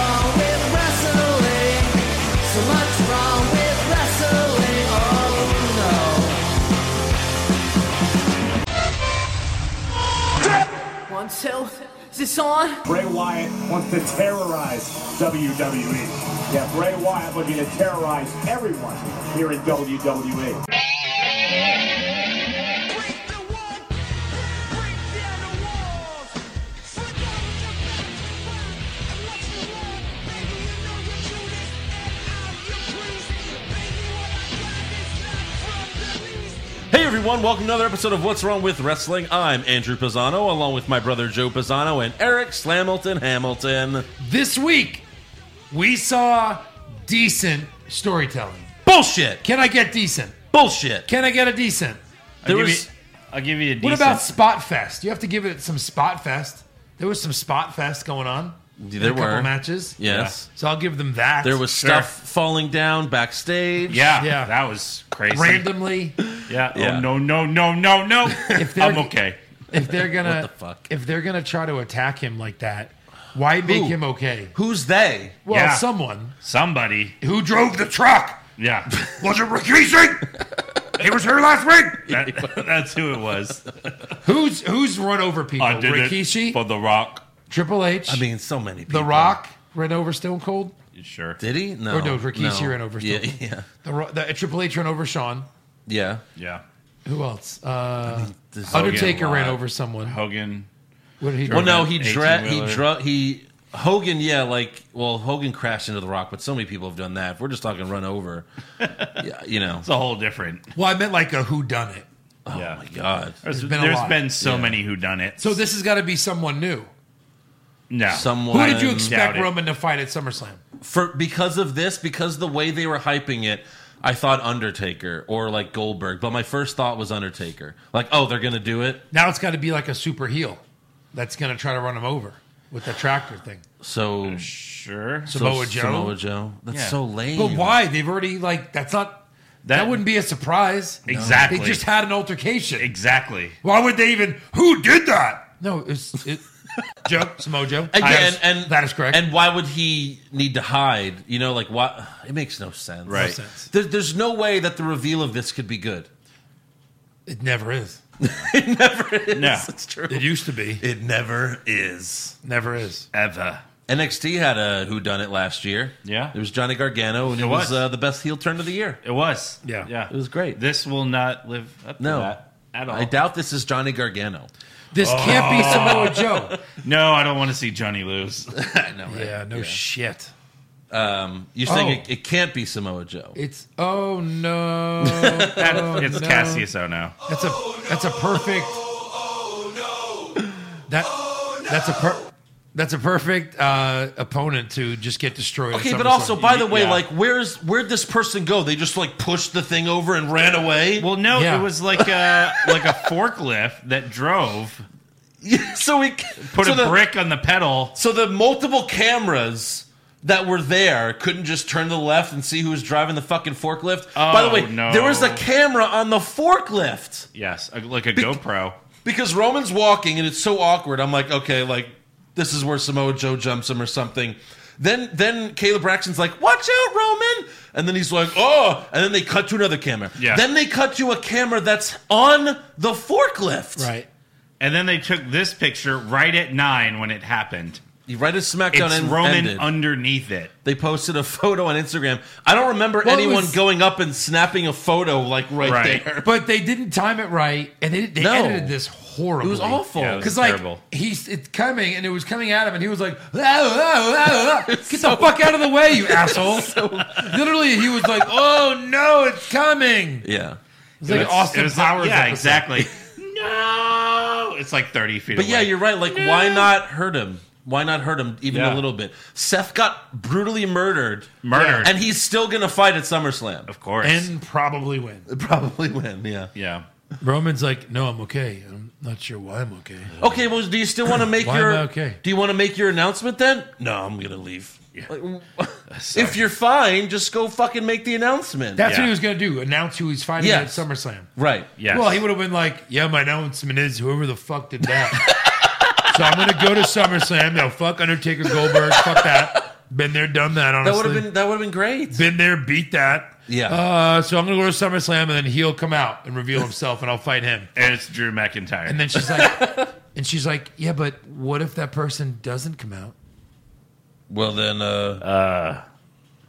Oh, Is this on? Bray Wyatt wants to terrorize WWE. Yeah, Bray Wyatt looking to terrorize everyone here in E. WWE. Break the one, break down the walls. Flip over the back to front, and what you want, baby, you know you do this, and I'm your priest. Baby, what I got is not from the least. Hey everyone, welcome to another episode of What's Wrong with Wrestling. I'm Andrew Pisano, along with my brother Joe Pisano and Eric Slamilton Hamilton. This week, we saw decent storytelling. Bullshit! Can I get decent? Bullshit! Can I get a decent? There give was you- I'll give you a decent. What about Spot Fest? You have to give it some Spot Fest. There was some Spot Fest going on. there a couple were matches. yes, So I'll give them that. there was Sure. stuff falling down backstage. Yeah, Yeah. that was crazy. randomly Yeah. Yeah. Oh, no, no, no, no, no. they're- I'm okay. if they're What gonna the fuck? if they're gonna try to attack him like that, why make Who? him okay? Who's they? Well, Yeah. someone Somebody. who drove the truck. Yeah. Was it Ricky Singh? he was here last week. That- that's who it was. Who's who's run over people? I did it for Rikishi, The Rock. Triple H. I mean, so many people. The Rock ran over Stone Cold. Sure. Did he? No. Or no, Rikishi ran over Yeah, Stone Cold. yeah, The, Ro- the uh, Triple H ran over Shawn. yeah. Yeah. Who else? Uh, This- Undertaker Hogan, ran Lana. over someone. Hogan. What did he? do? Well, no, he 18 dra- he wheeler. dra- he Hogan. Yeah, like well, Hogan crashed into the Rock, but so many people have done that. If we're just talking run over, yeah, you know. It's a whole different. Well, I meant like a who done it. yeah. Oh my god. There's There's been there's been, a lot. so Yeah. many who done it. So this has got to be someone new. no. Someone Who did you expect doubt it. Roman to fight at SummerSlam? for because of this, because the way they were hyping it, I thought Undertaker or like Goldberg, but my first thought was Undertaker. Like, oh, they're gonna do it. Now it's got to be like a super heel that's going to try to run him over with the tractor thing. So Sure. so Samoa Joe? Samoa Joe. That's Yeah. so lame. But why? They've already like that's not that, That- wouldn't be a surprise. Exactly. They just had an altercation. exactly. Why would they even? Who did that? No, it's it, Joe Samojo. And, I- and, and- that is correct. And why would he need to hide? You know, like what? It makes no sense. Right. No sense. There, there's no way that the reveal of this could be good. it never is. No. That's true. It used to be. It never is. Never is. Ever. NXT had a Who Done It last year. Yeah. it was Johnny Gargano, and it, It was, was. uh, the best heel turn of the year. It was. Yeah. Yeah. It was great. This will not live up to No. that at all. I doubt this is Johnny Gargano. This can't be Samoa Joe. no, I don't want to see Johnny lose. Oh, I know. right? Yeah, no shit. Um, you're saying Oh. it, it can't be Samoa Joe. It's oh no. That- oh, it's no. Cassius Ono. That's a that's a perfect. That that's a per, that's a perfect uh, opponent to just get destroyed. at Okay, but SummerSlam. also, by the way, Yeah. like, where's where'd this person go? They just like pushed the thing over and ran away. Well, no, Yeah. it was like a like a forklift that drove, so we put so a the, brick on the pedal. So the multiple cameras that were there couldn't just turn to the left and see who was driving the fucking forklift. by the Oh, way, no. there was a camera on the forklift Yes, a- like a GoPro. because Roman's walking and it's so awkward. I'm like, okay, like this is where Samoa Joe jumps him or something. Then then Caleb Braxton's like, watch out, Roman. And then he's like, oh. And then they cut to another camera. Yeah. Then they cut to a camera that's on the forklift. right. And then they took this picture right at nine when it happened. You Right as SmackDown It's end- Roman ended. underneath it. They posted a photo on Instagram. I don't remember Well, it anyone was- going up and snapping a photo like right, Right. there. But they didn't time it right, and they, they No. edited this horribly. It was awful. Yeah, it was- Because like terrible. he's it's coming and it was coming at him and he was like, "Ah, ah, ah, ah, get the fuck out of the way, you asshole! Literally, he was like, oh no, it's coming. yeah. It's like It was- Austin it was like- Powers. yeah, episode. exactly. no, it's like thirty feet. But yeah, away. you're right. Like, why not hurt him? Why not hurt him even Yeah. a little bit? Seth got brutally murdered. Murdered. And he's still going to fight at SummerSlam. of course. And probably win. Probably win, yeah. yeah, Roman's like, no, I'm okay. I'm not sure why I'm okay. Okay, well, do you still want to make Why am your I okay? Do you want to make your announcement then? No, I'm going to leave. Like, w- if you're fine, just go fucking make the announcement. That's what Yeah. he was gonna do. Announce who he's fighting Yes. at SummerSlam. right. yes. Well, he would have been like, "Yeah, my announcement is whoever the fuck did that." so I'm gonna go to SummerSlam. No, fuck Undertaker Goldberg. Fuck that. Been there, done that. That Honestly, would have been that would have been great. been there, beat that. Yeah. Uh, so I'm gonna go to SummerSlam, and then he'll come out and reveal himself, and I'll fight him. and it's Drew McIntyre. And then she's like, And she's like, yeah, but what if that person doesn't come out? Well, then, uh,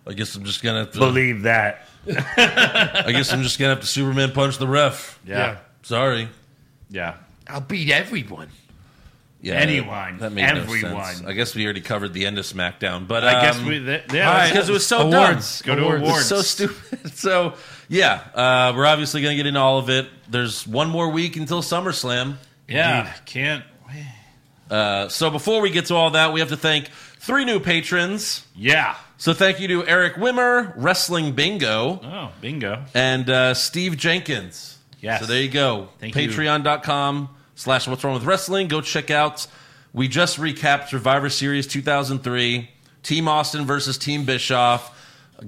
I guess I'm just gonna have to. Believe that. I guess I'm just gonna have to Superman punch the ref. Yeah. Sorry. Yeah. I'll beat everyone. Yeah, Anyone. That made No Everyone. sense. I guess we already covered the end of SmackDown, but I guess um, we. Th- yeah. all right, let's- because it was so awards. dumb. Go to awards. So stupid. So yeah, uh, we're obviously going to get into all of it. There's one more week until SummerSlam. yeah. Can't. Uh, so before we get to all that, we have to thank three new patrons. Yeah. So thank you to Eric Wimmer, Wrestling Bingo, Oh, bingo. and uh, Steve Jenkins. Yes. So there you go. Thank you. Patreon.com slash What's Wrong with Wrestling. Go check out. We just recapped Survivor Series 2003, Team Austin versus Team Bischoff,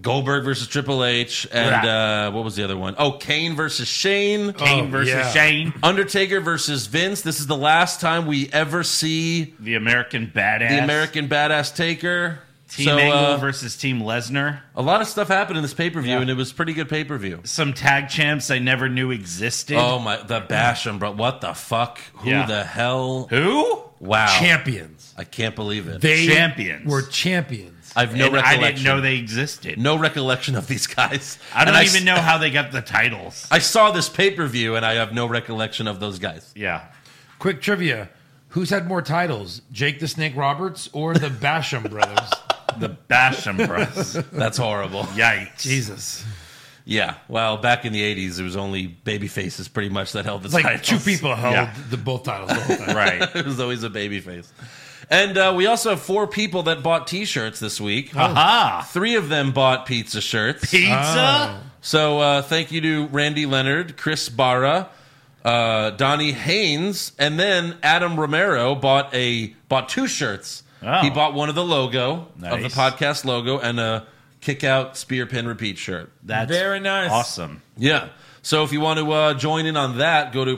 Goldberg versus Triple H, and uh, what was the other one? Oh, Kane versus Shane. Kane Oh, versus yeah. Shane. Undertaker versus Vince. This is the last time we ever see The American badass. the American Badass Taker. Team So, Angle uh, versus Team Lesnar. a lot of stuff happened in this pay per view, and it was pretty good pay per view. Some tag champs I never knew existed. Oh my, the Basham, bro! What the fuck? Who Yeah. the hell? Who? Wow, Champions. I can't believe it. They Champions. were champions. I've no And I recollection. didn't know they existed. no recollection of these guys. I don't And s- even know how they got the titles. I saw this pay per view, and I have no recollection of those guys. Yeah. Quick trivia. Who's had more titles, Jake the Snake Roberts or the Basham brothers? The Basham Bros. That's horrible. Yikes. Jesus. yeah. Well, back in the '80s, it was only baby faces pretty much that held the It's like titles. two people held Yeah. the both titles the whole time. Right. it was always a baby face. And uh, we also have four people that bought T-shirts this week. Aha. Three of them bought pizza shirts. Oh. Pizza? So uh, thank you to Randy Leonard, Chris Barra, uh, Donnie Haynes, and then Adam Romero bought a bought two shirts. Oh. He bought one of the logo of the Nice. podcast logo and a kick out spear pin repeat shirt. That's Very nice. Awesome. Yeah. So if you want to uh, join in on that, go to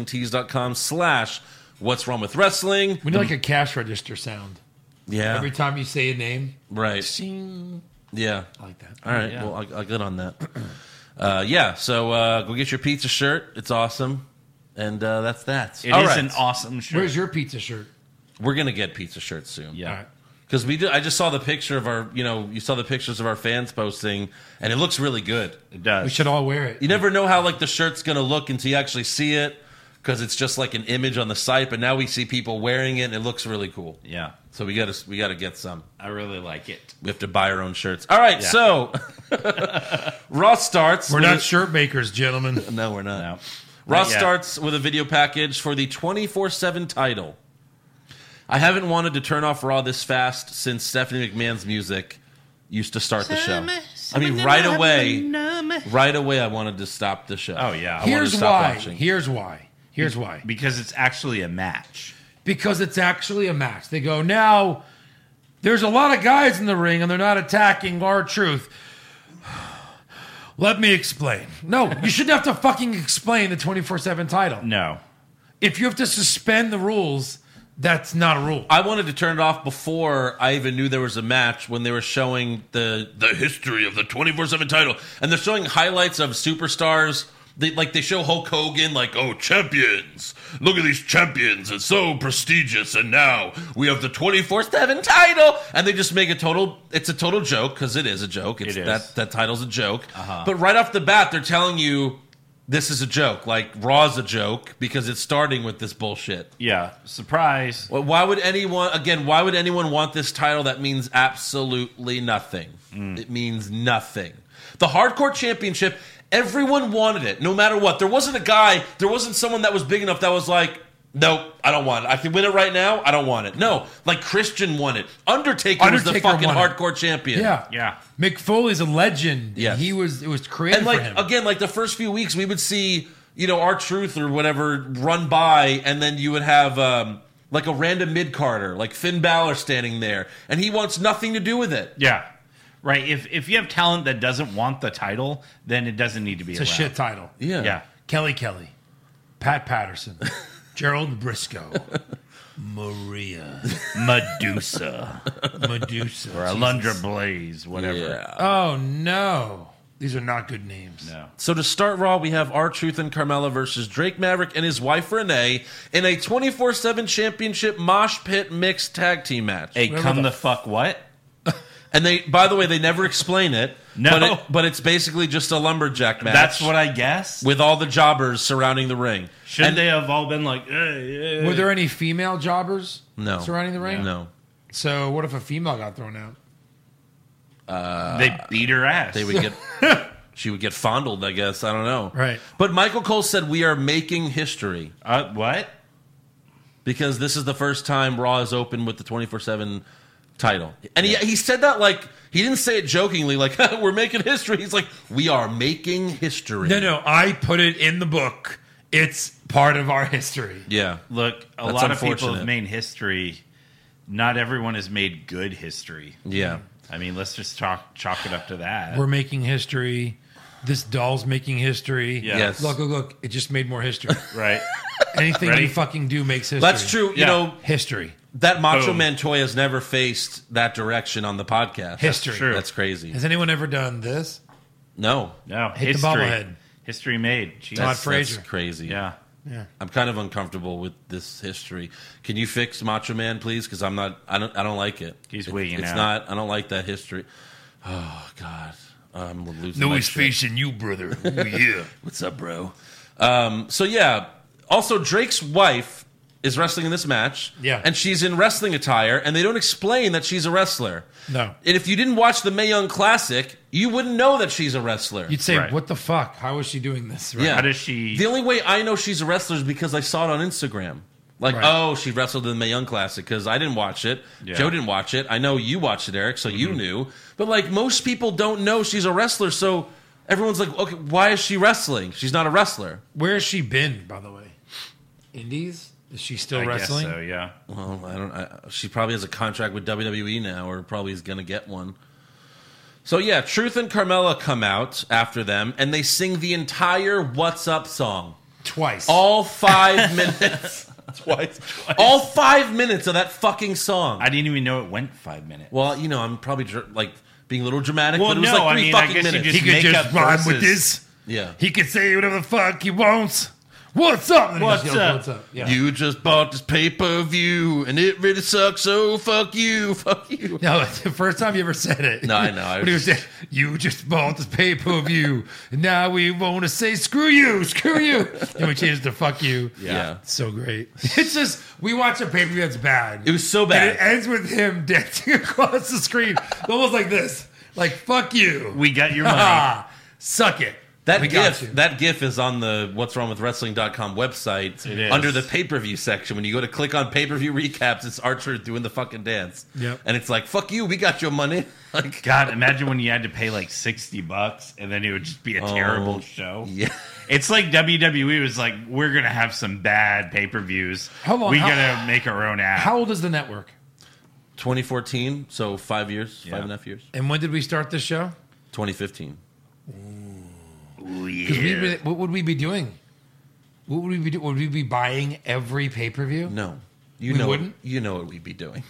prowrestlingtees.com slash what's wrong with wrestling. We need like a cash register sound. Yeah. Every time you say a name, right. ding. Yeah. I like that. All right. Yeah. Well, I'll, I'll get on that. Uh, yeah. So uh, go get your pizza shirt. It's awesome. And uh, that's that. It is All right. an awesome shirt. Where's your pizza shirt? We're gonna get pizza shirts soon. yeah. All right. Because we did. I just saw the picture of our. You know, you saw the pictures of our fans posting, and it looks really good. It does. We should all wear it. You never know how like the shirt's gonna look until you actually see it, because it's just like an image on the site. But now we see people wearing it, and it looks really cool. yeah. So we gotta we gotta get some. I really like it. We have to buy our own shirts. All right. Yeah. So Raw starts. We're with- not shirt makers, gentlemen. No, we're not. No. Raw Not yet. starts with a video package for the 24 7 title. I haven't wanted to turn off Raw this fast since Stephanie McMahon's music used to start the show. I mean, right away, right away, I wanted to stop the show. Oh, yeah. I wanted to Here's stop why. watching. Here's why. Here's why. Because it's actually a match. Because it's actually a match. They go, now there's a lot of guys in the ring and they're not attacking our truth. Let me explain. No, you shouldn't have to fucking explain the 24 7 title. No. If you have to suspend the rules, that's not a rule. I wanted to turn it off before I even knew there was a match when they were showing the the history of the 24/7 title and they're showing highlights of superstars they, like they show Hulk Hogan like oh champions look at these champions it's so prestigious and now we have the 24/7 title and they just make a total it's a total joke cuz it is a joke it's It is. Uh-huh. that that title's a joke but right off the bat they're telling you this is a joke like Raw's a joke because it's starting with this bullshit Yeah. Surprise. well, why would anyone again? Why would anyone want this title that means absolutely nothing? Mm. It means nothing. The Hardcore Championship, everyone wanted it, no matter what. There wasn't a guy, there wasn't someone that was big enough that was like, "Nope, I don't want it. I can win it right now. I don't want it." No, like Christian won it. Undertaker, was the Undertaker fucking won it. Hardcore Champion. Yeah. Yeah. Mick Foley's a legend. Yes. He was it was created and like for him. again, like the first few weeks, we would see you know our truth or whatever run by, and then you would have um, like a random mid Carter, like Finn Balor standing there, and he wants nothing to do with it. Yeah. Right. If if you have talent that doesn't want the title, then it doesn't need to be it's a allowed. shit title. Yeah, Yeah. Kelly Kelly, Pat Patterson, Gerald Briscoe, Maria, Medusa Medusa. or Alundra Blaze, whatever. Yeah. Oh no. These are not good names. No. So to start Raw, we have our Truth and Carmella versus Drake Maverick and his wife Renee in a 24 7 championship mosh pit mixed tag team match. Hey, Whatever come the the, fuck what? And they, by the way, they never explain it. No. But, it, but it's basically just a lumberjack match. That's what I guess. With all the jobbers surrounding the ring. Should And- they have all been like, eh, eh, Were there any female jobbers No. surrounding the ring? No. So what if a female got thrown out? they beat her ass? They would get. she would get fondled, I guess. I don't know. Right. But Michael Cole said, We are making history uh, what? because this is the first time Raw is open with the 24 7 title. And he, he said that like. He didn't say it jokingly, like, we're making history. He's like, we are making history. No, no. I put it in the book. It's part of our history. Yeah. Look, a That's lot of people unfortunate. have made history. Not everyone has made good history. Yeah. I mean, let's just talk, chalk it up to that. We're making history. This doll's making history. Yeah. Yes. Look, look, look. It just made more history. right. Anything Ready? you fucking do makes history. That's true. You Yeah. know, History. That Macho Boom. Man toy has never faced that direction on the podcast. History. true. That's crazy. Has anyone ever done this? No. No, Hit the history. bobblehead. History made. Jeez. Todd Frazier. That's crazy. yeah. Yeah. I'm kind of uncomfortable with this history. Can you fix Macho Man, please? Because I'm not. I don't. I don't like it. He's It- wigging It's out. not. I don't like that history. Oh God, I'm losing. my shit. you, brother. Ooh, yeah. What's up, bro? Um, so yeah. Also, Drake's wife is wrestling in this match. Yeah. And she's in wrestling attire, and they don't explain that she's a wrestler. No. And if you didn't watch the Mae Young Classic, you wouldn't know that she's a wrestler. You'd say, Right. what the fuck? How is she doing this? Right? yeah. How does she? The only way I know she's a wrestler is because I saw it on Instagram. Like, Right. oh, she wrestled in the Mae Young Classic because I didn't watch it. Yeah. Joe didn't watch it. I know you watched it, Eric, so you knew. But like, most people don't know she's a wrestler, so everyone's like, okay, why is she wrestling? She's not a wrestler. Where has she been, by the way? Indies? Is she still I guess wrestling? so. Yeah. Well, I don't. I, she probably has a contract with WWE now, or probably is going to get one. So yeah, Truth and Carmella come out after them, and they sing the entire "What's Up" song. Twice. All five minutes. Twice. All five minutes of that fucking song. I didn't even know it went five minutes. well, you know, I'm probably dr- like being a little dramatic, Well, but it was no, like I three mean, I fucking guess you minutes. just- He could make just up rhyme verses. with this. yeah. He could say whatever the fuck he wants. What's up? And he What's just yells, up? What's up? Yeah. You just bought this pay per view, and it really sucks. So fuck you, fuck you. No, it's the first time you ever said it. No, I know. I but he was saying, "You just bought this pay per view, and now we want to say screw you, screw you." And we changed it to "fuck you." Yeah. so great. It's just we watch a pay per view that's bad. It was so bad. And it ends with him dancing across the screen, almost like this, like "fuck you." We got your money. ah, suck it. That we got you. GIF, that GIF is on the What's Wrong with Wrestling.com website It is. under the pay per view section. When you go to click on pay per view recaps, it's Archer doing the fucking dance. Yep. And it's like, fuck you, we got your money. Like, God, imagine when you had to pay like sixty bucks, and then it would just be a terrible show. Oh, yeah. It's like WWE was like, we're gonna have some bad pay per views. How long- We how- gotta make our own app. How old is the network? 2014, so five years, Yeah. five and a half years. And when did we start this show? 2015. Ooh, Because yeah. we, what would we be doing? What would we be doing? Would we be buying every pay per view? No, you We know, wouldn't? you know what we'd be doing.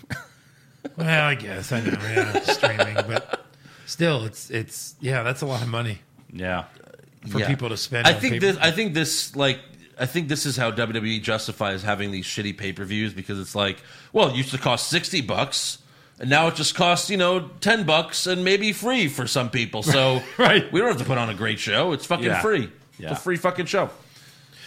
Well, I guess I know. Yeah, it's streaming, but still, it's it's yeah, that's a lot of money yeah. for Yeah. people to spend. I on think pay- this. I think this. Like, I think this is how WWE justifies having these shitty pay per views because it's like, well, it used to cost sixty bucks, and now it just costs you know ten bucks and maybe free for some people. So Right. we don't have to put on a great show. It's fucking Yeah. free. Yeah. It's a free fucking show.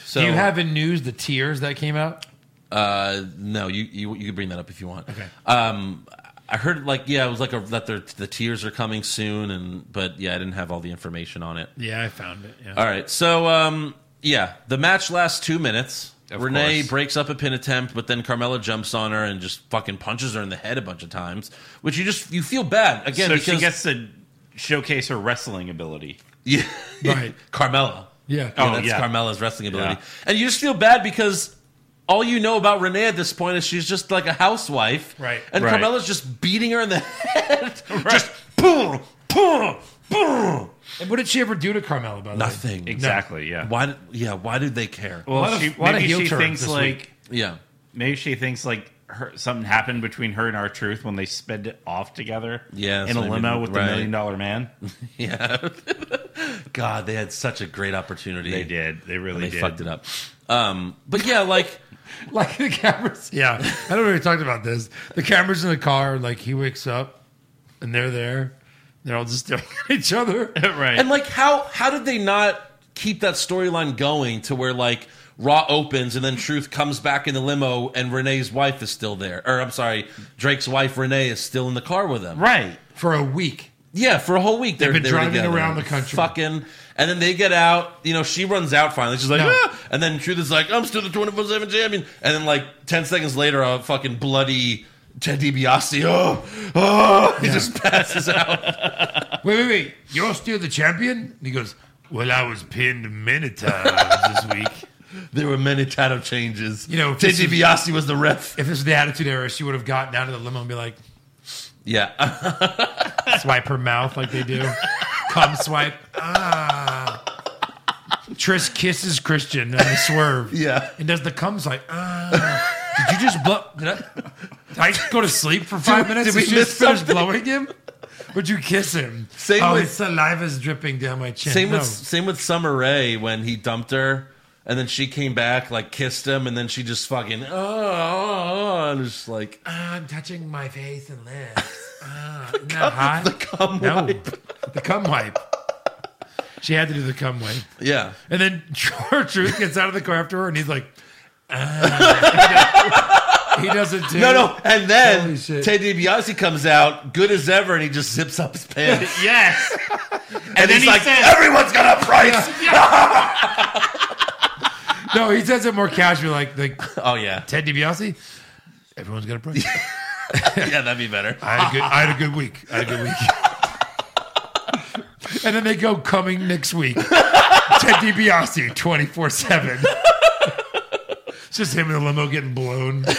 So Do you have in news the tears that came out? Uh, no, you you you can bring that up if you want. Okay. Um, I heard like yeah, it was like a, that they're- the tears are coming soon, and but yeah, I didn't have all the information on it. Yeah, I found it. Yeah. All right. So, um, yeah, the match lasts two minutes. Of Renee course. breaks up a pin attempt, but then Carmella jumps on her and just fucking punches her in the head a bunch of times, which you just you feel bad again so because she gets to showcase her wrestling ability. yeah, Right. Carmella. Yeah. Yeah, Oh, that's yeah. Carmella's wrestling ability, Yeah. and you just feel bad because all you know about Renee at this point is she's just like a housewife, Right. And Right. Carmella's just beating her in the head, just boom, boom, boom. And what did she ever do to Carmella? By the way? Nothing. Exactly. Yeah. Why? did- Yeah. Why did they care? Why Well, the- she, why the maybe heel she turn thinks this like week? yeah. maybe she thinks like her, something happened between her and our truth when they sped off together. Yes, in a maybe. limo with the Right. million dollar man. Yeah. God, they had such a great opportunity. They did. They really They did. fucked it up. Um, but yeah, like like the cameras. Yeah, I don't know if we talked about this. The cameras in the car. Like he wakes up, and they're there. They're all just staring at each other. right. and like how how did they not keep that storyline going to where like Raw opens and then Truth comes back in the limo and Renee's wife is still there. Or I'm sorry, Drake's wife Renee is still in the car with him. right. for a week. Yeah, for a whole week they're, They've they been were driving together. around the country. fucking, and then they get out. You know, she runs out finally. She's like, No. "Ah!" and then Truth is like, "I'm still the 24 seven champion." And then like 10 seconds later, a fucking bloody Ted DiBiase, oh, oh, he Yeah. just passes out. Wait, wait, wait. You're still the champion? And he goes, Well, I was pinned many times this week. there were many title changes. You know, Ted this is- DiBiase was the ref. If this was the attitude era, she would have gotten out of the limo and be like, Yeah, swipe her mouth like they do. Come swipe. Ah. Trish kisses Christian and they swerve. Yeah. And does the cum swipe. Ah. Did you just blow? Did I, did I go to sleep for five Did- minutes? did we Did you just miss finish something? blowing him? Would you kiss him? Same oh, with- his saliva's dripping down my chin. same no. with same with Summer Rae when he dumped her. And then she came back, like kissed him, and then she just fucking oh, oh, oh," and just like I'm touching my face and lips. Ah, isn't that hot? the cum no, wipe. the cum wipe. She had to do the cum wipe, yeah. and then Truth gets out of the car after her, and he's like, ah. he does it too. No, no. And Holy then shit. Ted DiBiase comes out, good as ever, and he just zips up his pants. Yes. and he's he like, says- everyone's got a price. no. He says it more casual, like like Oh, yeah. Ted DiBiase. Everyone's got a price. Yeah, that'd be better. I had a good, I had a good week. I had a good week. and then they go coming next week. Ted DiBiase, twenty four seven. It's just him in the limo getting blown.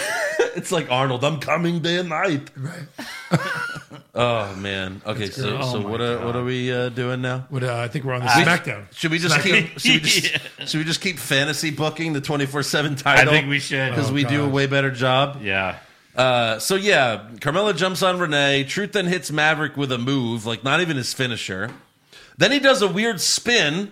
It's like Arnold, I'm coming day and night. Right. Oh Oh, man. Okay, so, so what, are, what are we uh, doing now? But uh, I think we're on the We- SmackDown. Should we just keep? Should we just, should we just keep fantasy booking the twenty four seven title? I think we should. because Oh, we do a God. way better job. Yeah. Uh, so yeah, Carmella jumps on Renee. Truth then hits Maverick with a move, like not even his finisher. Then he does a weird spin,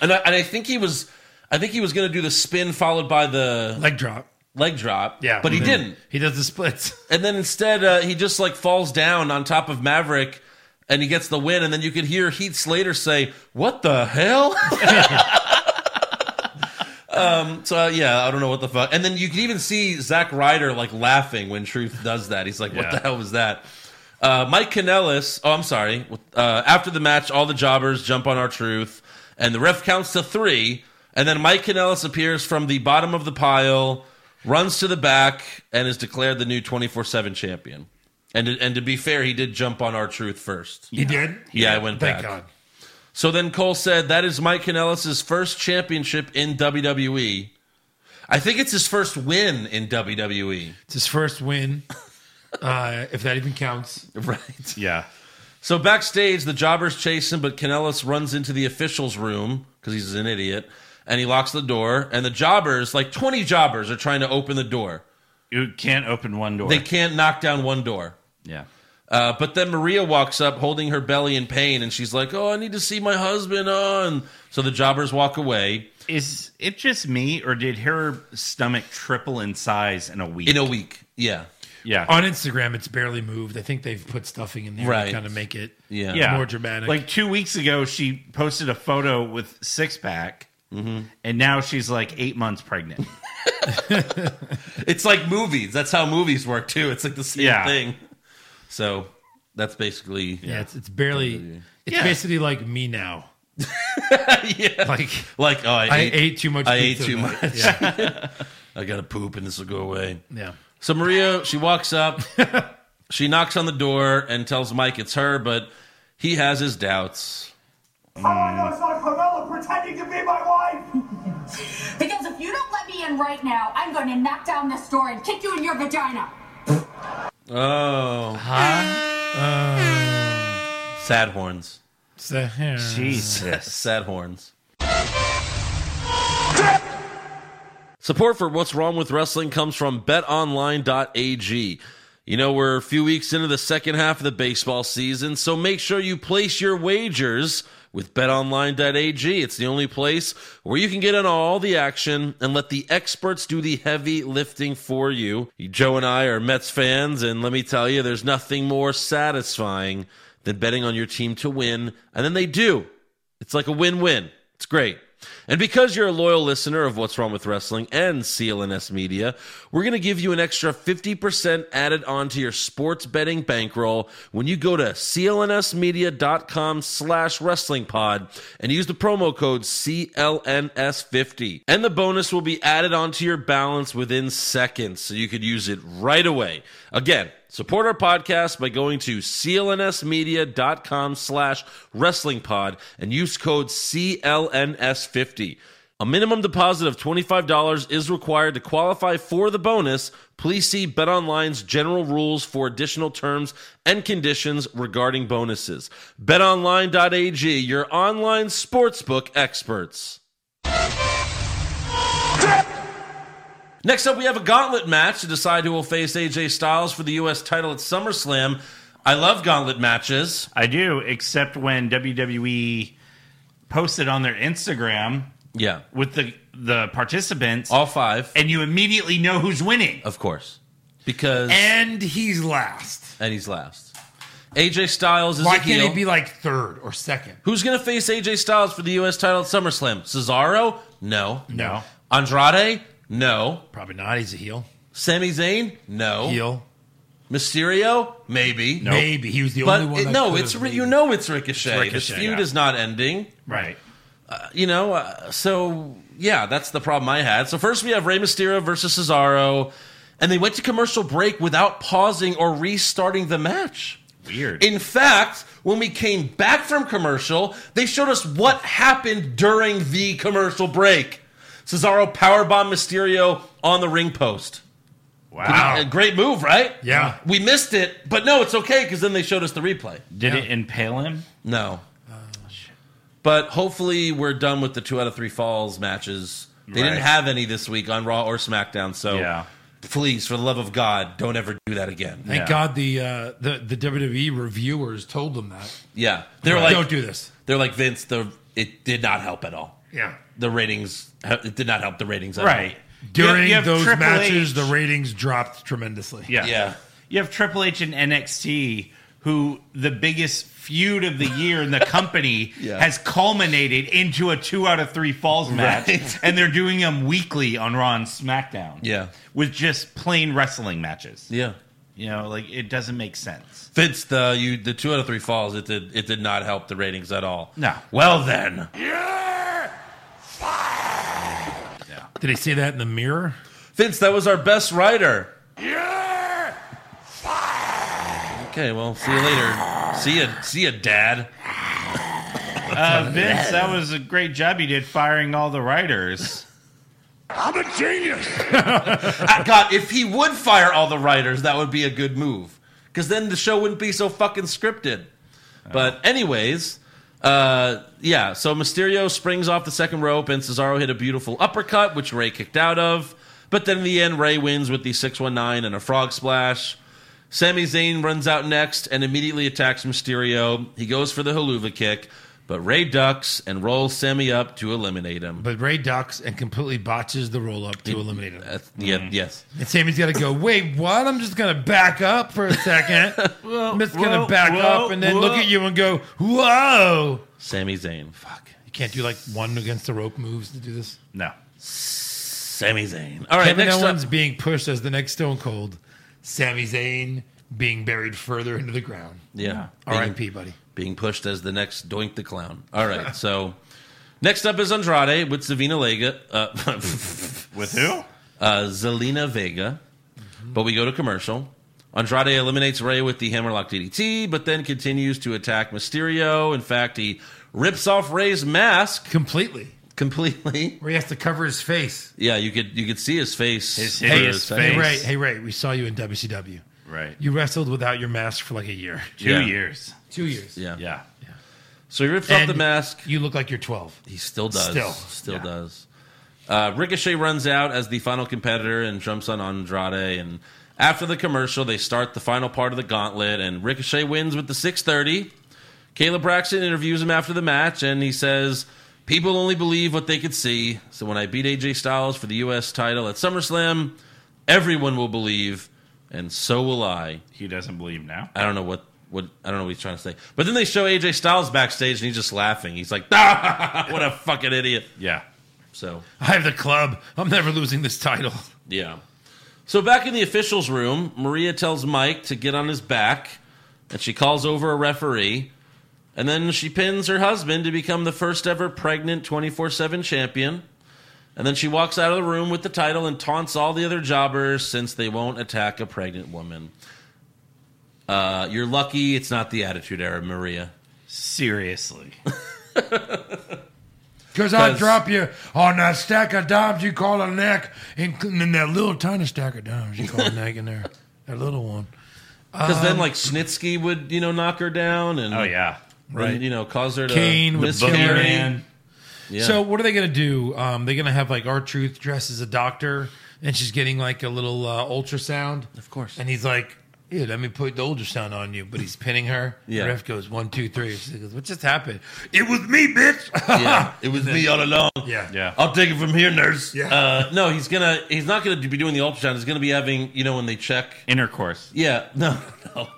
and I, and I think he was, I think he was going to do the spin followed by the Leg drop. leg drop. Yeah, Mm-hmm. but he then didn't. He does the splits. And then instead, uh, he just like falls down on top of Maverick. And he gets the win, and then you could hear Heath Slater say, "What the hell?" um, so yeah, I don't know what the fuck. And then you can even see Zack Ryder like laughing when Truth does that. He's like, "What Yeah. the hell was that?" Uh, Mike Kanellis. Oh, I'm sorry. Uh, after the match, all the jobbers jump on our Truth, and the ref counts to three. And then Mike Kanellis appears from the bottom of the pile, runs to the back, and is declared the new 24 seven champion. And to, and to be fair, he did jump on our Truth first. He did. Yeah, I went Thank back. God. So then Cole said, "That is Mike Kanellis' first championship in WWE. I think it's his first win in E. WWE. It's his first win, uh, if that even counts. Right. Yeah. So backstage, the jobbers chase him, but Kanellis runs into the officials' room because he's an idiot, and he locks the door. And the jobbers, like twenty jobbers, are trying to open the door. You can't open one door. They can't knock down one door. yeah. Uh, but then Maria walks up holding her belly in pain, and she's like, "Oh, I need to see my husband." On so the jobbers walk away. Is it just me, or did her stomach triple in size in a week? In a week, yeah, yeah. On Instagram, it's barely moved. I think they've put stuffing in there Right. to kind of make it. yeah, yeah. more dramatic. Like two weeks ago, she posted a photo with six pack, and now she's like eight months pregnant. It's like movies. That's how movies work too. It's like the same Yeah. thing. So that's basically Yeah, it's, it's barely. It's Yeah. basically like me now. yeah. Like Like oh, I, I ate, ate too much. I ate pizza too tonight. much. Yeah, I gotta poop, and this will go away. yeah. So Maria, she walks up, she knocks on the door, and tells Mike it's her, but he has his doubts. How do I know it's not Carmella pretending to be my wife? Because if you don't let me in right now, I'm going to knock down this door and kick you in your vagina. Oh, sad horns, So, yeah. Jesus. sad horns. Support for What's Wrong with Wrestling comes from betonline.ag. You know, we're a few weeks into the second half of the baseball season, so make sure you place your wagers with betonline.ag. It's the only place where you can get in on all the action and let the experts do the heavy lifting for you. Joe and I are Mets fans, and let me tell you, there's nothing more satisfying than betting on your team to win, and then they do. It's like a win win. It's great. And because you're a loyal listener of What's Wrong with Wrestling and CLNS Media, we're going to give you an extra 50% added onto your sports betting bankroll when you go to clnsmedia.com slash wrestlingpod and use the promo code CLNS50. And the bonus will be added onto your balance within seconds, so you could use it right away. Again, Support our podcast by going to clnsmedia.com slash wrestlingpod and use code CLNS50. A minimum deposit of $25 is required to qualify for the bonus. Please see BetOnline's general rules for additional terms and conditions regarding bonuses. BetOnline.ag, your online sportsbook experts. Next up, we have a gauntlet match to decide who will face AJ Styles for the U.S. title at SummerSlam. I love gauntlet matches. I do, except when WWE posted on their Instagram Yeah. with the the participants, All five. and you immediately know who's winning. Of course. Because. And, And he's last. he's last. AJ Styles is Why a can't heel. he be like third or second? Who's going to face AJ Styles for the U.S. title at SummerSlam? Cesaro? No. No. Andrade? No. Probably not. He's a heel. Sami Zayn? No. Heel. Mysterio? Maybe. No. Maybe. He was the But only one. it- that no, could it's have Ri- made you it. know it's Ricochet. this Ricochet, feud yeah. is not ending. Right. you know, uh, so yeah, that's the problem I had. So first we have Rey Mysterio versus Cesaro, and they went to commercial break without pausing or restarting the match. Weird. In fact, when we came back from commercial, they showed us what happened during the commercial break. Cesaro powerbombed Mysterio on the ring post. wow. A great move, right? Yeah. We missed it, but no, it's okay because then they showed us the replay. Did it impale him? No. But hopefully we're done with the two out of three falls matches. They didn't Right. have any this week on Raw or SmackDown, so Yeah. please, for the love of God, don't ever do that again. Thank Yeah. God the, uh, the the WWE reviewers told them that. Yeah, they're don't like do this. they're like Vince. The it did not help at all. Yeah. The ratings it did not help the ratings. at all. Right. You During have- you have those Triple matches, H. the ratings dropped tremendously. yeah. Yeah. You have Triple H and NXT, who the biggest feud of the year in the company Yeah. has culminated into a two out of three falls match, Right. and they're doing them weekly on Raw and SmackDown. Yeah. with just plain wrestling matches. Yeah. You know, like it doesn't make sense. Vince, the you the two out of three falls. It did it did not help the ratings at all. No. Well then, Did he say that in the mirror? Vince, that was our best writer. Okay, well, see you later. See ya, see ya, Dad. Uh, Vince, that was a great job you did firing all the writers. I'm a genius. Ah, God, if he would fire all the writers, that would be a good move. Because then the show wouldn't be so fucking scripted. But anyways, uh, yeah. So Mysterio springs off the second rope, and Cesaro hit a beautiful uppercut, which Ray kicked out of. But then in the end, Ray wins with the six one nine and a frog splash. Sami Zayn runs out next and immediately attacks Mysterio. He goes for the haluva kick, but Ray ducks and rolls Sammy up to eliminate him. But Ray ducks and completely botches the roll up to eliminate him. That's- yeah, Mm-hmm. yes. And Sammy's got to go, wait, what? I'm just going to back up for a second. I'm just going whoa, to back whoa, up and then look whoa. at you and go, whoa. Sami Zayn. Fuck. You can't do like one against the rope moves to do this. No. Sami Zayn. All right, Kevin next Owens up. being pushed as the next Stone Cold. Sami Zayn being buried further into the ground. Yeah. Being- R.I.P., buddy. Being pushed as the next Doink the Clown. All right, so next up is Andrade with Savina Lega, uh, With who? uh, Zelina Vega. But we go to commercial. Andrade eliminates Ray with the Hammerlock DDT, but then continues to attack Mysterio. In fact, he rips off Ray's mask Completely. completely. Where he has to cover his face. Yeah, you could you could see his face. His for hideous a second. Hey, Face. Ray, hey, Ray, we saw you in WCW. Right. You wrestled without your mask for like a year, Two Yeah. years. two years. Yeah. Yeah. So he rips off And the mask. You look like you're 12. He still does. Still, Still. still Yeah. does. Uh, Ricochet runs out as the final competitor and jumps on Andrade. And after the commercial, they start the final part of the gauntlet, and Ricochet wins with the 630. Caleb Braxton interviews him after the match, and he says, People only believe what they could see. So when I beat AJ Styles for the U.S. title at SummerSlam, everyone will believe, and so will I. He doesn't believe now. I don't know what. What, I don't know what he's trying to say, but then they show AJ Styles backstage and he's just laughing. He's like, ah, "What a fucking idiot!" Yeah. So I have the club. I'm never losing this title. Yeah. So back in the officials' room, Maria tells Mike to get on his back, and she calls over a referee, and then she pins her husband to become the first ever pregnant 24 7 champion. And then she walks out of the room with the title and taunts all the other jobbers since they won't attack a pregnant woman. Uh, you're lucky it's not the Attitude Era, Maria. Seriously. Because I 'Cause- drop you on that stack of dimes you call a neck, including that little tiny stack of dimes you call a neck in there. That little one. Because Um, then, like, Snitsky would, you know, knock her down and, Oh yeah. Right. you know, cause her to Kane with miscarry. Booger. Man. Yeah. So what are they going to do? Um, they're going to have like our truth dressed as a doctor, and she's getting like a little uh, ultrasound. Of course. And he's like, "Yeah, let me put the ultrasound on you," but he's pinning her. Yeah. The ref goes one, two, three. She goes, "What just happened?" It was me, bitch. yeah, it was me all along. yeah. Yeah. I'll take it from here, nurse. Yeah. Uh, no, he's gonna. He's not gonna be doing the ultrasound. He's gonna be having. You know, when they check. Intercourse. Yeah. No. No.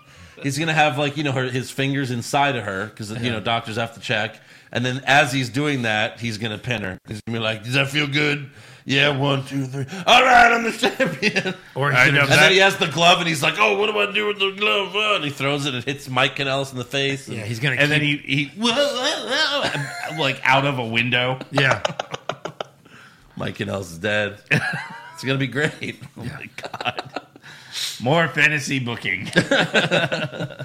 He's gonna have like you know her, his fingers inside of her because you know doctors have to check. And then as he's doing that, he's gonna pin her. He's gonna be like, "Does that feel good?" Yeah, one, two, three. All right, I'm the champion. Or I he's gonna, know And that- then he has the glove, and he's like, "Oh, what do I do with the glove?" Uh, And he throws it and hits Mike Canales in the face. yeah, he's gonna. And keep, then he he like out of a window. yeah. Mike Canales is dead. it's gonna be great. Oh my god. More fantasy booking. Uh,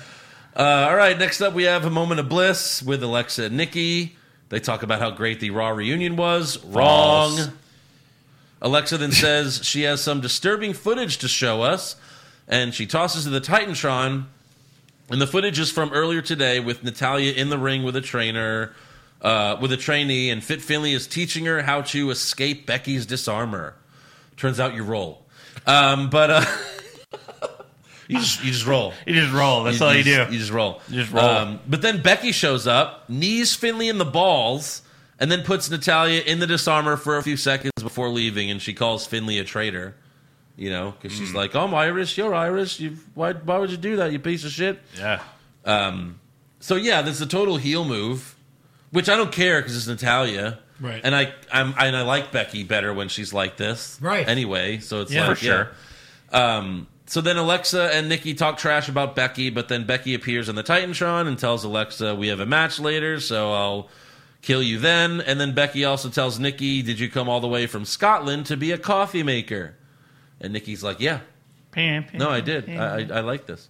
All right, next up we have a moment of bliss with Alexa and Nikki. They talk about how great the Raw reunion was. Wrong. False. Alexa then says she has some disturbing footage to show us, and she tosses to the Titantron. And the footage is from earlier today with Natalia in the ring with a trainer, uh, with a trainee, and Fit Finley is teaching her how to escape Becky's disarmer. Turns out you roll, um, but uh, you just you just roll. You just roll. That's all you do. just- You just roll. Um, You just roll. but then Becky shows up, knees Finley in the balls, and then puts Natalia in the disarmer for a few seconds before leaving, and she calls Finley a traitor. You know, because Hmm. she's like, "I'm Irish. You're Irish. You why? Why would you do that? You piece of shit." yeah. So yeah, this is a total heel move, which I don't care because it's Natalia, Right. And I I'm, and I like Becky better when she's like this, Right. Anyway, so it's Yeah. like For yeah. Um, so then Alexa and Nikki talk trash about Becky, but then Becky appears on the Titantron and tells Alexa, "We have a match later, so I'll kill you then." And then Becky also tells Nikki, "Did you come all the way from Scotland to be a coffee maker?" And Nikki's like, "Yeah, Pam, pam, no, Mm-hmm. I did. pam. I, I, I like this."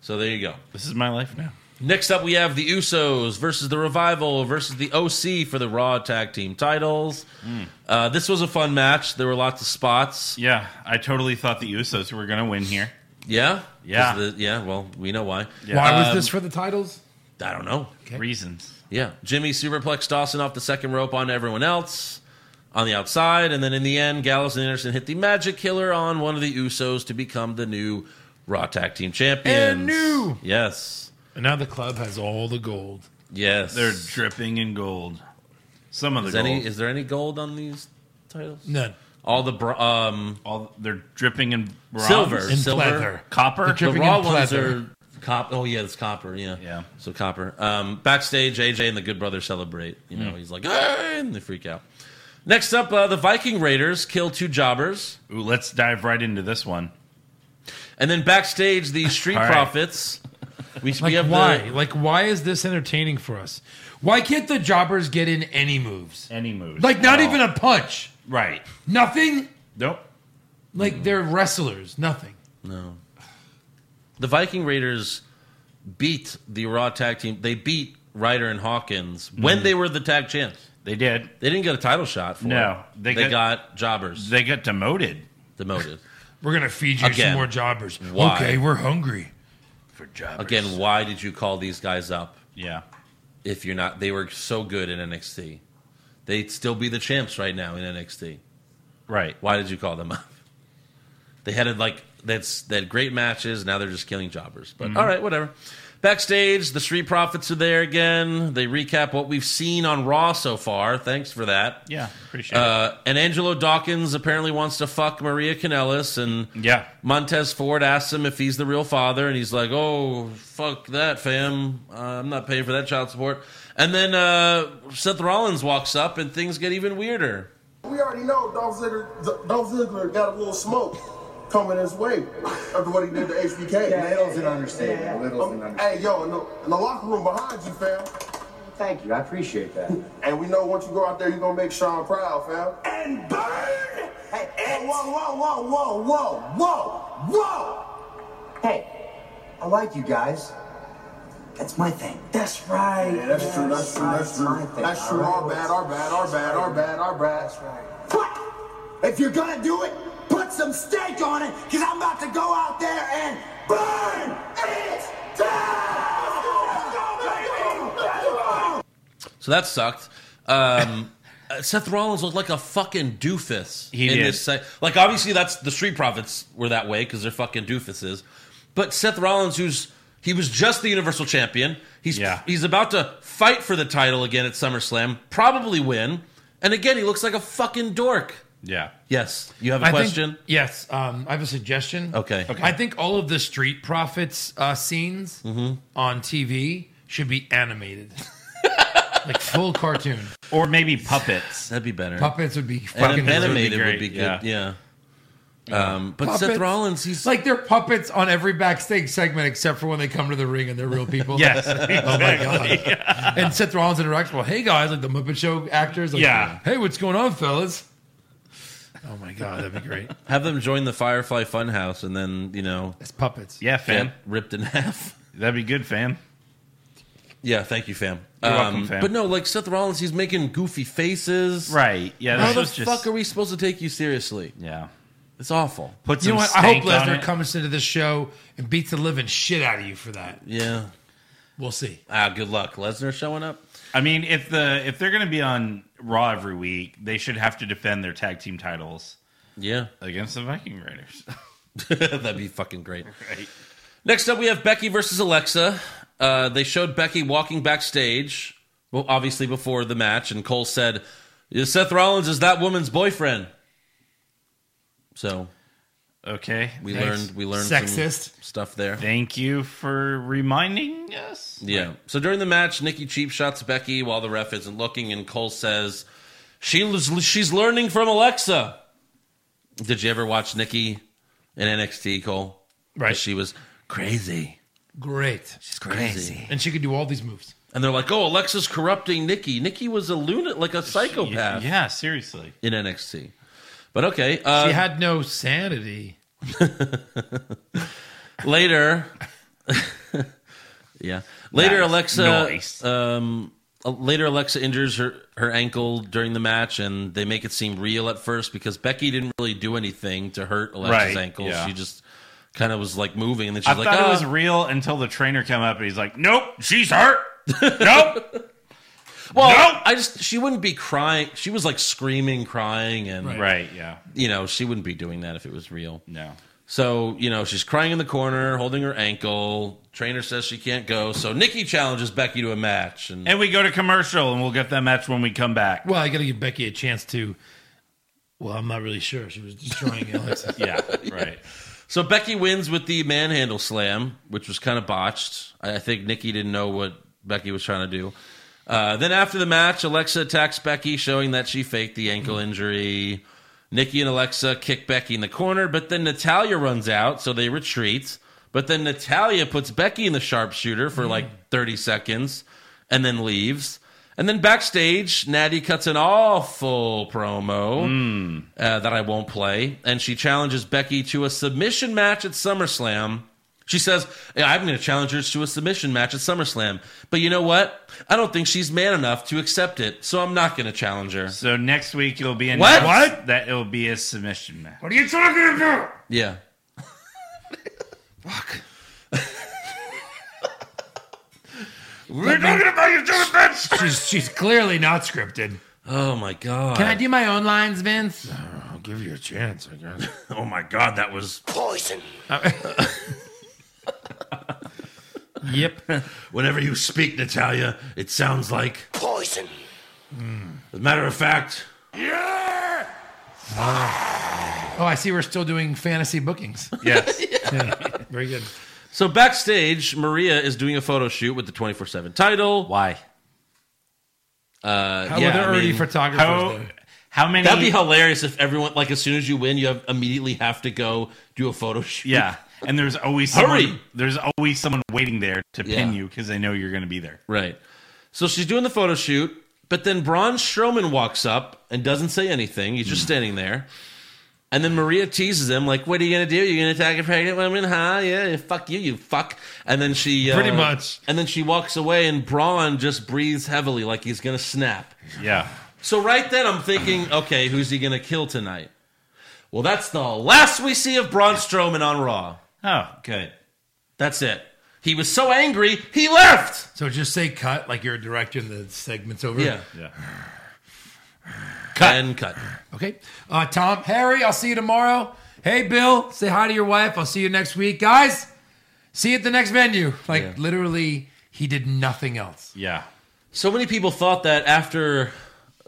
So there you go. This is my life now. Next up, we have the Usos versus the Revival versus the OC for the Raw Tag Team titles. Hmm. Uh, this was a fun match. There were lots of spots. Yeah, I totally thought the Usos were going to win here. Yeah? Yeah. 'Cause the- yeah, well, we know why. Why Um, was this for the titles? I don't know. Reasons. Yeah. Jimmy superplexed Dawson off the second rope on everyone else on the outside. And then in the end, Gallows and Anderson hit the Magic Killer on one of the Usos to become the new Raw Tag Team champions. And new. Yes. And now the club has all the gold. Yes. They're dripping in gold. Some of the is, gold. any, is there any gold on these titles? None. All the. Bro- um, All they're dripping in bronze. Silver. In Silver. pleather. copper. They're The dripping raw in ones pleather. are copper. Oh yeah, it's copper. Yeah, Yeah. So copper. Um, backstage, AJ and the Good Brothers celebrate. You know, he's like, "Hey!" and they freak out. Next up, uh, the Viking Raiders kill two jobbers, Ooh, let's dive right into this one. and then backstage, the Street All right. Profits. We, we Like have why? the- Like why is this entertaining for us? Why can't the jobbers get in any moves? Any moves? Like not Oh, even a punch. right. Nothing. Nope. Like they're wrestlers. Nothing. no. The Viking Raiders beat the Raw tag team. They beat Ryder and Hawkins Mm. when they were the tag champs. They did. They didn't get a title shot. For No, it. they they got- got jobbers They got demoted demoted. We're gonna feed you Again. some more jobbers. Why? Okay, we're hungry. for job. Again, why did you call these guys up? Yeah. if you're not they were so good in NXT. They'd still be the champs right now in NXT. Right. Why did you call them up? Mm-hmm. They had like that's that great matches, now they're just killing jobbers. But all right, whatever. Backstage, the Street Profits are there again. They recap what we've seen on Raw so far. Thanks for that. Yeah, appreciate it. Uh, and Angelo Dawkins apparently wants to fuck Maria Kanellis, and Yeah. Montez Ford asks him if he's the real father, and he's like, "Oh, fuck that, fam! Uh, I'm not paying for that child support." And then uh, Seth Rollins walks up, and things get even weirder. We already know Dolph Ziggler, Dolph Ziggler got a little smoke coming his way after what he did to HBK. Little's an understatement. Little's an understatement. Um, Hey, yo, in the, in the locker room behind you, fam. Thank you. I appreciate that. And we know once you go out there, you're gonna make Sean proud, fam. And burn! Hey, whoa, whoa, whoa, whoa, whoa, whoa, whoa! hey, I like you guys. That's my thing. That's right. Yeah, that's true, that's true, that's That's my true. thing. That's true. Our bad, our bad, our bad, our bad, our bad. But if you're gonna do it, put some steak on it, because I'm about to go out there and burn it down! So that sucked. Um, uh, Seth Rollins looked like a fucking doofus He in did. this se- Like obviously that's the Street Profits were that way because they're fucking doofuses. But Seth Rollins, who's he was just the Universal Champion. He's Yeah. he's about to fight for the title again at SummerSlam, probably win. And again, he looks like a fucking dork. Yeah. Yes, you have a I think- question. yes, um, I have a suggestion. Okay. Okay. I think all of the street profits uh, scenes Mm-hmm. on TV should be animated, like full cartoon. Or maybe puppets. That'd be better. Puppets would be Anim- fucking would be animated would great, be, good. yeah. Yeah. Um, but Seth Puppets. Rollins, he's It's like they're puppets on every backstage segment except for when they come to the ring and they're real people. Yes. Oh my god. And Seth Rollins interacts. Well, hey guys, like the Muppet Show actors. Like, Yeah. Hey, what's going on, fellas? Oh my god, that'd be great. have them join the Firefly Funhouse and then you know It's puppets. yeah, fam. get ripped in half. That'd be good, fam. Yeah, thank you, fam. Um, You're welcome, fam. But no, like Seth Rollins, he's making goofy faces. Right. Yeah. How This the was just. fuck are we supposed to take you seriously? yeah. It's awful. Put some You know what? I hope steak on Lesnar it. comes into this show and beats the living shit out of you for that. Yeah. We'll see. Ah, good luck. Lesnar showing up. I mean, if the if they're going to be on Raw every week, they should have to defend their tag team titles Yeah. against the Viking Raiders. That'd be fucking great. Next up, we have Becky versus Alexa. Uh, they showed Becky walking backstage, well, obviously before the match, and Cole said, Seth Rollins is that woman's boyfriend. So Okay. we Thanks. learned we learned some Sexist. stuff there. Thank you for reminding us. Yeah. So during the match, Nikki cheap shots Becky while the ref isn't looking, and Cole says, "She was- she's learning from Alexa." Did you ever watch Nikki in NXT, Cole? Right. She was crazy. Great. She's crazy. And she could do all these moves. And they're like, "Oh, Alexa's corrupting Nikki." Nikki was a lunatic, like a psychopath Yeah, seriously. in NXT. But okay. Uh, She had no sanity. later yeah later Nice. alexa Nice. um uh, later alexa injures her her ankle during the match and they make it seem real at first because becky didn't really do anything to hurt alexa's Right, ankle yeah. she just kind of was like moving and then she's I like thought "Ah." it was real until the trainer came up and he's like, "Nope, she's hurt. nope." well No! i just she wouldn't be crying she was like screaming crying and Right? Yeah. you know she wouldn't be doing that if it was real No. So, you know, she's crying in the corner, holding her ankle. Trainer says she can't go. So Nikki challenges Becky to a match. And, And we go to commercial, and we'll get that match when we come back. Well, I got to give Becky a chance to. Well, I'm not really sure. She was destroying Alexa. Yeah. Right. so Becky wins with the manhandle slam, which was kind of botched. I, I think Nikki didn't know what Becky was trying to do. Uh, then after the match, Alexa attacks Becky, showing that she faked the ankle injury. Nikki and Alexa kick Becky in the corner, but then Natalia runs out, so they retreat. But then Natalia puts Becky in the sharpshooter for like 30 seconds and then leaves. And then backstage, Natty cuts an awful promo uh, that I won't play. And she challenges Becky to a submission match at SummerSlam. She says, "Yeah, I'm going to challenge her to a submission match at SummerSlam. But you know what? I don't think she's man enough to accept it, so I'm not going to challenge her. So next week it'll be What? announced What? that it'll be a submission match. what are you talking about? Yeah. We're talking about you doing that. She's she's clearly not scripted. Oh my God. Can I do my own lines, Vince? I'll give you a chance, I guess. Uh, oh my God, that was. Poison. Yep. Whenever you speak, Natalia, it sounds like poison. As a matter of fact, Oh, I see we're still doing fantasy bookings. Yes. Yeah. Very good. so backstage, Maria is doing a photo shoot with the 24 7 title. Uh, Why? How yeah, are there I already mean, photographers How there? how many That'd be hilarious if everyone, like, as soon as you win, you have, immediately have to go do a photo shoot. Yeah. And there's always someone, Hurry! there's always someone waiting there to pin Yeah. you because they know you're going to be there. Right. So she's doing the photo shoot, but then Braun Strowman walks up and doesn't say anything. He's Hmm. just standing there. And then Maria teases him, like, "What are you gonna do? You're gonna attack a pregnant woman, huh? Yeah, fuck you, you fuck." And then she uh, Pretty much. And then she walks away, and Braun just breathes heavily, like he's gonna snap. Yeah. So right then, I'm thinking, okay, who's he gonna kill tonight? Well, that's the last we see of Braun Strowman on Raw. Oh, Okay, that's it. He was so angry, he left. So just say cut like you're a director and the segment's over. Yeah, yeah. cut and cut. Okay. Uh, Tom, Harry, I'll see you tomorrow. Hey, Bill, say hi to your wife. I'll see you next week. Guys, see you at the next venue. Like, Yeah. literally, he did nothing else. Yeah. So many people thought that after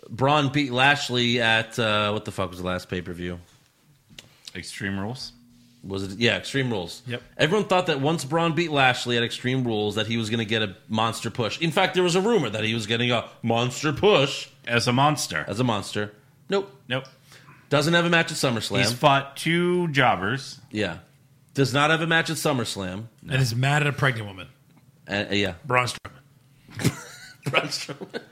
Braun beat Lashley at uh, what the fuck was the last pay per view? Extreme rules. Was it yeah Extreme Rules? Yep. Everyone thought that once Braun beat Lashley at Extreme Rules that he was going to get a monster push. In fact, there was a rumor that he was getting a monster push As a monster. as a monster. Nope. nope. Doesn't have a match at SummerSlam. He's fought two jobbers. yeah. Does not have a match at SummerSlam. And is mad at a pregnant woman. Uh, uh, yeah. Braun Strowman. Braun Strowman.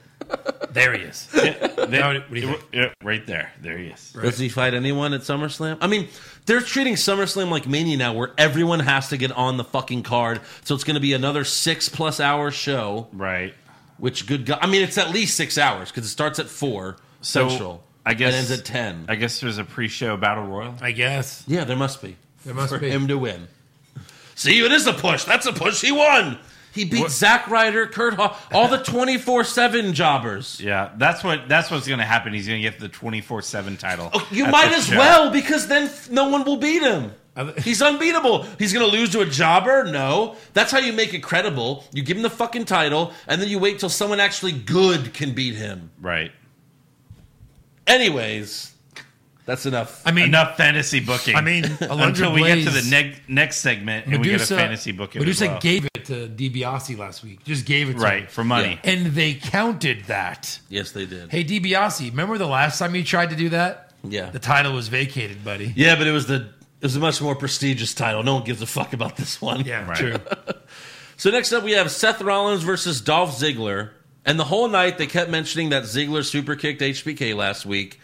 There he is. They- Now, what do you it- it- right there. There he is. Does he fight anyone at SummerSlam? I mean, they're treating SummerSlam like Mania now, where everyone has to get on the fucking card. So it's going to be another six plus hour show. Right. Which good God, I mean, it's at least six hours because it starts at four So, central. I guess- and ends at ten. I guess there's a pre-show battle royal. I guess. yeah, there must be There must for be. him to win. See, it is a push. That's a push. He won. He beat Zack Ryder, Kurt Hall, all the twenty four seven jobbers. Yeah, that's what that's what's going to happen. He's going to get the 24/7 title. Oh, you at might the as show. well because then f- no one will beat him. I- He's unbeatable. He's going to lose to a jobber? No. That's how you make it credible. You give him the fucking title and then you wait till someone actually good can beat him. Right. Anyways, that's enough. I mean, Enough fantasy booking. I mean, until Alundra we get to Blaze- the neg- next segment and we get a fantasy booking. Medusa as well. gave it to DiBiase last week. Just gave it to him. right for money. And they counted that. Yes, they did. Hey, DiBiase, remember the last time you tried to do that? Yeah. The title was vacated, buddy. Yeah, but it was the it was a much more prestigious title. No one gives a fuck about this one. Yeah, Right. true. So next up, we have Seth Rollins versus Dolph Ziggler. And the whole night, they kept mentioning that Ziggler super kicked HBK last week.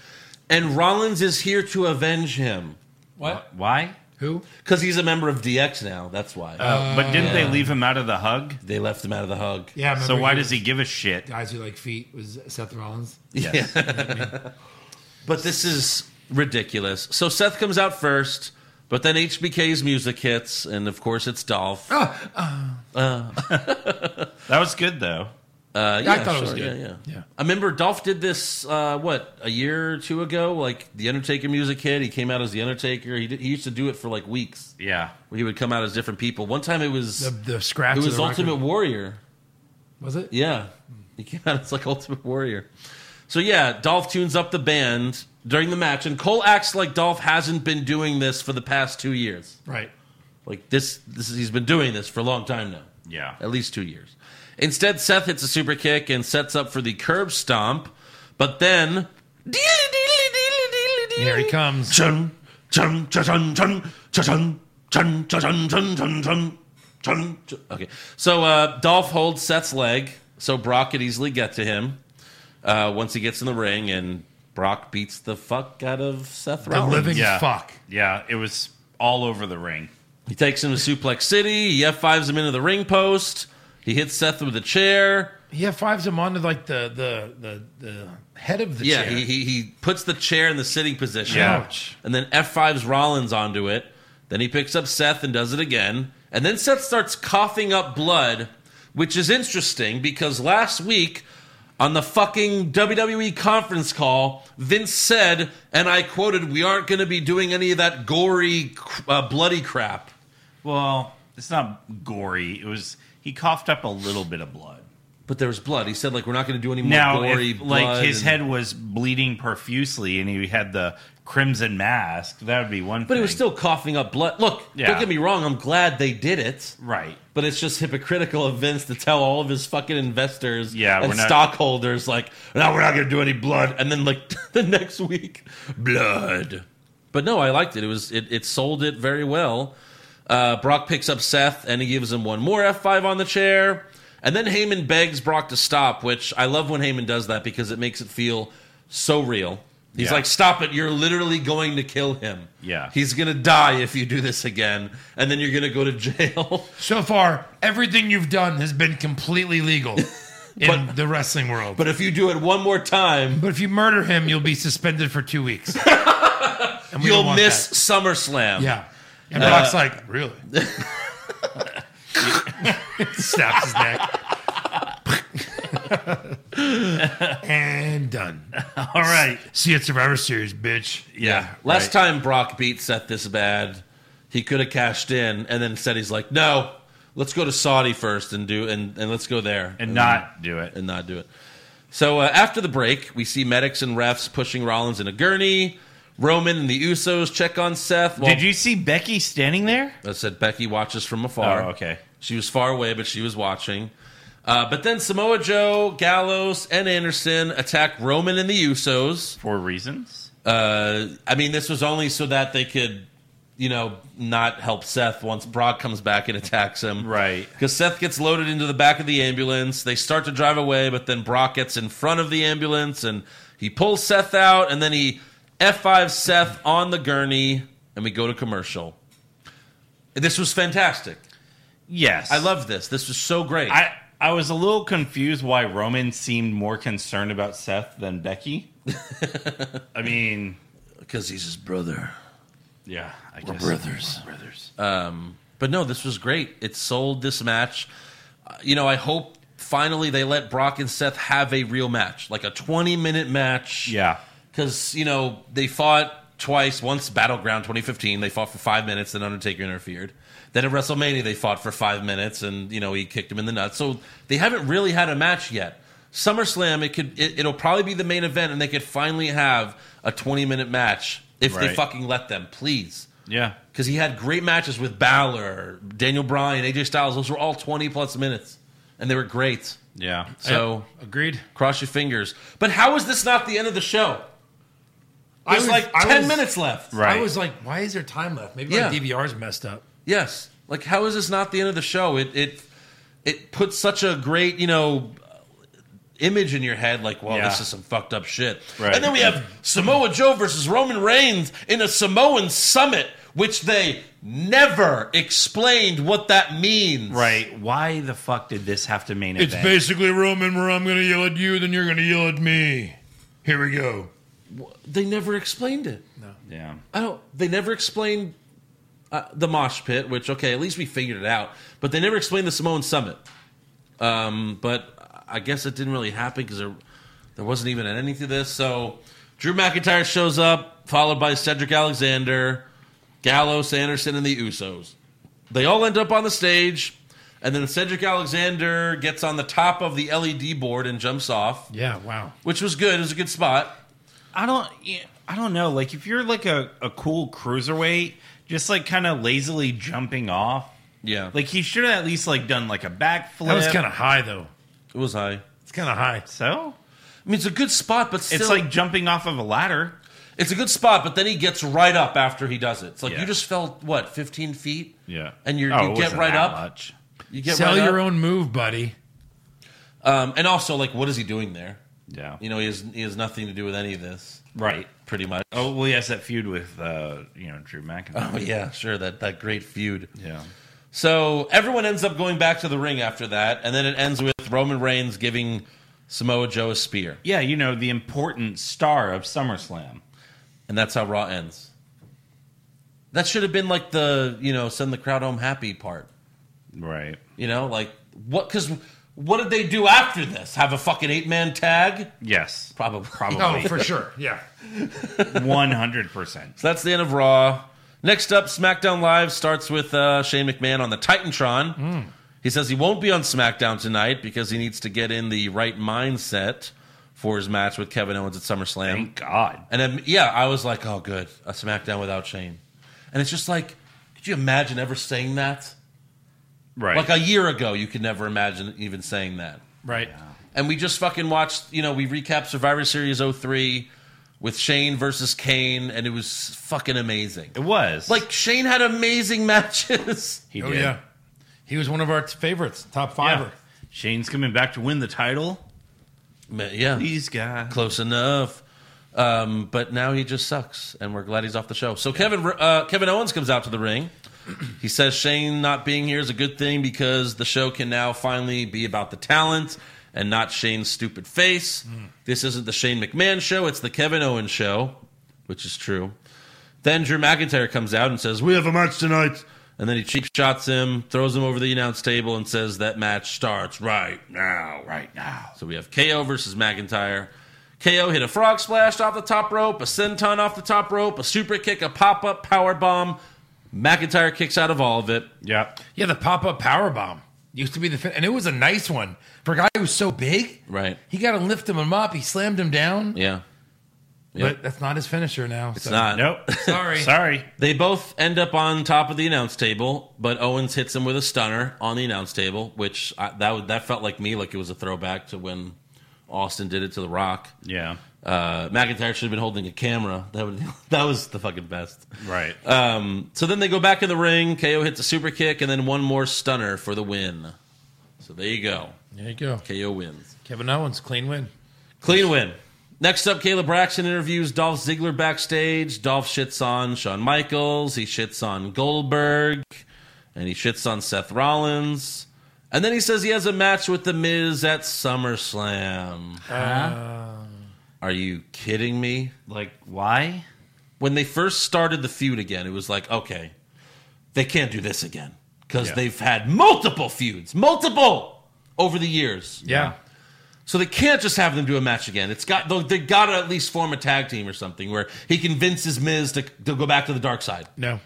And Rollins is here to avenge him. What? Why? Who? Because he's a member of DX now. That's why. Uh, but didn't they leave him out of the hug? they left him out of the hug. Yeah. I remember So why he does he was- give a shit? Guys who like feet was Seth Rollins. Yes. But this is ridiculous. So Seth comes out first, but then HBK's music hits. And of course, it's Dolph. Oh, Uh, That was good though. yeah, I thought it was good. Yeah, yeah. Yeah. I remember Dolph did this, uh, what, a year or two ago? Like the Undertaker music hit. He came out as the Undertaker. He, did, he used to do it for like weeks. Yeah. where he would come out as different people. One time it was The, the scratch. it of was the Ultimate record. Warrior. Was it? Yeah, he came out as like Ultimate Warrior. So yeah, Dolph tunes up the band during the match, and Cole acts like Dolph hasn't been doing this for the past two years. Right. Like this, this is, he's been doing this for a long time now, Yeah. at least two years. Instead, Seth hits a super kick and sets up for the curb stomp, but then. Here he comes. Chun, chun, chun, chun, chun, chun, chun, chun, chun, chun, chun, chun, chun, chun. Okay. So uh, Dolph holds Seth's leg so Brock could easily get to him uh, once he gets in the ring, and Brock beats the fuck out of Seth The Rollins. living Yeah. fuck. Yeah, it was all over the ring. He takes him to Suplex City. He F5s him into the ring post. He hits Seth with a chair. He fives him onto like the the the, the head of the Yeah, chair. he, he, he puts the chair in the sitting position. Yeah. Ouch. and then F5's Rollins onto it. Then he picks up Seth and does it again. And then Seth starts coughing up blood, which is interesting because last week on the fucking WWE conference call, Vince said, and I quoted, we aren't going to be doing any of that gory, uh, bloody crap. Well, it's not gory. It was He coughed up a little bit of blood. But there was blood. He said, like, we're not going to do any more Now, gory if, like blood his and- head was bleeding profusely, and he had the crimson mask, that would be one. But it was still coughing up blood. Look, Yeah. don't get me wrong. I'm glad they did it. right. But it's just hypocritical of Vince to tell all of his fucking investors Yeah, and we're not- stockholders, like, no, we're not going to do any blood. And then, like, the next week, blood. But no, I liked it. It was it, it sold it very well. Uh, Brock picks up Seth and he gives him one more F5 on the chair. And then Heyman begs Brock to stop, which I love when Heyman does that because it makes it feel so real. He's Yeah. like, stop it. You're literally going to kill him. Yeah. He's going to die if you do this again. And then you're going to go to jail. So far, everything you've done has been completely legal in But- the wrestling world. But if you do it one more time, But if you murder him, you'll be suspended for two weeks. And we don't you'll want miss that. SummerSlam. Yeah. And Brock's like, really? Snaps his neck. and done. All right. See you at Survivor Series, bitch. Yeah. Last time Brock beat Seth this bad, he could have cashed in, and then said he's like, "No, let's go to Saudi first and do and, and let's go there And not do it. and not do it." So uh, after the break, we see medics and refs pushing Rollins in a gurney. Roman and the Usos check on Seth. Well, Did you see Becky standing there? I said Becky watches from afar. Oh, okay. She was far away, but she was watching. Uh, but then Samoa Joe, Gallows, and Anderson attack Roman and the Usos. For reasons. Uh, I mean, this was only so that they could, you know, not help Seth once Brock comes back and attacks him. Right. Because Seth gets loaded into the back of the ambulance. They start to drive away, but then Brock gets in front of the ambulance and he pulls Seth out, and then he F5 Seth on the gurney, and we go to commercial. This was fantastic. Yes. I love this. This was so great. I I was a little confused why Roman seemed more concerned about Seth than Becky. I mean, Because he's his brother. yeah, I guess brothers. We're brothers. But no, this was great. It sold this match. Uh, You know, I hope finally they let Brock and Seth have a real match, like a 20 minute match. yeah, Because, you know, they fought twice. Once Battleground 2015, they fought for five minutes, then Undertaker interfered. Then at WrestleMania, they fought for five minutes, and, you know, he kicked him in the nuts. So they haven't really had a match yet. SummerSlam, it could, it, it'll probably be the main event, and they could finally have a 20 minute match if they Right. fucking let them, please yeah, because he had great matches with Balor, Daniel Bryan, AJ Styles. Those were all 20 plus minutes, and they were great. yeah. So Agreed. cross your fingers. But how is this not the end of the show? I There's was- like I 10 was- minutes left. Right. I was like, why is there time left? Maybe Yeah. my DVR's messed up. Yes. Like, how is this not the end of the show? It it it puts such a great you know image in your head, like, wow, Yeah. this is some fucked up shit. Right. And then we have Samoa Joe versus Roman Reigns in a Samoan summit, which they never explained what that means. right. Why the fuck did this have to main It's event? basically Roman where I'm going to yell at you, then you're going to yell at me. Here we go. They never explained it. yeah, I don't. They never explained uh, the mosh pit, which okay, at least we figured it out. But they never explained the Samoan Summit. Um, but I guess it didn't really happen because there, there wasn't even an ending to this. So Drew McIntyre shows up, followed by Cedric Alexander, Gallows, Anderson, and the Usos. They all end up on the stage, and then Cedric Alexander gets on the top of the LED board and jumps off, Yeah, wow. which was good. It was a good spot. I don't. I don't know. Like, if you're like a a cool cruiserweight, just like kind of lazily jumping off. Yeah, like Like he should have at least like done like a backflip. That was kind of high, though. it was high. It's kind of high. so. I mean, it's a good spot, but still, It's like jumping off of a ladder. It's a good spot, but then he gets right up after he does it. It's like Yeah. you just fell what fifteen feet. Yeah, Oh, And you're- you it get wasn't right that up. Much. You get Sell right your up. own move, buddy. Um, and also, like, what is he doing there? Yeah, You know, he has he has nothing to do with any of this, right. pretty much. Oh well, yes, that feud with uh, you know Drew McIntyre. Oh, yeah, sure that that great feud. Yeah, So everyone ends up going back to the ring after that, and then it ends with Roman Reigns giving Samoa Joe a spear, yeah, you know the important star of SummerSlam. and that's how Raw ends. That should have been like the you know send the crowd home happy part. Right. You know, like what? Because what did they do after this? Have a fucking eight man tag? Yes, Probably. Oh, probably for sure. Yeah. one hundred percent. So that's the end of Raw. Next up, SmackDown Live starts with uh, Shane McMahon on the Titantron. He says he won't be on SmackDown tonight because he needs to get in the right mindset for his match with Kevin Owens at SummerSlam. Thank God. And then, yeah, I was like, oh, good, a SmackDown without Shane. And it's just like, could you imagine ever saying that? Right. Like a year ago, you could never imagine even saying that. Right. And we just fucking watched, you know, we recapped Survivor Series 03 with Shane versus Kane, and it was fucking amazing. it was. Like, Shane had amazing matches. he Oh did. yeah. He was one of our t- favorites, top Yeah. fiver. Shane's coming back to win the title. Ma- yeah. These guys. close enough. Um, but now he just sucks, and we're glad he's off the show. So Kevin uh, Kevin Owens comes out to the ring. He says Shane not being here is a good thing because the show can now finally be about the talent and not Shane's stupid face. Hmm. This isn't the Shane McMahon show; it's the Kevin Owens show, which is true. Then Drew McIntyre comes out and says, "We have a match tonight," and then he cheap shots him, throws him over the announce table, and says that match starts right now. Right now. So we have KO versus McIntyre. KO hit a frog splash off the top rope, a senton off the top rope, a super kick, a pop up power bomb. McIntyre kicks out of all of it. Yep. Yeah, the pop up power bomb used to be the fin- and it was a nice one for a guy who's so big. Right. He got to lift him up. He slammed him down. Yeah. But that's not his finisher now. It's not. Nope. Sorry. Sorry. They both end up on top of the announce table, but Owens hits him with a stunner on the announce table, which I, that would- that felt like me, like it was a throwback to when Austin did it to The Rock. Yeah. Uh, McIntyre should have been holding a camera. That would that was the fucking best. Right. Um, so then they go back in the ring. KO hits a super kick and then one more stunner for the win. So there you go. There you go. KO wins. Kevin Owens, clean win. Clean win. Next up, Caleb Braxton interviews Dolph Ziggler backstage. Dolph shits on Shawn Michaels. He shits on Goldberg. And he shits on Seth Rollins. And then he says he has a match with The Miz at SummerSlam. Are you kidding me? like, why? when they first started the feud again, it was like, okay, they can't do this again because Yeah. they've had multiple feuds, multiple over the years. Yeah. So they can't just have them do a match again. It's got they- they got to at least form a tag team or something where he convinces Miz to, to go back to the dark side. No.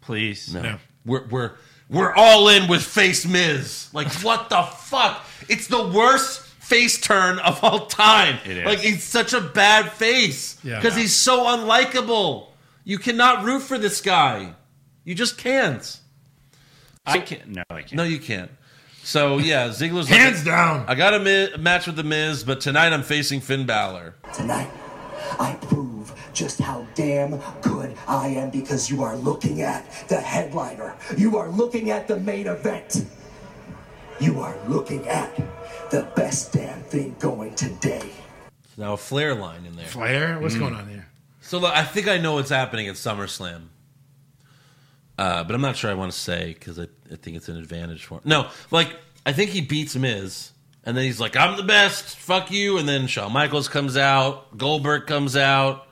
Please. No. We're we're we're all in with face Miz. Like what the fuck? It's the worst face turn of all time. It is. Like he's such a bad face Yeah. because he's so unlikable. You cannot root for this guy. You just can't. I can't. No, I can't. No, you can't. So yeah, Ziggler's like, Hands down. I got a mi- match with the Miz, but tonight I'm facing Finn Balor. Tonight, I prove just how damn good I am because you are looking at the headliner. You are looking at the main event. You are looking at the best damn thing going today. Now a flare line in there. Flair. Mm. What's going on there? So look, I think I know what's happening at SummerSlam, uh, but I'm not sure I want to say because I, I think it's an advantage for him. No, like I think he beats Miz, and then he's like, "I'm the best, fuck you," and then Shawn Michaels comes out, Goldberg comes out,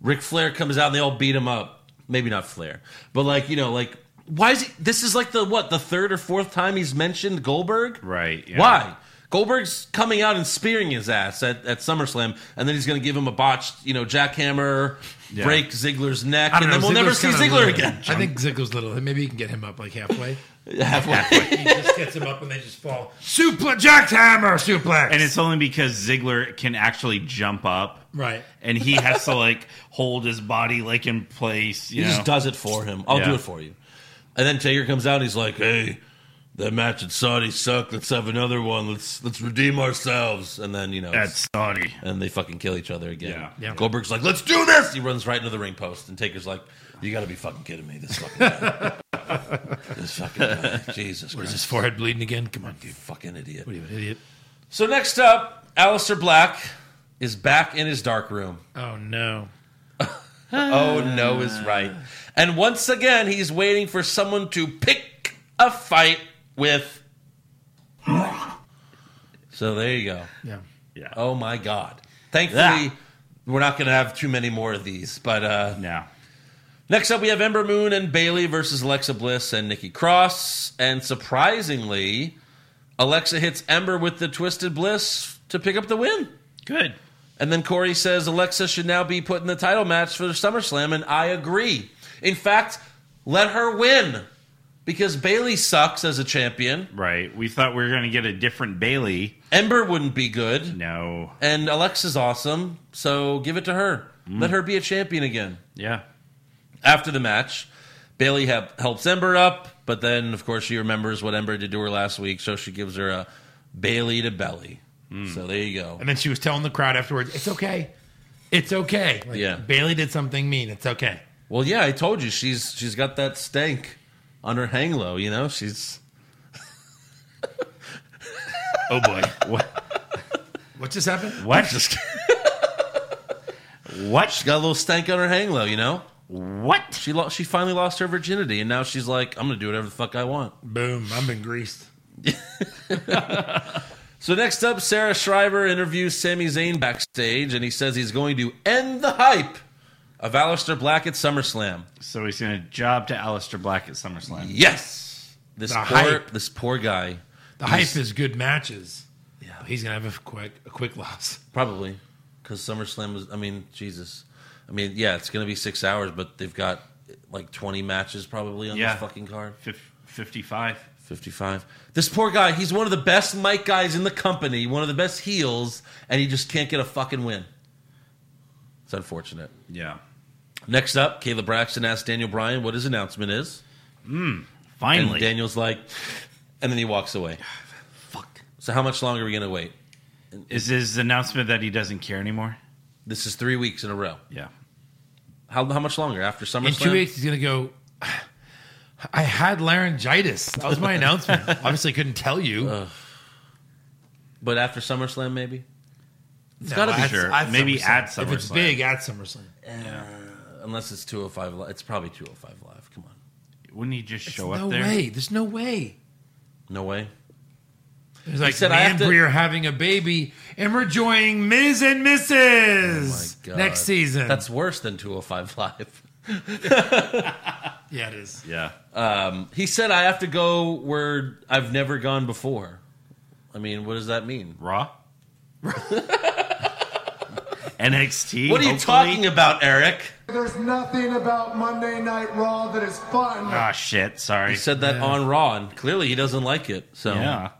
Ric Flair comes out, and they all beat him up. Maybe not Flair, but like you know, like why is he? This is like the what the third or fourth time he's mentioned Goldberg, Right, yeah. Why? Goldberg's coming out and spearing his ass at, at SummerSlam, and then he's going to give him a botched, you know, jackhammer, Yeah. break Ziggler's neck, I and don't then know. we'll never Ziggler's see kinda Ziggler little. again. I think Ziggler's little. Maybe you can get him up like halfway. Halfway. He just gets him up and they just fall. Suplex. Jackhammer suplex. And it's only because Ziggler can actually jump up. Right. And he has to like hold his body like in place. You He know? just does it for him. I'll do Yeah. it for you. And then Taker comes out. He's like, "Hey, that match at Saudi sucked. Let's have another one. Let's let's redeem ourselves." And then you know, That's naughty. and they fucking kill each other again. Yeah. Yeah. Goldberg's like, "Let's do this." He runs right into the ring post, and Taker's like, "You got to be fucking kidding me! This fucking guy. this fucking guy. Jesus Is his Christ, forehead bleeding again? Come on, dude. fucking idiot." What are you, an idiot? So next up, Aleister Black is back in his dark room. Oh, no. Oh no, is right. And once again, he's waiting for someone to pick a fight with. So there you go. Yeah. Yeah. Oh my God. Thankfully, Yeah. we're not going to have too many more of these. But uh, No. next up, we have Ember Moon and Bailey versus Alexa Bliss and Nikki Cross. And surprisingly, Alexa hits Ember with the Twisted Bliss to pick up the win. Good. And then Corey says Alexa should now be put in the title match for SummerSlam, and I agree. In fact, let her win because Bailey sucks as a champion. Right. We thought we were going to get a different Bailey. Ember wouldn't be good, No. and Alexa's awesome, so give it to her. Mm. Let her be a champion again. Yeah. After the match, Bailey helps Ember up, but then of course she remembers what Ember did to her last week, so she gives her a Bailey to belly. So there you go. Mm. And then she was telling the crowd afterwards, "It's okay, it's okay." Like, Yeah. Bailey did something mean. It's okay. Well, yeah, I told you she's she's got that stank on her hang low. You know, she's Oh boy, what? What just happened? What? what? she got a little stank on her hang low. You know, What? she lo- she finally lost her virginity, and now she's like, I'm gonna do whatever the fuck I want. Boom! I've been greased. So next up, Sarah Shriver interviews Sami Zayn backstage, and he says he's going to end the hype of Aleister Black at SummerSlam. So he's going to job to Aleister Black at SummerSlam. Yes, this The poor hype. this poor guy The hype is good matches. Yeah, he's gonna have a quick a quick loss. probably because SummerSlam was. I mean, Jesus. I mean, yeah, it's gonna be six hours, but they've got like 20 matches probably on Yeah. this fucking card. Fif- 55. 55. This poor guy, he's one of the best mic guys in the company, one of the best heels, and he just can't get a fucking win. It's unfortunate. Yeah. Next up, Caleb Braxton asks Daniel Bryan what his announcement is. And Finally. Daniel's like, and then he walks away. Fuck. So, how much longer are we going to wait? is his announcement that he doesn't care anymore? This is three weeks in a row. Yeah. How, how much longer? After In two SummerSlam? weeks, he's gonna go. I had laryngitis. That was my announcement. Obviously, couldn't tell you. But after SummerSlam, maybe? it's gotta be sure. Maybe at If it's SummerSlam. big, at SummerSlam. Unless it's 205 Live. It's probably 205 Live. Come on. Wouldn't he just show no up there? way. There's no way. No Mm. way. It's like, said, "I have and to-" we are having a baby, and we're joining Ms. and Mrs. God. next season. That's worse than 205 Live. yeah, it is. Yeah. He said, I have to go where I've never gone before. I mean, what does that mean? Raw? NXT? What are you talking about, Eric? There's nothing about Monday Night Raw that is fun. Ah, shit. Sorry. He said that on Raw, and clearly he doesn't like it. So yeah.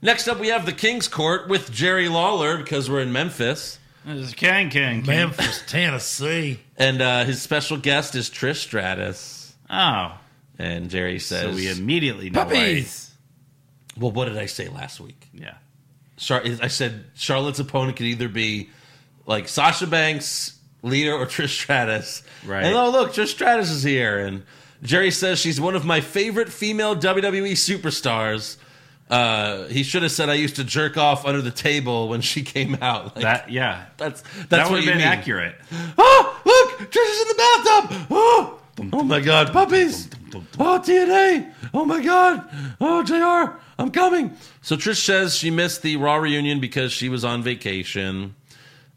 next up, we have the King's Court with Jerry Lawler because we're in Memphis, This is King King. King. Memphis, Tennessee. and uh, his special guest is Trish Stratus. Oh. And Jerry says, So we immediately know. why- Puppies. "Well, what did I say last week? Yeah. Char- I said Charlotte's opponent could either be like Sasha Banks, Lita, or Trish Stratus. Right. And oh look, Trish Stratus is here. And Jerry says she's one of my favorite female WWE superstars. Uh, he should have said I used to jerk off under the table when she came out. Like, That, yeah. that's that's that what would you have been mean. accurate. Oh look, Trish is in the bathtub. Oh, oh my God, puppies. Oh TNA. Oh my God. Oh Jr. I'm coming. So Trish says she missed the Raw reunion because she was on vacation,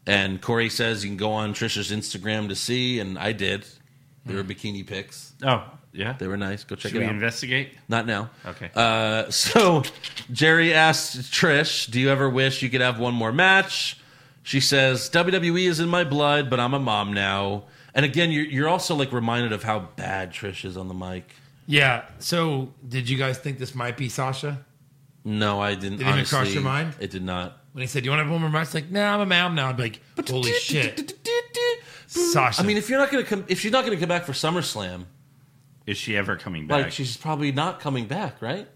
and Corey says you can go on Trish's Instagram to see, and I did. There were bikini pics. Oh, yeah. Hmm. They were nice. Go check Should we it out. investigate? Not now. Okay. Uh, so Jerry asks Trish, "Do you ever wish you could have one more match?" She says, "WWE is in my blood, but I'm a mom now." And again, you're, you're also like reminded of how bad Trish is on the mic. Yeah. So, did you guys think this might be Sasha? No, I didn't. Did it even cross honestly. your mind? It did not. When he said, "You want to have one more match?" Like, nah, I'm a mom now. I'd be like, "Holy shit, Sasha!" I mean, if you're not gonna come, if she's not gonna come back for SummerSlam, Is she ever coming back? like she's probably not coming back, right?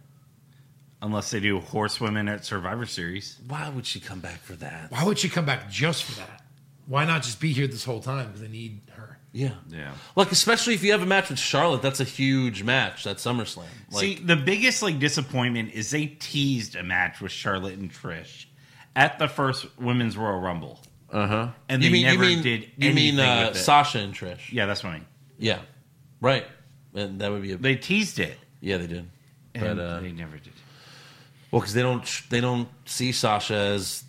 Unless they do horsewomen at Survivor Series. Why would she come back for that? why would she come back just for that? Why not just be here this whole time? Because I need her. Yeah, Yeah. like especially if you have a match with Charlotte, that's a huge match. That's SummerSlam. Like, See, the biggest like disappointment is they teased a match with Charlotte and Trish at the first Women's Royal Rumble. Uh huh. And they never did anything you mean uh, with it. Sasha and Trish? yeah, that's what I mean. Yeah, right. And that would be a They teased it, yeah. They did, and but uh, they never did. well, because they don't they don't see Sasha as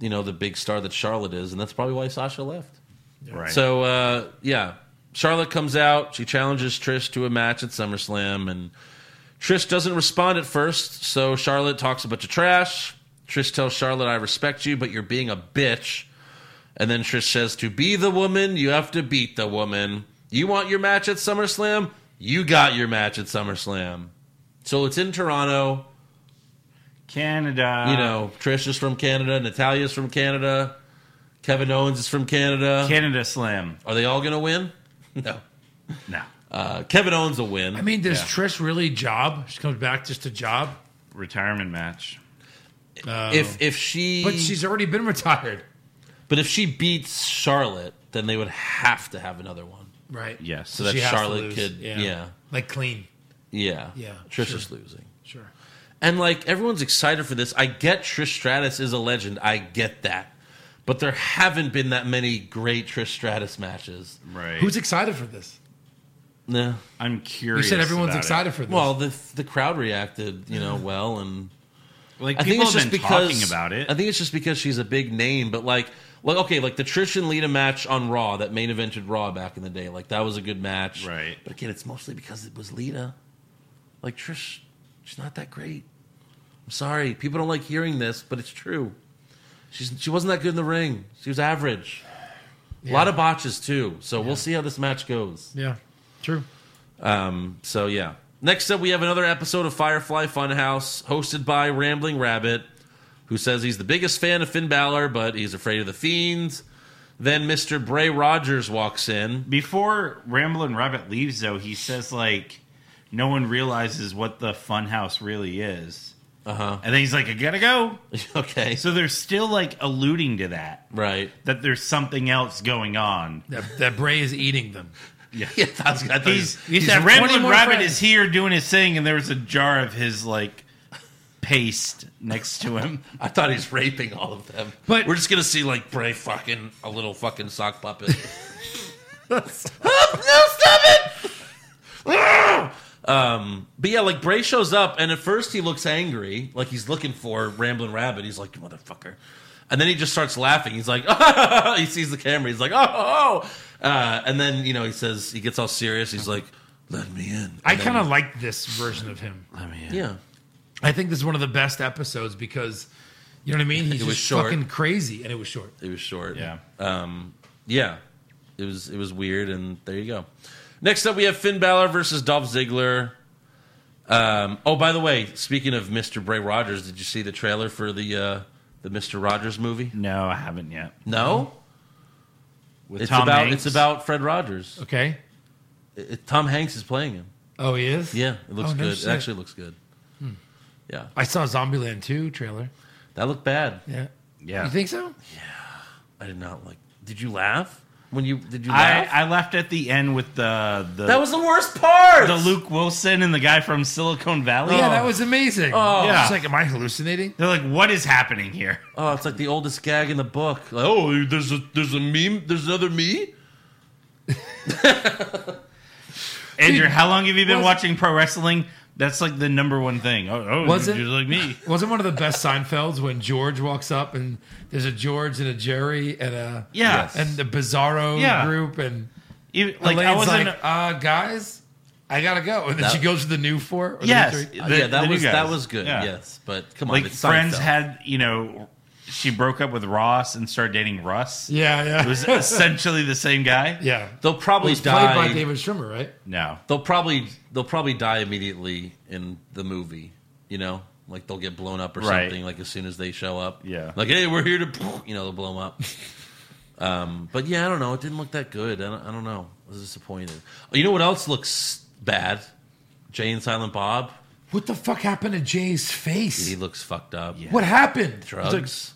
you know the big star that Charlotte is, and that's probably why Sasha left. Right. So uh, yeah, Charlotte comes out. She challenges Trish to a match at SummerSlam, and Trish doesn't respond at first. So Charlotte talks a bunch of trash. Trish tells Charlotte, "I respect you, but you're being a bitch." And then Trish says, "To be the woman, you have to beat the woman. You want your match at SummerSlam? You got your match at SummerSlam." So it's in Toronto. Canada. You know, Trish is from Canada. Natalia's from Canada. Kevin Owens is from Canada. Canada Slam. Are they all going to win? No. No. Uh, Kevin Owens will win. I mean, does Yeah. Trish really job? She comes back just to job, Retirement match. Uh, if if she but she's already been retired, but if she beats Charlotte, then they would have to have another one. right? Yes. So that She has to Charlotte lose. could, yeah, like clean, yeah, Yeah, Trish sure. is losing, sure. and like everyone's excited for this. I get Trish Stratus is a legend. I get that, but there haven't been that many great Trish Stratus matches. Right. Who's excited for this? No. I'm You curious. said everyone's about it. excited for this. Well, the the crowd reacted, you know, well, and Like I think people it's have just been because talking about it. I think it's just because she's a big name, but like, like okay, like the Trish and Lita match on Raw that main evented Raw back in the day, like that was a good match, Right. But again, it's mostly because it was Lita. Like Trish, she's not that great. I'm sorry, people don't like hearing this, but it's true. She's she wasn't that good in the ring. She was average. A lot of botches too. So we'll see how this match goes. yeah, true. So yeah. Next up, we have another episode of Firefly Funhouse, hosted by Rambling Rabbit, who says he's the biggest fan of Finn Balor, but he's afraid of the fiends. Then Mr. Bray Rogers walks in. Before Ramblin' Rabbit leaves, though, he says like, "No one realizes what the Funhouse really is." Uh huh. And then he's like, "I gotta go." Okay. So they're still like alluding to that right. that there's something else going on. That, that Bray is eating them. Yeah, I was- I thought He's, he was- he's to have 20 Ramblin' more Rabbit friends. is here doing his thing, and there was a jar of his like paste next to him. I thought he's raping all of them. But- we're just gonna see like Bray fucking a little fucking sock puppet. Um, But yeah, like Bray shows up, and at first he looks angry, like he's looking for Ramblin' Rabbit. He's like, "You motherfucker," and then he just starts laughing. He's like, he sees the camera. He's like, "Oh!" oh, oh." Uh, and then you know he says he gets all serious. He's like, "Let me in." And I then- kind of like this version of him. yeah. I think this is one of the best episodes because you know what I mean. He's was just short. fucking crazy, and it was short. It was short. Yeah. Um, yeah. It was it was weird, and there you go. Next up, we have Finn Balor versus Dolph Ziggler. Um, oh, by the way, speaking of Mr. Bray Rogers, did you see the trailer for the uh, the Mr. Rogers movie? No, I haven't yet. No, With it's Tom about Hanks? it's about Fred Rogers. Okay. It- it- Tom Hanks is playing him. Oh, he is. Yeah, it looks Oh, no good. It shit. actually looks good. Hmm. Yeah, I saw Zombieland 2 trailer. that looked bad. Yeah. yeah. You think so? I did not like. Did you laugh when you did you I, laugh? I left at the end with the the that was the worst part. the Luke Wilson and the guy from Silicon Valley. Yeah, that was amazing. Oh. Yeah. It's like, am I hallucinating? They're like, what is happening here? Oh, it's like the oldest gag in the book. Like, oh, there's a there's a meme. There's another me. Andrew, how long have you been was- watching pro wrestling? That's like the number one thing. Oh, oh Was you're it? just like me. Wasn't one of the best Seinfelds when George walks up and there's a George and a Jerry and a Yeah. and the Bizarro Yeah. group and Even- like like I Elaine's was like, in. uh, guys, I gotta go, and then That- she goes to the new four. Or the new Yes, three. the- Uh, yeah, the that new was guys. that was good. Yeah. Yes, but come on, Like it's friends Seinfeld. had, you know, she broke up with Ross and started dating Russ. yeah, yeah, It was essentially the same guy. yeah. They'll probably It was Oh, played by die. David Schwimmer, right? No, They'll probably they'll probably die immediately in the movie. You know, like they'll get blown up or Right. something. Like as soon as they show up. Yeah. Like hey, we're here to you know they'll blow them up. um, but yeah, I don't know. It didn't look that good. I don't, I don't know. I was disappointed. Oh, you know what else looks bad? Jay and Silent Bob. What the fuck happened to Jay's face? He looks fucked up. Yeah. What happened? It's Drugs.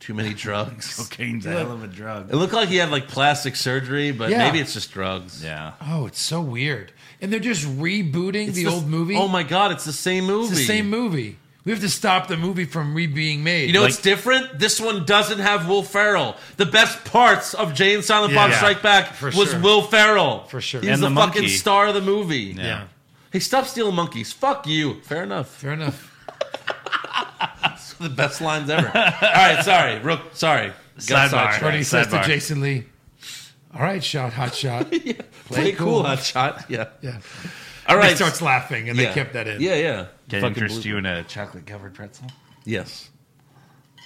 Too many drugs. cocaine's a hell of a drug. It looked like he had like plastic surgery, but Yeah. maybe it's just drugs. Yeah, like- oh, it's so weird. And they're just rebooting It's the old movie. Oh my god, it's the same movie. It's the same movie. We have to stop the movie from re being made. You know Like- what's different? This one doesn't have Will Ferrell. The best parts of Jay and Silent Bob Yeah. Strike Back For was sure. Will Ferrell. For sure. He's And the, the fucking monkey. star of the movie. yeah. Hey, stop stealing monkeys. Fuck you. Fair enough. fair enough. The best lines ever. All right, sorry. Real, sorry. Got Sidebar. sidetracked. But he says to sidebar. Jason Lee, "All right, shot, hot shot." Play, cool, hot shot. Yeah. Yeah, All right. right. He starts laughing, and yeah. they kept that in. Yeah, yeah. can I Fucking interest blue- you in a chocolate covered pretzel? Yes.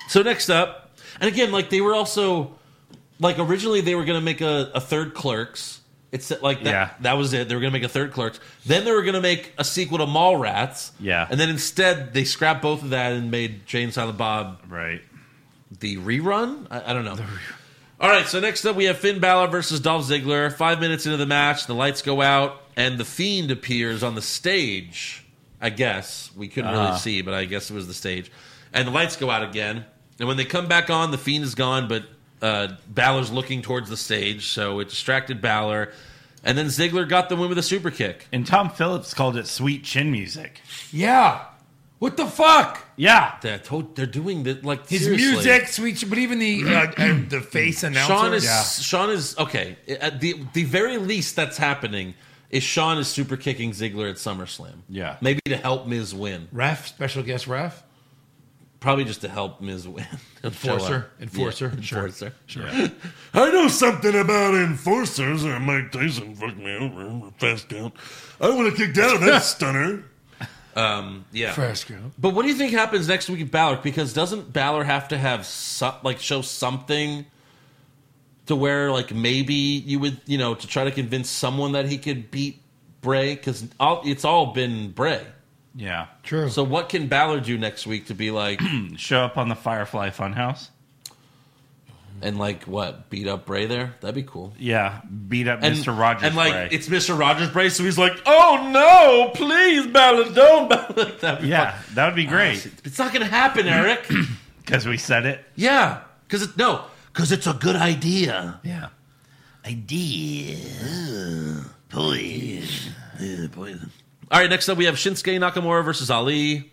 So next up, and again, like they were also like originally they were going to make a, a third Clerks, It's like that. Yeah. That was it. They were going to make a third Clerks. Then they were going to make a sequel to Mallrats. Yeah. And then instead they scrapped both of that and made Jane Silent Bob Right. the rerun. I, I don't know. All right. So next up we have Finn Balor versus Dolph Ziggler. Five minutes into the match, the lights go out and the Fiend appears on the stage. I guess we couldn't Uh-huh. really see, but I guess it was the stage. And the lights go out again. And when they come back on, the Fiend is gone, but uh, Balor's looking towards the stage, so it distracted Balor. And then Ziggler got the win with a super kick. And Tom Phillips called it sweet chin music. Yeah. What the fuck? Yeah. They're, to- they're doing the like His seriously. music, sweet, but even the uh, uh, the face announcer. Sean is yeah. Sean is okay. At the the very least that's happening is Sean is super kicking Ziggler at SummerSlam. Yeah. maybe to help Miz win. ref, special guest ref, Probably just to help Miz win. He'll show up. enforcer, enforcer, Yeah, sure. enforcer. I know something about enforcers, and Mike Tyson fucked me over fast count. I want to kick down that stunner. Um, Yeah. Fresco. But what do you think happens next week at Balor? Because doesn't Balor have to have some, like show something to where like maybe you would you know to try to convince someone that he could beat Bray? Because it's all been Bray. Yeah. True. So what can Balor do next week to be like Show up on the Firefly Funhouse. and like what beat up Bray there? That'd be cool. Yeah. Beat up And, Mr. Rogers. and like Bray. it's Mr. Rogers Bray, so he's like, "Oh no, please, Balor, don't Balor." That'd be yeah, that would be great fun. It's not gonna happen, Eric. because we said it. yeah, because it, no, because it's a good idea. Yeah. Idea, poison, poison. All right, next up we have Shinsuke Nakamura versus Ali.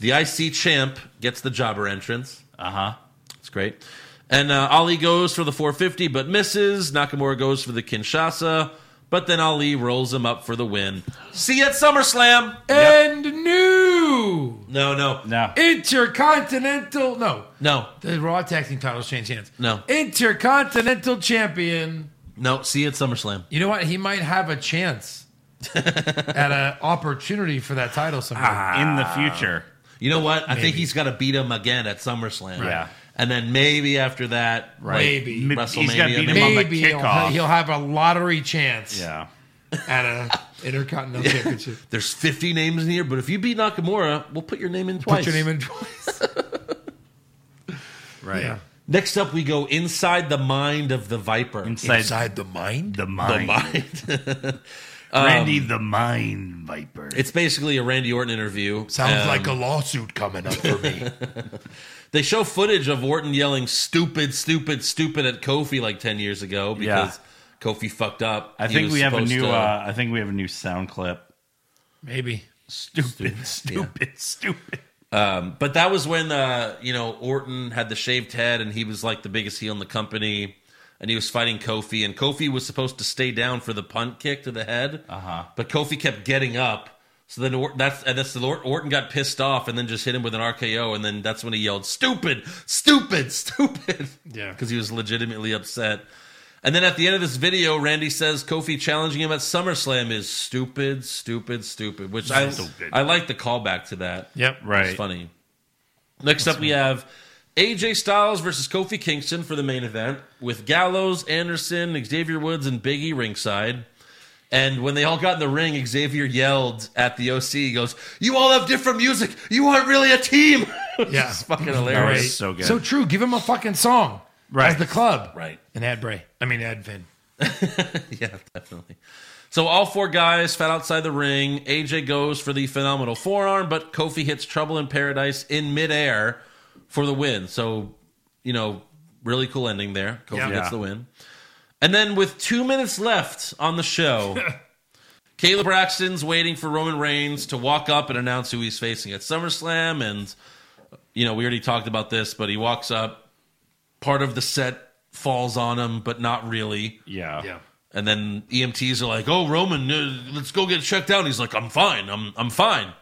The IC champ gets the jobber entrance. Uh huh. It's great. And uh, Ali goes for the 450 but misses. Nakamura goes for the Kinshasa, but then Ali rolls him up for the win. See you at SummerSlam. and new No, no, No. intercontinental. No, no, the Raw Tag Team titles change hands. No. intercontinental champion. no. See you at SummerSlam. You know what? He might have a chance at an opportunity for that title someday. In the future. You know what? I think he's got to beat him again at SummerSlam. Yeah. And then maybe after that, Right. Maybe. M- He's got to WrestleMania, beat him on the Maybe he'll, ha- kickoff. he'll have a lottery chance Yeah. at a intercontinental championship. there's 50 names in here, but if you beat Nakamura, we'll put your name in twice. Put your name in twice. Right. Yeah. Next up, we go inside the mind of the Viper. Inside, the mind. the the mind. mind. Randy the Mind Viper. it's basically a Randy Orton interview. Sounds Um, like a lawsuit coming up for me. They show footage of Orton yelling "stupid, stupid, stupid" at Kofi like ten years ago because Kofi fucked up. I He think was we have a supposed new. to- Uh, I think we have a new sound clip. Maybe. Stupid, stupid, stupid. Um, but that was when uh, you know Orton had the shaved head and he was like the biggest heel in the company, and he was fighting Kofi, and Kofi was supposed to stay down for the punt kick to the head, uh-huh. but Kofi kept getting up. So then Orton, that's and that's the Lord, Orton got pissed off and then just hit him with an RKO, and then that's when he yelled "stupid, stupid, stupid," Yeah. because he was legitimately upset. And then at the end of this video, Randy says Kofi challenging him at SummerSlam is stupid, stupid, stupid. Which I I like the callback to that. Yep. It's funny. Next up, we have AJ Styles versus Kofi Kingston for the main event with Gallows, Anderson, Xavier Woods, and Biggie ringside. And when they all got in the ring, Xavier yelled at the OC. He goes, "You all have different music. You aren't really a team." Yeah. Fucking hilarious. It's so good. So true. Give him a fucking song. Right. As the club. Right. And add Bray. I mean, add Finn. yeah, definitely. So all four guys fed outside the ring. AJ goes for the phenomenal forearm, but Kofi hits Trouble in Paradise in midair for the win. So, you know, really cool ending there. Kofi Yeah. gets the win. And then with two minutes left on the show, Caleb Braxton's waiting for Roman Reigns to walk up and announce who he's facing at SummerSlam. And, you know, we already talked about this, but he walks up. Part of the set falls on him, but not really. yeah. yeah. And then EMTs are like, "Oh, Roman, uh, let's go get checked out." He's like, "I'm fine. I'm I'm fine."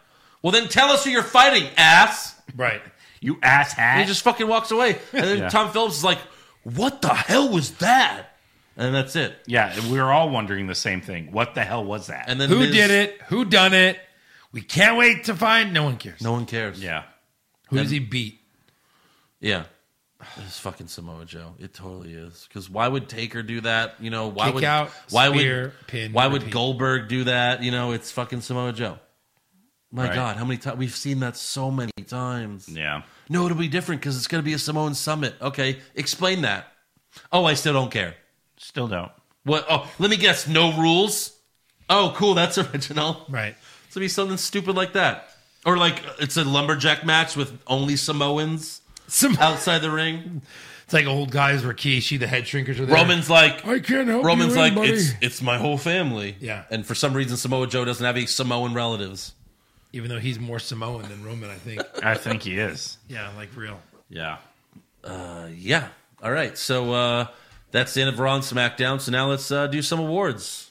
Well, then tell us who you're fighting, ass. Right. You ass And he hat. just fucking walks away. And then Yeah. Tom Phillips is like, "What the hell was that?" And that's it. yeah, we were all wondering the same thing. What the hell was that? And then Who Miz- did it? Who done it? We can't wait to find. No one cares. No one cares. yeah. Who does he beat? yeah. It's fucking Samoa Joe. It totally is. Because why would Taker do that? You know why Kick would out, why spear, would pin, why would repeat. Goldberg do that? You know it's fucking Samoa Joe. My Right. God, how many times we've seen that so many times. Yeah. No, it'll be different because it's going to be a Samoan summit. Okay, explain that. Oh, I still don't care. Still don't. What? Oh, let me guess. No rules. Oh, cool. That's original. Right. It's gonna be something stupid like that, or like uh, it's a lumberjack match with only Samoans Some, outside the ring. it's like old guys Rikishi, the head shrinkers are there. Roman's like, I can't help Roman's you like, in, buddy. it's it's my whole family. Yeah. And for some reason, Samoa Joe doesn't have any Samoan relatives. Even though he's more Samoan than Roman, I think. I think he is. Yeah, like real. Yeah. Uh, yeah. All right. So uh, that's the end of Raw and SmackDown. So now let's uh, do some awards.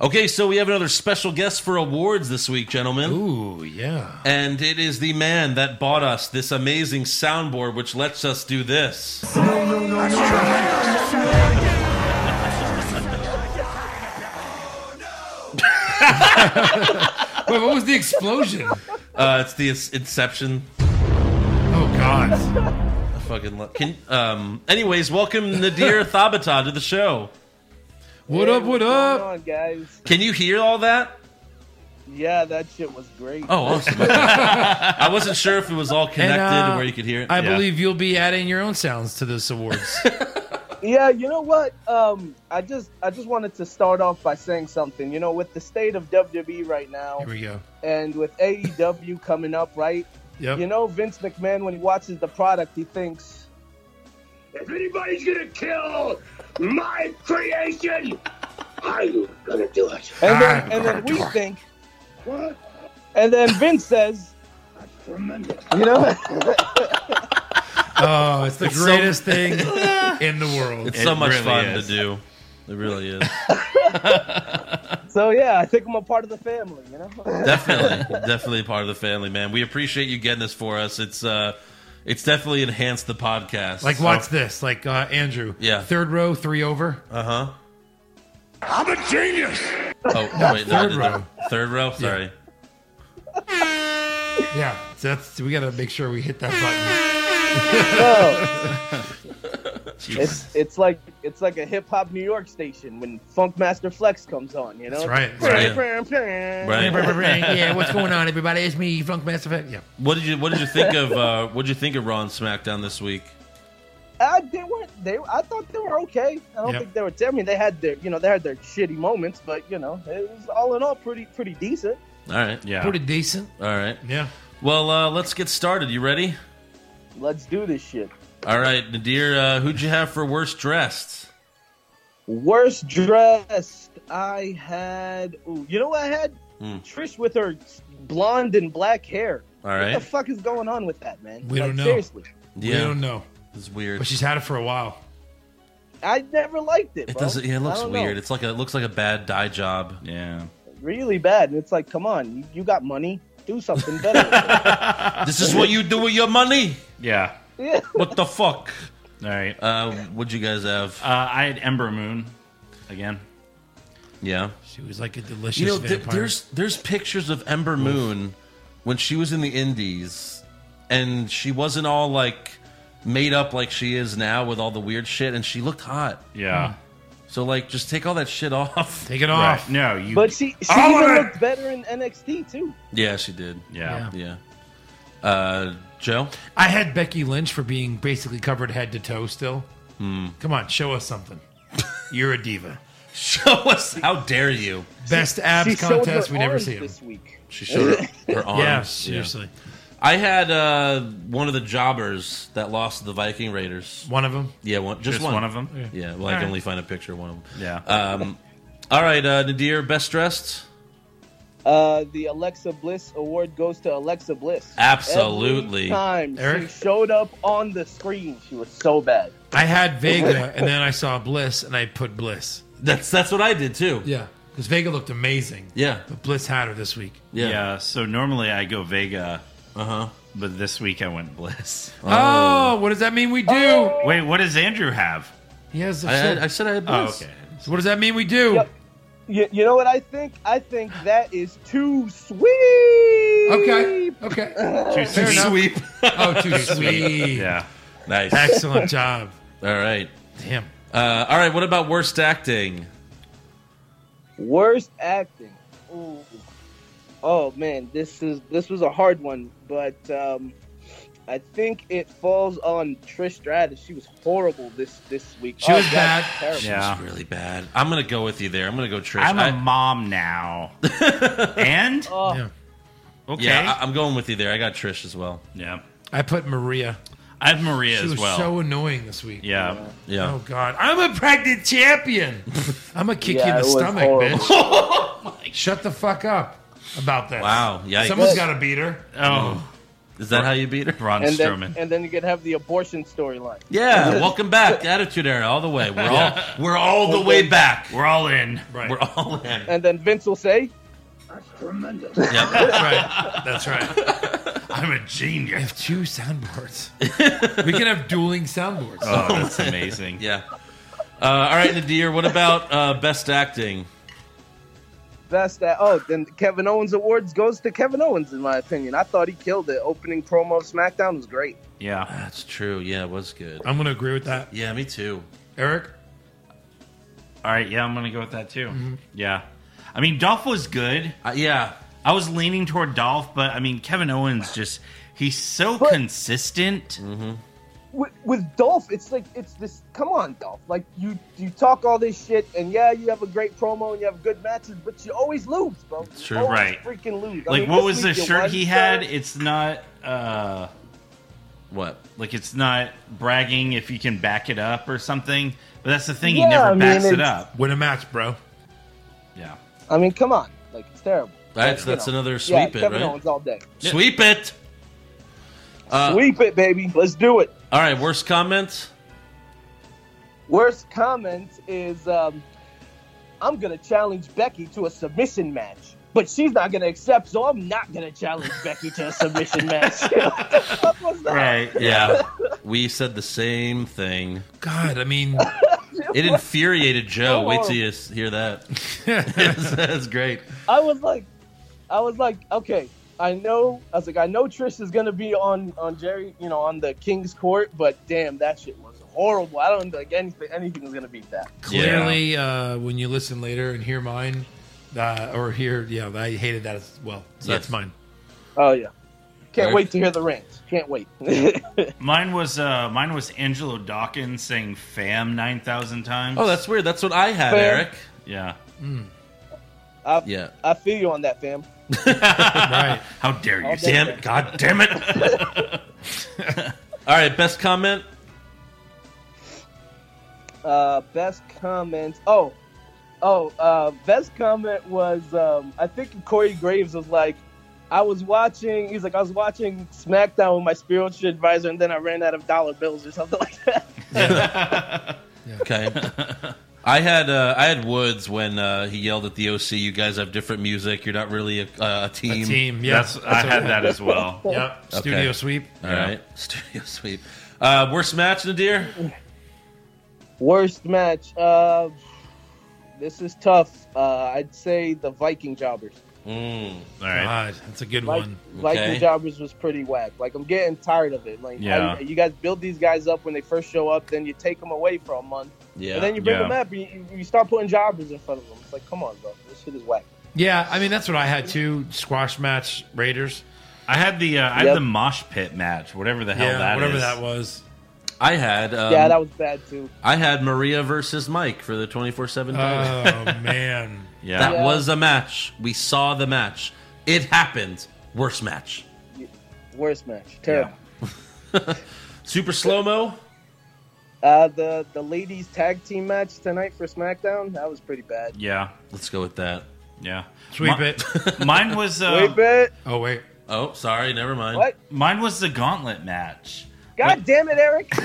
Okay, so we have another special guest for awards this week, gentlemen. Ooh, yeah. And it is the man that bought us this amazing soundboard, which lets us do this. Wait, what was the explosion? Uh, it's the Ins- Inception. Oh, God. I fucking lo- can, um. Anyways, welcome Nadir Thabata to the show. What up, what up? on, guys? Can you hear all that? Yeah, that shit was great. Oh, awesome! I wasn't sure if it was all connected uh, where you could hear it. I Yeah. believe you'll be adding your own sounds to this awards. Yeah, you know what? Um, I just I just wanted to start off by saying something. You know, with the state of WWE right now, Here we go. and with AEW coming up, right? Yep. You know, Vince McMahon when he watches the product, he thinks, If anybody's gonna kill my creation, I'm gonna do it. and then, and then we think, What? and then Vince says, Tremendous. you know, Oh, it's the so- greatest thing in the world. it's so It much really fun is. to do. It really is. so yeah, I think I'm a part of the family. You know, definitely, definitely part of the family, man. We appreciate you getting this for us. It's uh, it's definitely enhanced the podcast. Like, watch this. Like, uh, Andrew. Yeah. Third row, three over. Uh huh. I'm a genius. Oh no, wait, no, I third did row. the- Third row. Sorry. Yeah. So that's, we got to make sure we hit that button. it's it's like it's like a hip hop New York station when Funkmaster Flex comes on. You know, That's right. Right. right. Right. yeah, what's going on, everybody? It's me, Funk Mass Effect. Yeah. What did you What did you think of uh, What did you think of Raw and SmackDown this week? I they were they I thought they were okay. I don't Yep. think they were. I mean, they had their you know they had their shitty moments, but you know it was all in all pretty pretty decent. All right, Yeah. Pretty decent. all right. Yeah. Well, uh, let's get started. You ready? Let's do this shit. All right, Nadir. Uh, who'd you have for worst dressed? Worst dressed, I had. Ooh, you know what I had? Hmm. Trish with her blonde and black hair. All What the right. fuck is going on with that, man? We Like, don't know. Seriously, We Yeah, don't know. it's weird. But she's had it for a while. I never liked it. It bro. doesn't. Yeah, it I looks don't weird. know. It's like a, it looks like a bad dye job. Yeah. really bad. And it's like, come on, you, you got money, do something better. with it. This is what you do with your money. Yeah. yeah. What the fuck? All right. Uh, Uh, what'd you guys have? I had Ember Moon again. Yeah. She was like a delicious you know, th- vampire. there's there's pictures of Ember Moon when she was in the Indies, and she wasn't all like made up like she is now with all the weird shit, and she looked hot. Yeah. So like, just take all that shit off. Take it Right. Hmm. off. No, you. But she, she All of even it. looked better in NXT too. yeah, she did. yeah. Yeah. Uh, Joe. I had Becky Lynch for being basically covered head to toe still. Come on, show us something. You're a diva. Show us. How dare you? Best She abs showed contest her we never arms see. 'em. this week. She showed her, her arms. Yeah, seriously. I had uh, one of the jobbers that lost to the Viking Raiders. One of them. Yeah, one, just, Just one. of them. Yeah, well, I can only find a picture of one of them. Yeah. Um, all right, uh, Nadir, best dressed? Uh, the Alexa Bliss award goes to Alexa Bliss. Absolutely. Every time Eric? she showed up on the screen, she was so bad. I had Vega, and then I saw Bliss, and I put Bliss. That's that's what I did too. Yeah, because Vega looked amazing. Yeah. But Bliss had her this week. yeah. Yeah. So normally I go Vega, Uh huh. but this week I went Bliss. Oh, what does that mean we do? Wait, what does Andrew have? He has the I, shit. I, I said I had Oh, bliss. okay. So what does that mean we do? Yep. You, you know what I think? I think that is too sweet. Okay. Okay. Too Fair enough. sweep. Oh, too sweet. Yeah. Nice. Excellent job. All right. Damn. Uh, all right. What about worst acting? Worst acting. Ooh. Oh man, this is this was a hard one, but um, I think it falls on Trish Stratus. She was horrible this this week. She Oh, was God, bad. terrible. She was really bad. I'm gonna go with you there. I'm gonna go Trish. I'm a I- mom now. and okay, Yeah, I, am going with you there. I got Trish as well. Yeah. I put Maria. I have Maria she as was well. so annoying this week. yeah. Yeah. Oh God, I'm a pregnant champion. I'm gonna kick Yeah, you in it the was stomach, horrible. bitch. Shut the fuck up about that. Wow. Yikes. Someone's got to beat her. Oh, Is that how you beat her? Braun And Strowman. then, and then you could have the abortion storyline. Yeah. Welcome back, Attitude Era, all the way. We're all we're all the way back. We're all in. Right. We're all in. And then Vince will say, Yep. right. That's right. I'm a genius. Have two soundboards. we can have dueling soundboards. Oh, that's amazing. Yeah. Uh, all right, Nadir. What about uh, best acting? That's that. Oh, then Kevin Owens Awards goes to Kevin Owens, in my opinion. I thought he killed it. Opening promo of SmackDown was great. Yeah. That's true. Yeah, it was good. I'm gonna agree with that, Yeah, me too. Eric. All right. Yeah, I'm gonna go with that too. Mm-hmm. Yeah. I mean, Dolph was good. Uh, yeah. I was leaning toward Dolph, but I mean, Kevin Owens just. He's so But- consistent. With, with Dolph, it's like it's this. Come on, Dolph. Like you, you talk all this shit, and yeah, you have a great promo and you have good matches, but you always lose, bro. You True, always right. Freaking lose. I Like, mean, what this was the week you shirt won, he sir. had? It's not, uh, What? like, it's not bragging if you can back it up or something. But that's the thing, he Yeah, never I mean, backs it it's- up. Win a match, bro. Yeah. I mean, come on. Like it's terrible. That's But, you that's know, another yeah, sweep it, Kevin right? Owens all day. Sweep it. Uh, sweep it, baby. Let's do it. All right. Worst comment. Worst comment is um, I'm going to challenge Becky to a submission match, but she's not going to accept, so I'm not going to challenge Becky to a submission match. what the fuck was that? Right. Yeah. we said the same thing. God, I mean, It infuriated Joe. Oh. Wait till you s- hear that. That's- that's great. I was like, I was like, okay, I know. I was like, I know Trish is going to be on on Jerry, you know, on the King's Court, but damn, that shit was horrible. I don't think anything anything is going to beat that. clearly, uh, when you listen later and hear mine, uh, or hear, yeah, I hated that as well. So Yes. that's mine. Oh yeah, can't Right. wait to hear the rant. Can't wait. Mine was uh mine was Angelo Dawkins saying fam nine thousand times. Oh, that's weird. That's what I had, Fair. Eric. yeah. I, Yeah. I feel you on that, fam. Right. How dare you All say day. Damn it? it. God damn. Damn it. All right. Best comment. Uh, best comment. Oh, oh. Uh, best comment was um, I think Corey Graves was like, I was watching. He's like, I was watching SmackDown with my spiritual advisor, and then I ran out of dollar bills or something like that. Okay. I had uh, I had Woods when uh, he yelled at the OC. You guys have different music. You're not really a, uh, a team. A team. Yeah. That's I had that as well. Yeah. Studio Okay. sweep. All right. Studio sweep. Uh, worst match, Nadir. Worst match. Uh, this is tough. Uh, I'd say the Viking jobbers. Mm. All right. God, that's a good Like, one. Viking Okay. jobbers was pretty whack. Like I'm getting tired of it. Like Yeah. I- you guys build these guys up when they first show up, then you take them away for a month. Yeah. And then you bring Yeah. them up, and you, you start putting jobbers in front of them. It's like, come on, bro, this shit is whack. Yeah, I mean that's what I had too. Squash match Raiders. I had the uh, I Yep. had the mosh pit match, whatever the hell yeah, that whatever is. that was. I had um, yeah, that was bad too. I had Maria versus Mike for the 24 seven title. Oh man, Yeah. That Yeah. was a match. We saw the match. It happened. Worst match. Worst match, terrible. Super slow mo. Uh, the the ladies tag team match tonight for SmackDown that was pretty bad. yeah. Let's go with that. Yeah. sweep Mi- it. Mine was Wait uh a bit. Oh wait, Oh, sorry. Never mind. What? mine was the gauntlet match. God damn it, Eric!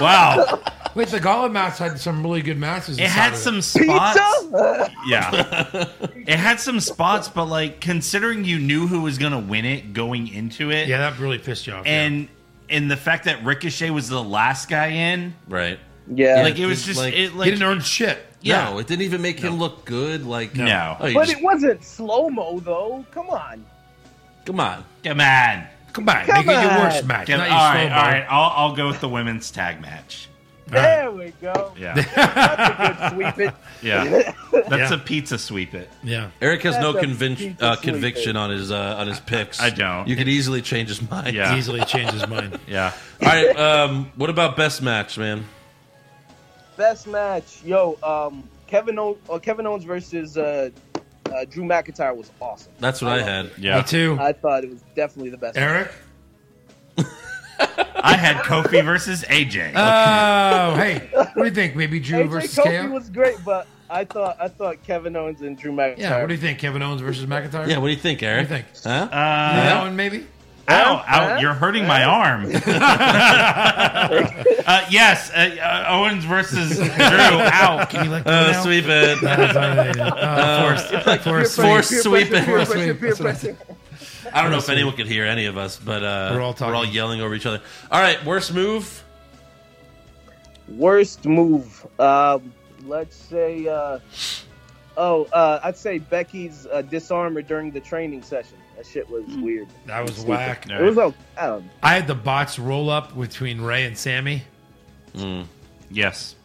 Wow. wait. The Gala match had some really good matches. It inside had of some spots. Pizza. Yeah. it had some spots, but like considering you knew who was gonna win it going into it. Yeah, that really pissed you off. yeah. and and the fact that Ricochet was the last guy in, Right. yeah, like it was Just just like- he it like didn't earn shit. No, it didn't even make him look good. Like No. Oh, you but just- it wasn't slow mo though. Come on. come on, come on, come on, Come nigga, your worst on. match, All not right, your all slow-mo. right. I'll, I'll go with the women's tag match. There we go. Yeah, That's a good sweep it. yeah. That's Yeah. a pizza sweep. It. Yeah. Eric has no That's a convin- piece of uh, sweet conviction on his uh, on his picks. I don't. You could easily change his mind. Yeah. Easily changed his mind. Yeah. All right. Um, what about best match, man? Best match, yo. Um, Kevin o- uh, Kevin Owens versus uh, uh, Drew McIntyre was awesome. That's what I, had. Yeah. Me too. I thought it was definitely the best. Eric? I had Kofi versus AJ. Oh, hey. What do you think? Maybe Drew AJ versus Kofi KO? was great, but I thought I thought Kevin Owens and Drew McIntyre. yeah, what do you think? Kevin Owens versus McIntyre? Yeah. What do you think, Eric? do you think? Huh? uh, that one, maybe? uh, Ow, ow, you're hurting my arm. uh, yes, uh, uh, Owens versus Drew. Ow. Can you let go Uh, now? sweep it. Uh, uh, forced. Forced. Peer pressure, sweep. sweep it. Forced Peer pressure, sweep. peer That's what I pressure. I don't know if anyone could hear any of us, but uh, We're all talking. yelling over each other. All right, worst move. Worst move. Um, let's say. Uh, oh, uh, I'd say Becky's uh, disarmor during the training session. That shit was weird. That was Stupid. whack. It was like I don't. know. I had the botched roll up between Ray and Sammy. Yes.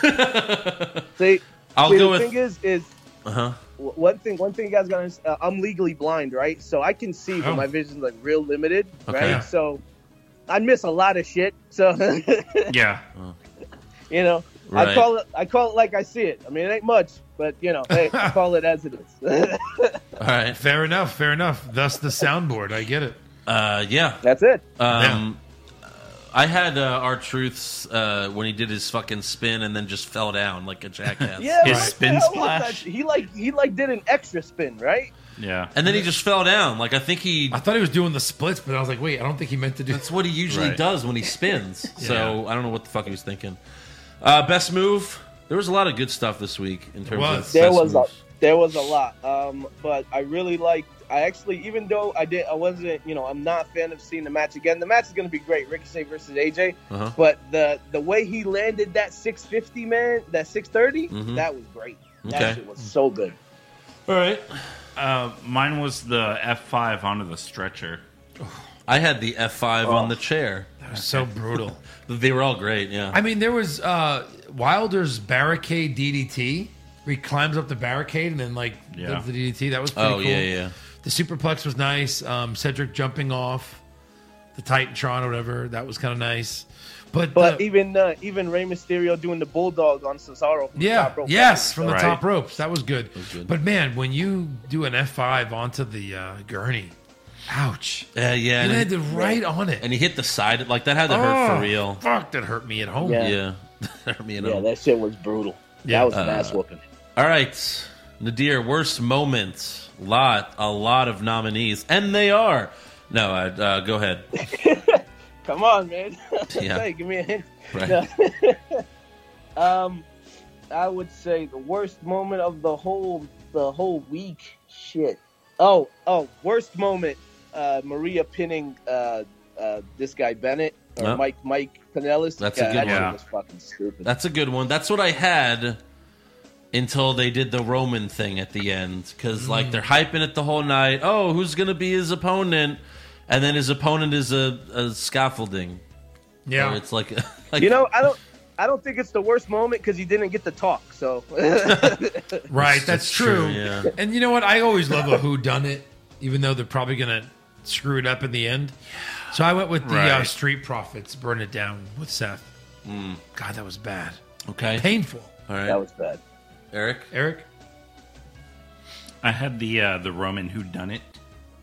See, I'll see, go the with- thing is, is Uh huh. w- one thing. One thing you guys got. to Uh, I'm legally blind, right? So I can see, but Oh. my vision's like real limited, Okay. right? So I miss a lot of shit. So Yeah. you know, Right. I call it. I call it like I see it. I mean, it ain't much, but you know, hey, I call it as it is. All right. Fair enough. Fair enough. Thus the soundboard. I get it. Uh, yeah. That's it. Um, I had uh, our truths uh, when he did his fucking spin and then just fell down like a jackass. Yeah, His what the spin hell was splash? that? He like he like did an extra spin, right? Yeah. And then he just fell down. Like I think he. I thought he was doing the splits, but I was like, wait, I don't think he meant to do. That's what he usually Right. does when he spins. So I don't know what the fuck he was thinking. Uh, best move. There was a lot of good stuff this week in terms was. of There best was a moves. there was a lot, um, but I really liked. I actually, even though I did, I wasn't. You know, I'm not a fan of seeing the match again. The match is going to be great, Ricochet versus AJ. Uh-huh. But the the way he landed that 650, man, that 630, Mhm. that was great. Okay. That shit was so good. All right. Uh, mine was the F5 onto the stretcher. I had the F five on Oh. the chair. That was so brutal. They were all great. Yeah. I mean, there was uh, Wilder's barricade DDT. Where he climbs up the barricade and then like Yeah. does the DDT. That was pretty oh cool. yeah, yeah. The superplex was nice. Um, Cedric jumping off the Titantron or whatever. That was kind of nice. But, But the- even uh, even Rey Mysterio doing the bulldog on Cesaro. From the yeah, top rope. yes, from the Right. top ropes. That was, good. good. But man, when you do an F five onto the uh, gurney, ouch! Uh, yeah. You And, landed right on it. and he hit the side. Like that had to hurt Oh, for real. Fuck, that hurt me at home. Yeah. Yeah. Hurt me at yeah, all. that shit was brutal. Yeah. that was an ass whooping. All right, Nadir. Worst moments. Lot, a lot of nominees, and they are. No, I, uh, go ahead. Come on, man. Yeah. hey, give me a hint. Right. um, I would say the worst moment of the whole the whole week. Shit. Oh, oh, worst moment. Uh, Maria pinning uh, uh, this guy Bennett or Yeah. Mike Mike Pinellas. That's a yeah, good that shit one. was fucking stupid. That's a good one. That's what I had until they did the Roman thing at the end Mm. because like they're hyping it the whole night. Oh, who's gonna be his opponent? And then his opponent is a, a scaffolding. Yeah. Or it's like, like you know, I don't. I don't think it's the worst moment because he didn't get to talk. So Right, that's, That's true. true, yeah. And you know what? I always love a who done it, even though they're probably gonna screw it up in the end. So I went with the uh, Right. Street Profits, burn it down with Seth. God, that was bad, okay, painful. all right, that was bad. Eric. Eric, I had the uh, the Roman who done it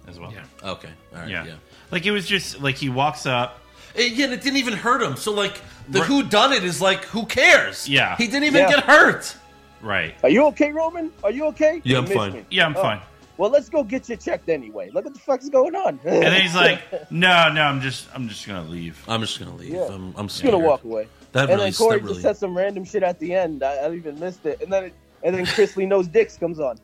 as well. Yeah. Okay, all right, Yeah. yeah. yeah. Like it was just like he walks up. yeah, and it didn't even hurt him. So like the Right. who done it is like who cares? Yeah. he didn't even Yeah. get hurt. Right. Are you okay, Roman? Are you okay? Yeah, You I'm missed fine. me. Yeah, I'm Oh. fine. Well, let's go get you checked anyway. Look what the fuck's going on. And then he's like, "No, no, I'm just I'm just going to leave." I'm just gonna leave. Yeah. I'm, I'm just gonna scared. walk away. That and really- then Corey that really- just said some random shit at the end. I, I even missed it. And then it, and then Chris Lee knows dicks comes on.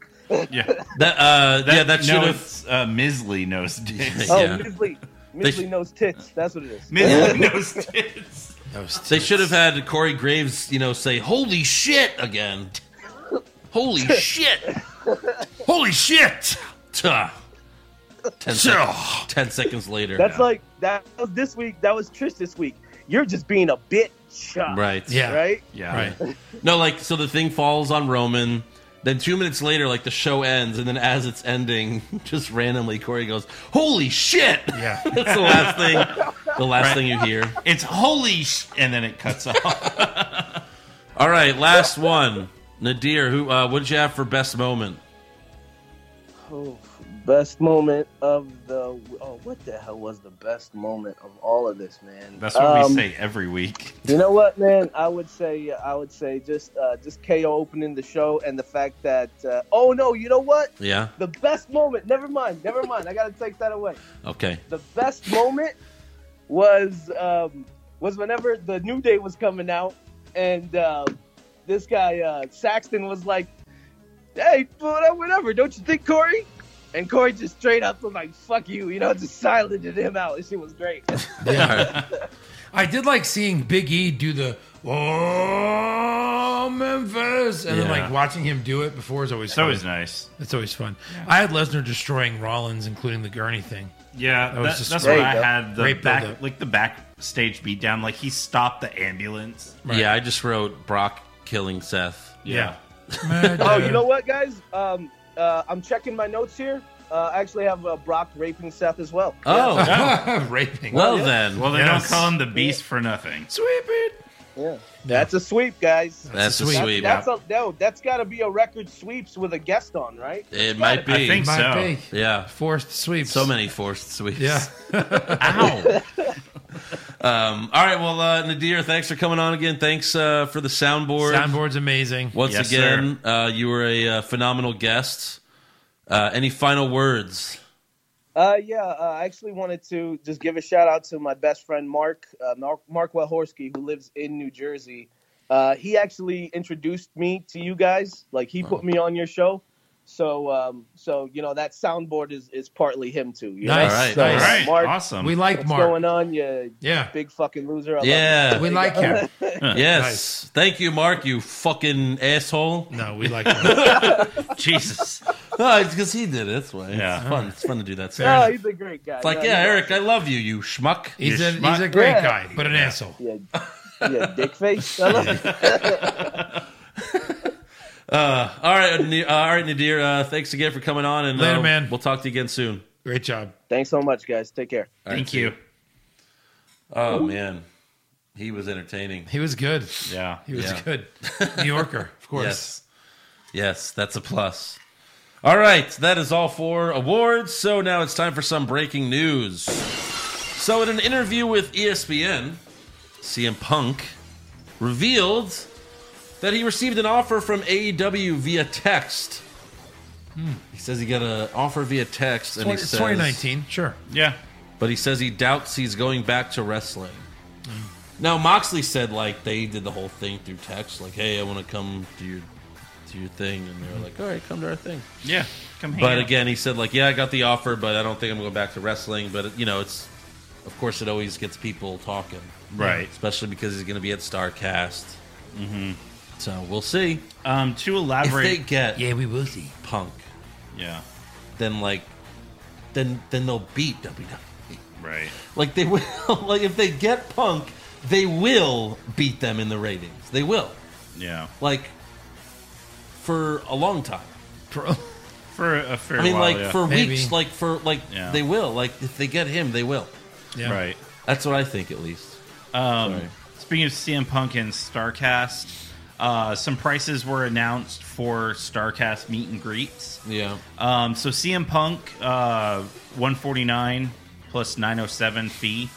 Yeah. That, uh, yeah, that should no, have. it's, uh, Misley knows dicks. Oh, Yeah. Miz Lee. They Miz sh- Lee knows tits. That's what it is. Misley knows dicks. that was They should have had Corey Graves, you know, say "Holy shit" again. Holy shit! Holy shit! Tuh. Ten, So- sec- ten seconds later. That's like that was this week. That was Trish this week. You're just being a bitch. Right. Right. Uh, Right. no, like so the thing falls on Roman. Then two minutes later, like the show ends, and then as it's ending, just randomly, Corey goes, "Holy shit!" Yeah, that's the last thing. The last Right. thing you hear. It's holy sh- and then it cuts off. All right, last one. Nadir, who? Uh, what did you have for best moment? Oh, best moment of the. Oh, what the hell was the best moment of all of this, man? That's what Um, we say every week. You know what, man? I would say I would say just uh, just KO opening the show and the fact that uh, oh no, you know what? Yeah. The best moment. Never mind. Never mind. I gotta take that away. Okay. The best moment was um, was whenever the new day was coming out and um, this guy uh, Saxton was like, "Hey, whatever, whatever. Don't you think, Corey?" And Corey just straight up was like, "Fuck you," you know, just silenced him out. This shit was great. I did like seeing Big E do the "Oh Memphis," and then Yeah. like watching him do it before is always It's fun. always nice. It's always fun. I had Lesnar destroying Rollins, including the gurney thing. Yeah, That was that- just that's great. what I had. The Great buildup. back, like the backstage beatdown. Like he stopped the ambulance. Yeah, I just wrote Brock killing Seth. Yeah. oh, you know what, guys? Um, uh, I'm checking my notes here. Uh, I actually have uh, Brock raping Seth as well. Oh, raping. Well then, Well, they don't call him the Beast for nothing. Sweep it. Yeah. That's a sweep, guys. That's a sweep. That's, that's a no. That's got to be a record sweeps with a guest on, right? It might be. I think Might so. Yeah. Forced sweeps. So many forced sweeps. Yeah. Ow. um, all right. Well, uh, Nadir, thanks for coming on again. Thanks uh, for the soundboard. Soundboard's amazing. Once again, uh, you were a uh, phenomenal guest. Uh, any final words? Uh, yeah. Uh, I actually wanted to just give a shout out to my best friend Mark, uh, Mark, Mark Welhorsky, who lives in New Jersey. Uh, he actually introduced me to you guys. Like he put me on your show. So, um, so you know that soundboard is is partly him too. you know? Nice, So, nice. uh, Alright, Mark, awesome. We like what's Mark. going on? You Yeah. big fucking loser. I love Yeah, you. yes, thank you, Mark. You fucking asshole. No, we like Mark. Jesus. No, it's because he did it. That's why. Yeah. It's fun. It's fun to do that. No, Oh, he's a great guy. It's like, No, yeah, he's Eric, I love you, you schmuck. He's You a schmuck. he's a great Yeah. guy, but an asshole. Yeah, yeah, dick face. I love Uh, all right, Na- uh, all right, Nadir. Uh, thanks again for coming on, and Later, uh, man. We'll talk to you again soon. Great job. Thanks so much, guys. Take care. All right, see Oh man, he was entertaining. He was good. Yeah, He was good. New Yorker, of course. Yes. Yes, that's a plus. All right, that is all for awards. So now it's time for some breaking news. So, in an interview with E ESPN, CM Punk revealed that he received an offer from AEW via text. He says he got an offer via text, and he Hmm. Twenty- it's says 2019, sure. Yeah. but he says he doubts he's going back to wrestling. Now Moxley said like they did the whole thing through text, like, "Hey, I want to come to your to your thing," and they were like, "All right, come to our thing." Yeah, come hang But out. again, he said like, "Yeah, I got the offer, but I don't think I'm going back to wrestling." But you know, it's of course it always gets people talking, Right. Especially because he's going to be at Starcast. Mm-hmm. So we'll see. Um, to elaborate, If they get yeah, we will see Punk, yeah, then like, then then they'll beat E. WWE. right. Like they will. Like if they get Punk, they will beat them in the ratings. They will. Yeah, Like for a long time. for a fair. I mean, while, like yeah. for weeks. Like for like Yeah. they will. Like if they get him, they will. Yeah. Right. That's what I think, at least. Um, Sorry. Speaking of CM Punk and Starcast, uh, some prices were announced for Starcast meet and greets. Yeah. Um, so CM Punk, uh, 149 plus 907 fee.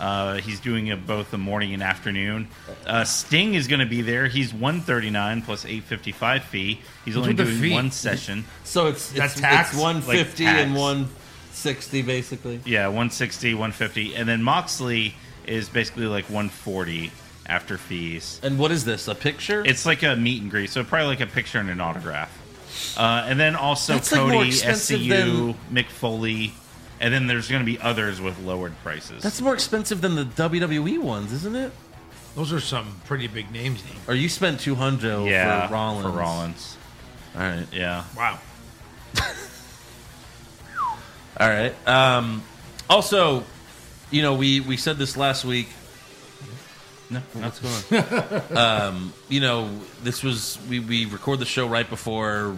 Uh, he's doing it both the morning and afternoon. Uh, Sting is going to be there. He's 139 plus 855 fee. He's What's only with the doing fee? one session. So it's That's it's, tax? it's one fifty Like and tax. one sixty basically. Yeah, 160, 150. And then Moxley is basically like 140 after fees. And what is this? A picture? It's like a meet and greet, so probably like a picture and an autograph. Uh, and then also That's, like, more Cody, expensive SCU, Mick Foley, and then there's going to be others with lowered prices. That's more expensive than the WWE ones, isn't it? Those are some pretty big names. Or you spent two hundred yeah, for Rollins. For Rollins. All right. Yeah. Wow. All right. Um, also, you know, we we said this last week. No, what's going on? um, you know, this was we we record the show right before,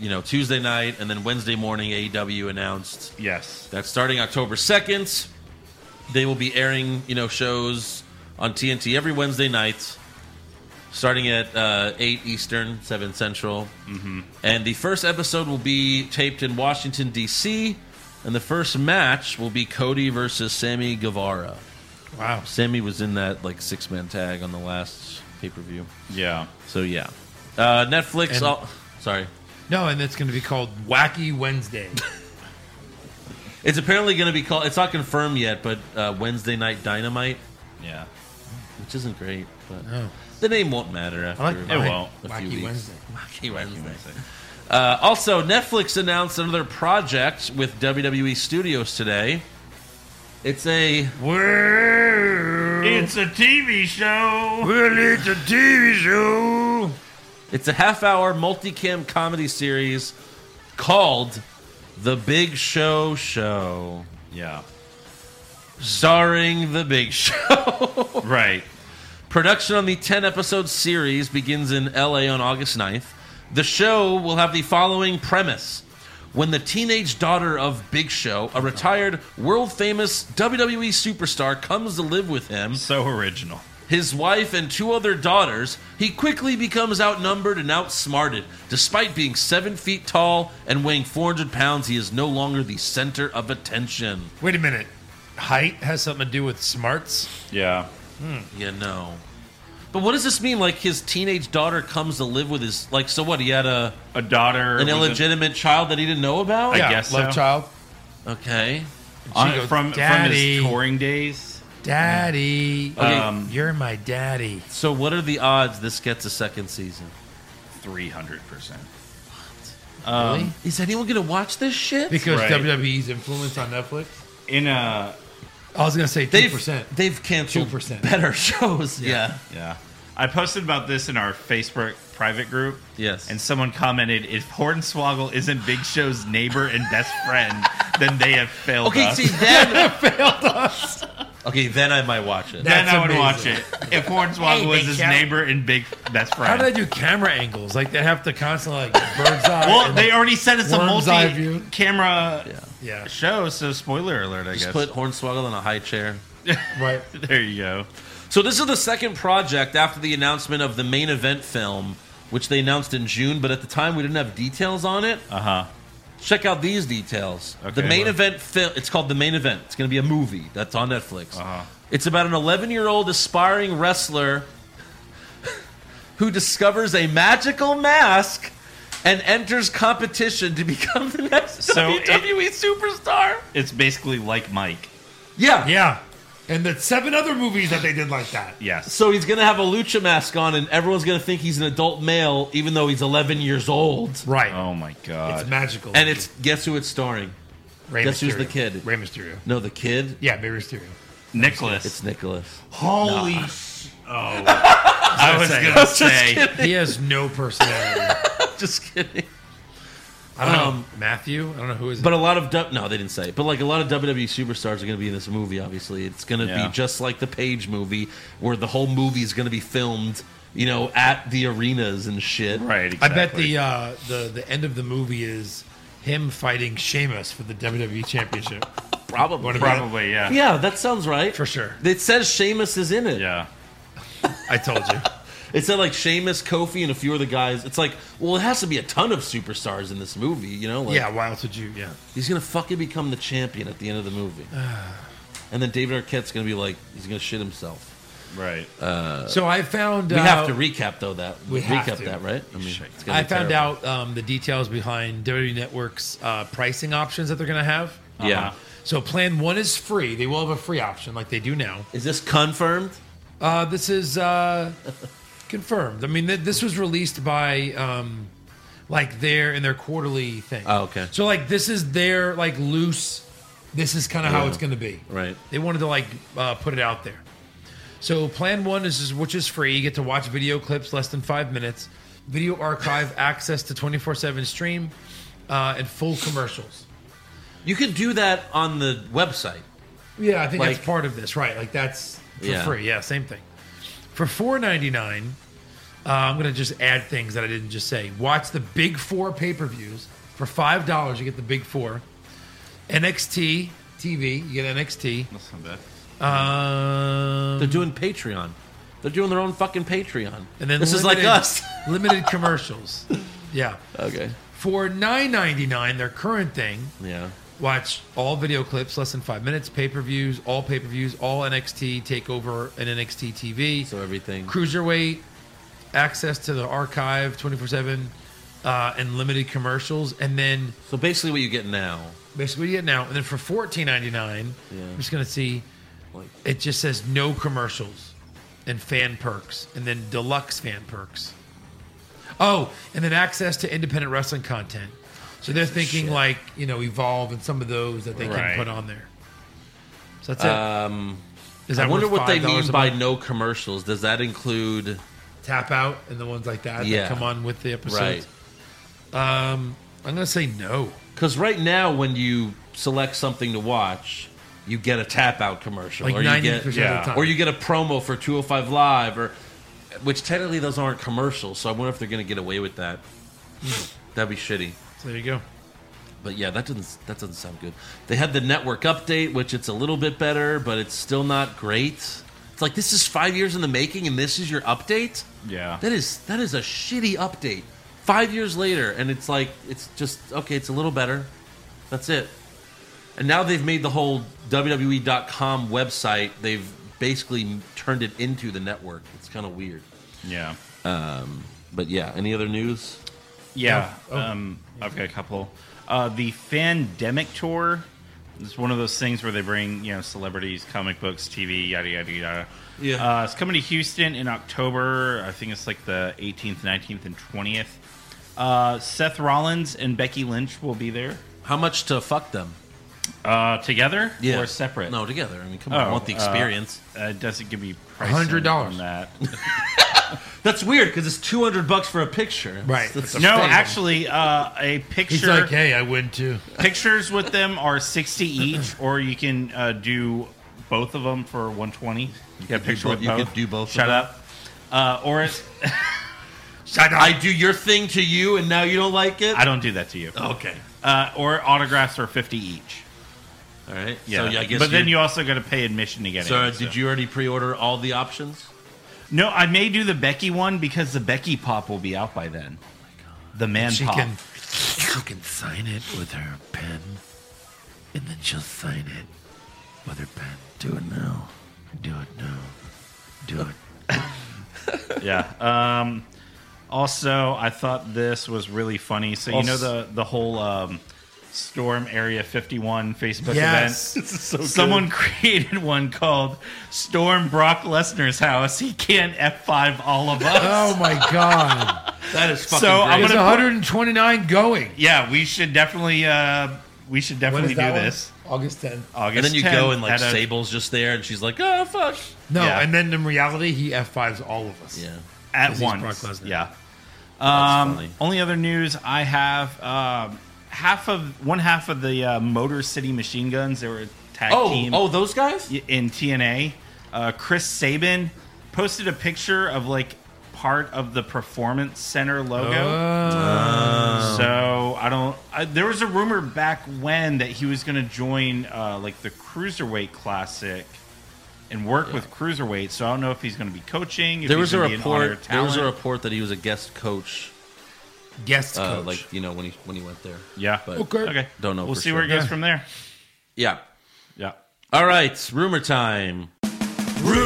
you know, Tuesday night, and then Wednesday morning, AEW announced yes that starting October second, they will be airing you know shows on TNT every Wednesday night, starting at uh, eight Eastern, seven Central. Mm-hmm. And the first episode will be taped in Washington, D.C., and the first match will be Cody versus Sammy Guevara. Wow. Sammy was in that like six man tag on the last pay per view. Yeah. So, yeah. Uh, Netflix. And- all- sorry. No, and it's going to be called Wacky Wednesday. It's apparently going to be called, it's not confirmed yet, but uh, Wednesday Night Dynamite, Yeah. which isn't great, but No. the name won't matter after oh, a Oh. like It won't. few Wacky weeks. Wednesday. Wacky Wednesday. Uh, also, Netflix announced another project with WWE Studios today. It's a It's a TV show. it's a TV show. it's a half hour multicam comedy series called The Big Show Show, Yeah. starring The Big Show. Right. Production on the 10 episode series begins in LA on August 9th. The show will have the following premise. When the teenage daughter of Big Show, a retired world famous WWE E superstar, comes to live with him, So original. his wife, and two other daughters, he quickly becomes outnumbered and outsmarted. Despite being seven feet tall and weighing 400 pounds, he is no longer the center of attention. Wait a minute. Height has something to do with smarts. Yeah. Yeah, no. But what does this mean? Like his teenage daughter comes to live with his like. So what? He had a A daughter. an with a- illegitimate child that he didn't know about. I guess love so. child, Okay. on- She goes, from from "Daddy." his touring days. daddy. Okay. Um, You're my daddy. so what are the odds this gets a second season? Three hundred percent. really? Is anyone gonna watch this shit? Because Right. WWE's influence on Netflix. In a I was gonna say two they've percent. they've canceled 2%. better shows. Yeah. yeah. I posted about this in our Facebook private group. Yes. And someone commented, if Hornswoggle isn't Big Show's neighbor and best friend, then they have failed Okay. us. See then failed us. Okay, then I might watch it. then That's I would amazing. watch it. If Hornswoggle Hey, was Big his Show. neighbor and big best How friend. do they do camera angles? Like they have to constantly like bird's eye. well, and- they already said it's a Worm's eye view. multi-camera yeah, show, so spoiler alert, I Just guess. put Hornswoggle in a high chair. right. there you go. So this is the second project after the announcement of the main event film, which they announced in June, but at the time we didn't have details on it. Uh-huh. Check out these details. Okay, the main well- event film it's called The Main Event. It's going to be a movie that's on Netflix. Uh-huh. It's about an 11-year-old aspiring wrestler who discovers a magical mask and enters competition to become the next So it- E WWE superstar. It's basically like Mike. Yeah. Yeah, and the seven other movies that they did like that. Yes. So he's gonna have a lucha mask on, and everyone's gonna think he's an adult male, even though he's 11 years old. Right. Oh my god. it's magical. And it's guess who it's starring? Rey guess who's the Mysterio. kid? Rey Mysterio. No, the kid. Yeah, Rey Mysterio. Nicholas. It's Nicholas. Holy sh- Oh. I was going to say. He has no personality. Just kidding. I don't Um, know Matthew. I don't know who is. But a lot of du- no, they didn't say. It. But like a lot of WWE superstars are gonna be in this movie. Obviously, it's gonna Yeah. be just like the Page movie, where the whole movie is gonna be filmed, you know, at the arenas and shit. Right, exactly. I bet the uh, the the end of the movie is him fighting Sheamus for the WWE Championship. uh, Probably. Probably, yeah. Yeah, that sounds right. For sure. It says Sheamus is in it. Yeah. I told you. It said like Sheamus, Kofi, and a few other guys. It's like, well, it has to be a ton of superstars in this movie, you know? Like, yeah. Why else would you? Yeah. He's gonna fucking become the champion at the end of the movie, and then David Arquette's gonna be like, he's gonna shit himself. Right. Uh, So I found We out, have to recap though that we recap have to. that right. I mean, Shit. it's gonna I be found terrible. out um, the details behind WWE Network's uh, pricing options that they're going to have. Yeah, So plan one is free. They will have a free option like they do now. is this confirmed? Uh, this is uh, confirmed. I mean, th- this was released by um, like their in their quarterly thing. Oh, okay. So like this is their like loose. This is kind of how Yeah. it's going to be. Right. They wanted to like uh, put it out there. So plan one is which is free. You get to watch video clips less than five minutes. video archive access to 24 7 stream, uh, and full commercials. You could do that on the website. Yeah, I think Like- that's part of this, right? Like that's for Yeah. free. Yeah, same thing. For four ninety nine, uh, I'm gonna just add things that I didn't just say. Watch the Big Four pay per views for five dollars. You get the Big Four, NXT TV. You get NXT. That's not bad. Um, They're doing Patreon. They're doing their own fucking Patreon. and then this is like limited- us. limited commercials. Yeah. Okay. For nine ninety nine, their current thing. Yeah. Watch all video clips, less than five minutes, pay per views, all pay per views, all NXT Takeover and NXT TV. So everything. Cruiserweight, access to the archive 24 7, uh, and limited commercials. And then So basically, what you get now. basically what you get now. And then for fourteen ninety nine, Yeah. I'm just going to see. It just says no commercials and fan perks, and then deluxe fan perks. Oh, and then access to independent wrestling content. So they're thinking like you know Evolve and some of those that they Right. can put on there. So that's it. Um, Is I that wonder worth what they $5 mean a by month? no commercials. Does that include? Tap out and the ones like that Yeah. that come on with the episodes. Um, I'm gonna say no. Because right now, when you select something to watch, you get a tap out commercial, Like or you 90% get, of the Yeah. time. or you get a promo for 205 Live, or which technically those aren't commercials. So I wonder if they're going to get away with that. Hmm. That'd be shitty. So there you go. But yeah, that doesn't that doesn't sound good. They had the network update, which it's a little bit better, but it's still not great. It's like this is five years in the making, and this is your update. Yeah. That is that is a shitty update. Five years later, and it's like it's just okay. It's a little better. That's it. And now they've made the whole WWE.com website. They've basically turned it into the network. It's kind of weird. Yeah. Um, but yeah, any other news? Yeah, Oh. Um, I've got a couple. Uh, the Fandemic tour is one of those things where they bring you know celebrities, comic books, TV, yada yada yada. Yeah. uh, it's coming to Houston in October. I think it's like the 18th, 19th, and 20th. Uh, Seth Rollins and Becky Lynch will be there. How much to fuck them? Uh, together Yeah. or separate? No, together. I mean, come on, I want the experience. Uh, it doesn't give me price $100. on that. That's weird because it's two hundred bucks for a picture. Right. That's- no, actually, uh, a picture. He's like, hey, I win too. pictures with them are 60 each or you can uh, do both of them for 120 you get do a picture bo- with you both could do both of shut them. up uh, or it's shut up I do your thing to you and now you don't like it i don't do that to you Okay. uh, or autographs are 50 each all right yeah, So, yeah, I guess but then you're- you also got to pay admission to get So, uh, in. did you already pre-order all the options? No, I may do the Becky one because the Becky pop will be out by then. Oh The man she pop. can she can sign it with her pen, and then she'll sign it with her pen. Do it now. Do it now. Do it. yeah. Um, also, I thought this was really funny. So you know the the whole um, Storm Area 51 Facebook Yes. event. This is so good. Someone created one called Storm Brock Lesnar's house. He can't F5 all of us. Oh my god, that is fucking So, I'm great. It's gonna put- 129 going. Yeah, we should definitely uh, we should definitely do that one? this. August 10th. August. and then you go 10th and like at a- Sable's just there and she's like, oh fuck. No, Yeah. and then in reality, he F5s all of us. Yeah. at Because he's once. Brock Lesnar. Yeah. That's Um, funny. only other news I have: um, half of one half of the uh, Motor City Machine Guns. They were a tag Oh, team. oh, those guys in TNA. Uh, Chris Sabin posted a picture of like part of the Performance Center logo. Uh, Oh. So I don't. I, there was a rumor back when that he was going to join uh, like the Cruiserweight Classic. And work with cruiserweight, so I don't know if he's going to be coaching. If There was he's a gonna be an honored report. There was a talent. report that he was a guest coach. Guest uh, coach. like you know when he when he went there. Yeah. But Okay. Okay. Don't know. We'll for see sure. where it goes from there. Yeah. Yeah. All right. Rumor time.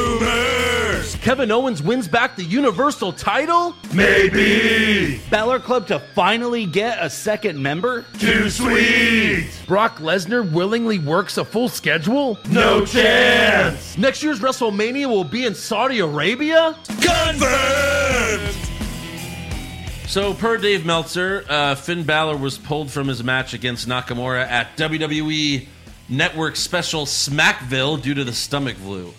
Rumors. Kevin Owens wins back the Universal title. Maybe. Balor Club to finally get a second member? Too sweet. Brock Lesnar willingly works a full schedule? No chance. Next year's WrestleMania will be in Saudi Arabia? Confirmed! So, per Dave Meltzer, uh, Finn Balor was pulled from his match against Nakamura at WWE Network Special Smackville due to the stomach flu.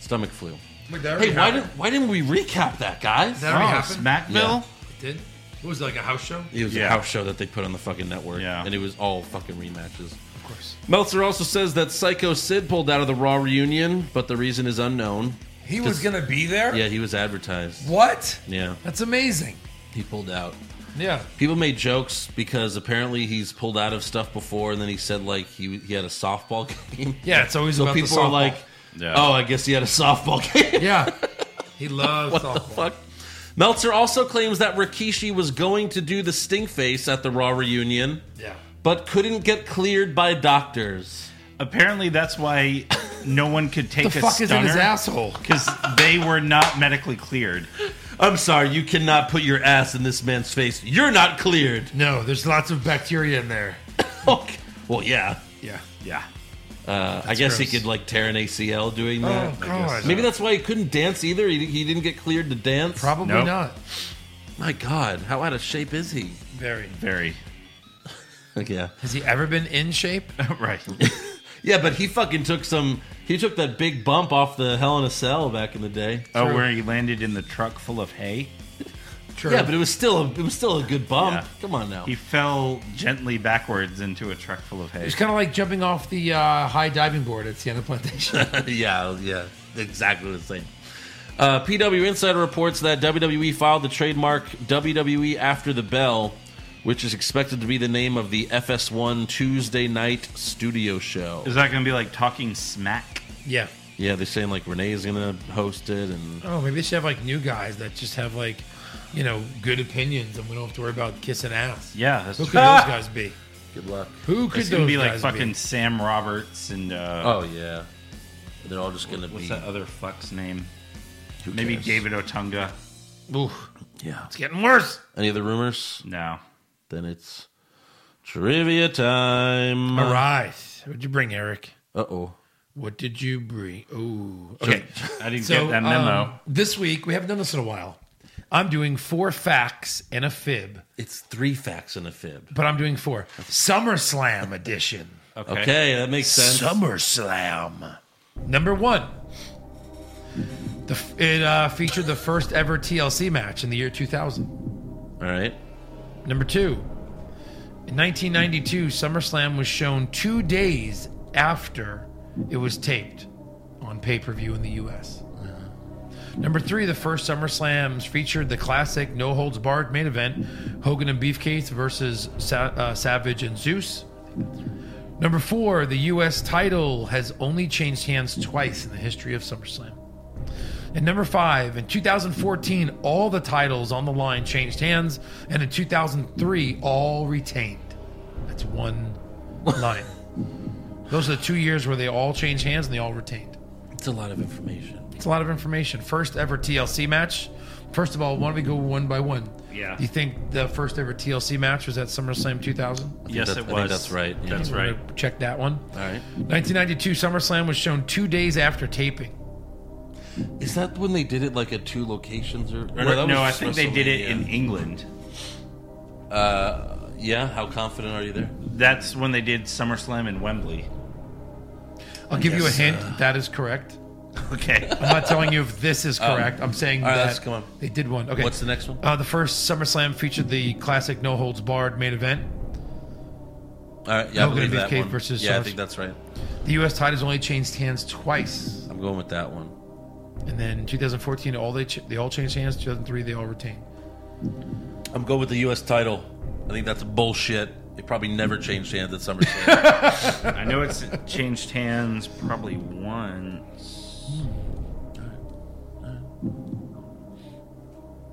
Stomach flu. Wait, that already hey, why, did, happened. why didn't we recap that, guys? That already Oh, happened? Smackville? Yeah. Did what was it, like a house show? It was Yeah. a house show that they put on the fucking network. Yeah. And it was all fucking rematches. Of course. Meltzer also says that Psycho Sid pulled out of the Raw reunion, but the reason is unknown. He was gonna be there? Yeah, he was advertised. What? Yeah. That's amazing. He pulled out. Yeah. People made jokes because apparently he's pulled out of stuff before, and then he said like he he had a softball game. Yeah, it's always so about the people are softball. like, Yeah. "Oh, I guess he had a softball game." Yeah, he loves what softball. the fuck. Meltzer also claims that Rikishi was going to do the stink face at the Raw reunion, Yeah. but couldn't get cleared by doctors. Apparently, that's why no one could take The a fuck is in his asshole? because they were not medically cleared. I'm sorry, you cannot put your ass in this man's face. You're not cleared. No, there's lots of bacteria in there. okay. Well, yeah. Yeah. Yeah. Uh, I guess he gross. could like tear an ACL doing Oh, that. I guess. God. Maybe that's why he couldn't dance either. He, he didn't get cleared to dance. Probably Nope. not. My God, how out of shape is he? Very. Very. Like, yeah. Has he ever been in shape? right. Yeah, but he fucking took some. He took that big bump off the Hell in a Cell back in the day. Oh, where he landed in the truck full of hay. True. Yeah, but it was still a, it was still a good bump. Come on now. He fell gently backwards into a truck full of hay. It's kind of like jumping off the uh, high diving board at Sienna Plantation. yeah, yeah, exactly the same. Uh, PW Insider reports that WWE filed the trademark WWE After the Bell, which is expected to be the name of the FS1 Tuesday night studio show. Is that going to be like talking smack? yeah. Yeah, they're saying like Renee's gonna host it, and Oh, maybe they should have like new guys that just have like, you know, good opinions, and we don't have to worry about kissing ass. Yeah, that's who true. could those guys be? Good luck. Who could it's gonna those be like guys fucking be? Sam Roberts and? Uh, oh yeah, they're all just gonna what's be- that other fuck's name? Maybe cares? David Otunga. Ooh, yeah, it's getting worse. any other rumors? No. Then it's trivia time. All right, what'd you bring, Eric? Uh oh. What did you bring? Oh, okay. I didn't get um, that memo. this week we haven't done this in a while. I'm doing four facts and a fib, It's three facts and a fib. but I'm doing four SummerSlam edition. Okay. that makes sense. SummerSlam. Number one. The, f- it uh, featured the first ever TLC match in the year 2000. All right. Number two. In 1992, SummerSlam was shown two days after it was taped on pay per view in the U.S. Number three, the first SummerSlams featured the classic No Holds Barred main event Hogan and Beefcake versus Sa- uh, Savage and Zeus. Number four, the U.S. title has only changed hands twice in the history of SummerSlam. And number five, in 2014, all the titles on the line changed hands, and in 2003, all retained. That's one line. Those are the two years where they all changed hands and they all retained. It's a lot of information. It's a lot of information. First ever TLC match. First of all, why don't we go one by one? Yeah. Do you think the first ever TLC match was at SummerSlam 2000? Yes, it I think was. that's right. yeah. That's We're right. gonna Check that one. All right. 1992 SummerSlam was shown two days after taping. Is that when they did it like at two locations or, or Or- that no, I was think they did it WrestleMania. in England. Uh, yeah. How confident are you there? That's when they did SummerSlam in Wembley. I'll give you a Yes, hint. uh, that is correct. Okay. I'm not telling you if this is Oh. correct. I'm saying All right, that let's- come on. they did one. Okay. What's the next one? Uh, the first SummerSlam featured the classic No Holds Barred main event. All right. Yeah, No, I believe gonna be that Cave one. versus yeah, I Source. think that's right. The U.S. titles only changed hands twice, I'm going with that one. and then in 2014, all they ch- they all changed hands. 2003, they all retained. I'm going with the U.S. title. I think that's bullshit. It probably never changed hands at SummerSlam. I know it's changed hands probably once.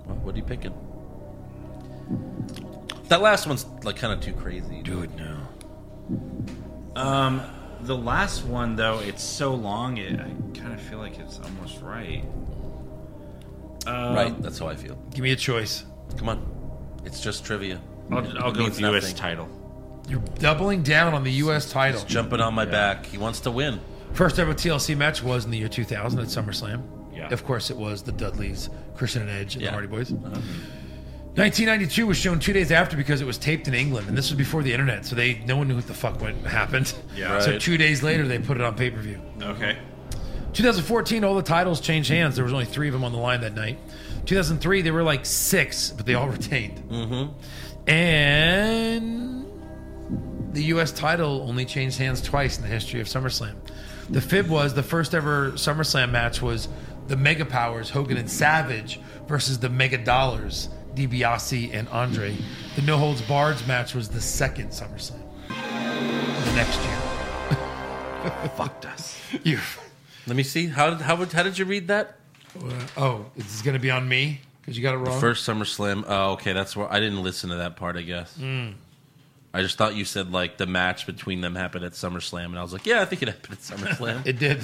What- What are you picking? That last one's like kind of too crazy. Do it now. Um, the last one though, it's so long. It, I kind of feel like it's almost right. Um, right. That's how I feel. Give me a choice. Come on. It's just trivia. I'll, I'll It go means with the U.S. nothing. title. You're doubling down on the U.S. title. He's jumping on my back. He wants to win. First ever TLC match was in the year 2000 at SummerSlam. Yeah. Of course, it was the Dudleys, Christian and Edge, and Yeah. the Hardy Boys. 1992 was shown two days after because it was taped in England, and this was before the internet, so they no one knew what the fuck went, happened. Yeah. So Right. two days later, they put it on pay per view. Okay. 2014, all the titles changed hands. There was only three of them on the line that night. 2003, there were like six, but they all retained. Mm-hmm. And the U.S. title only changed hands twice in the history of SummerSlam. The fib was the first ever SummerSlam match was the Mega Powers Hogan and Savage versus the Mega Dollars DiBiase and Andre. The No Holds Barred match was the second SummerSlam. The next year, fucked us. You. Let me see. How did how, would- how did you read that? oh, is this going to be on me because you got it The wrong. first SummerSlam. Oh, okay. That's where I didn't listen to that part. I guess. Mm. I just thought you said like the match between them happened at SummerSlam, and I was like, yeah, I think it happened at SummerSlam. it did.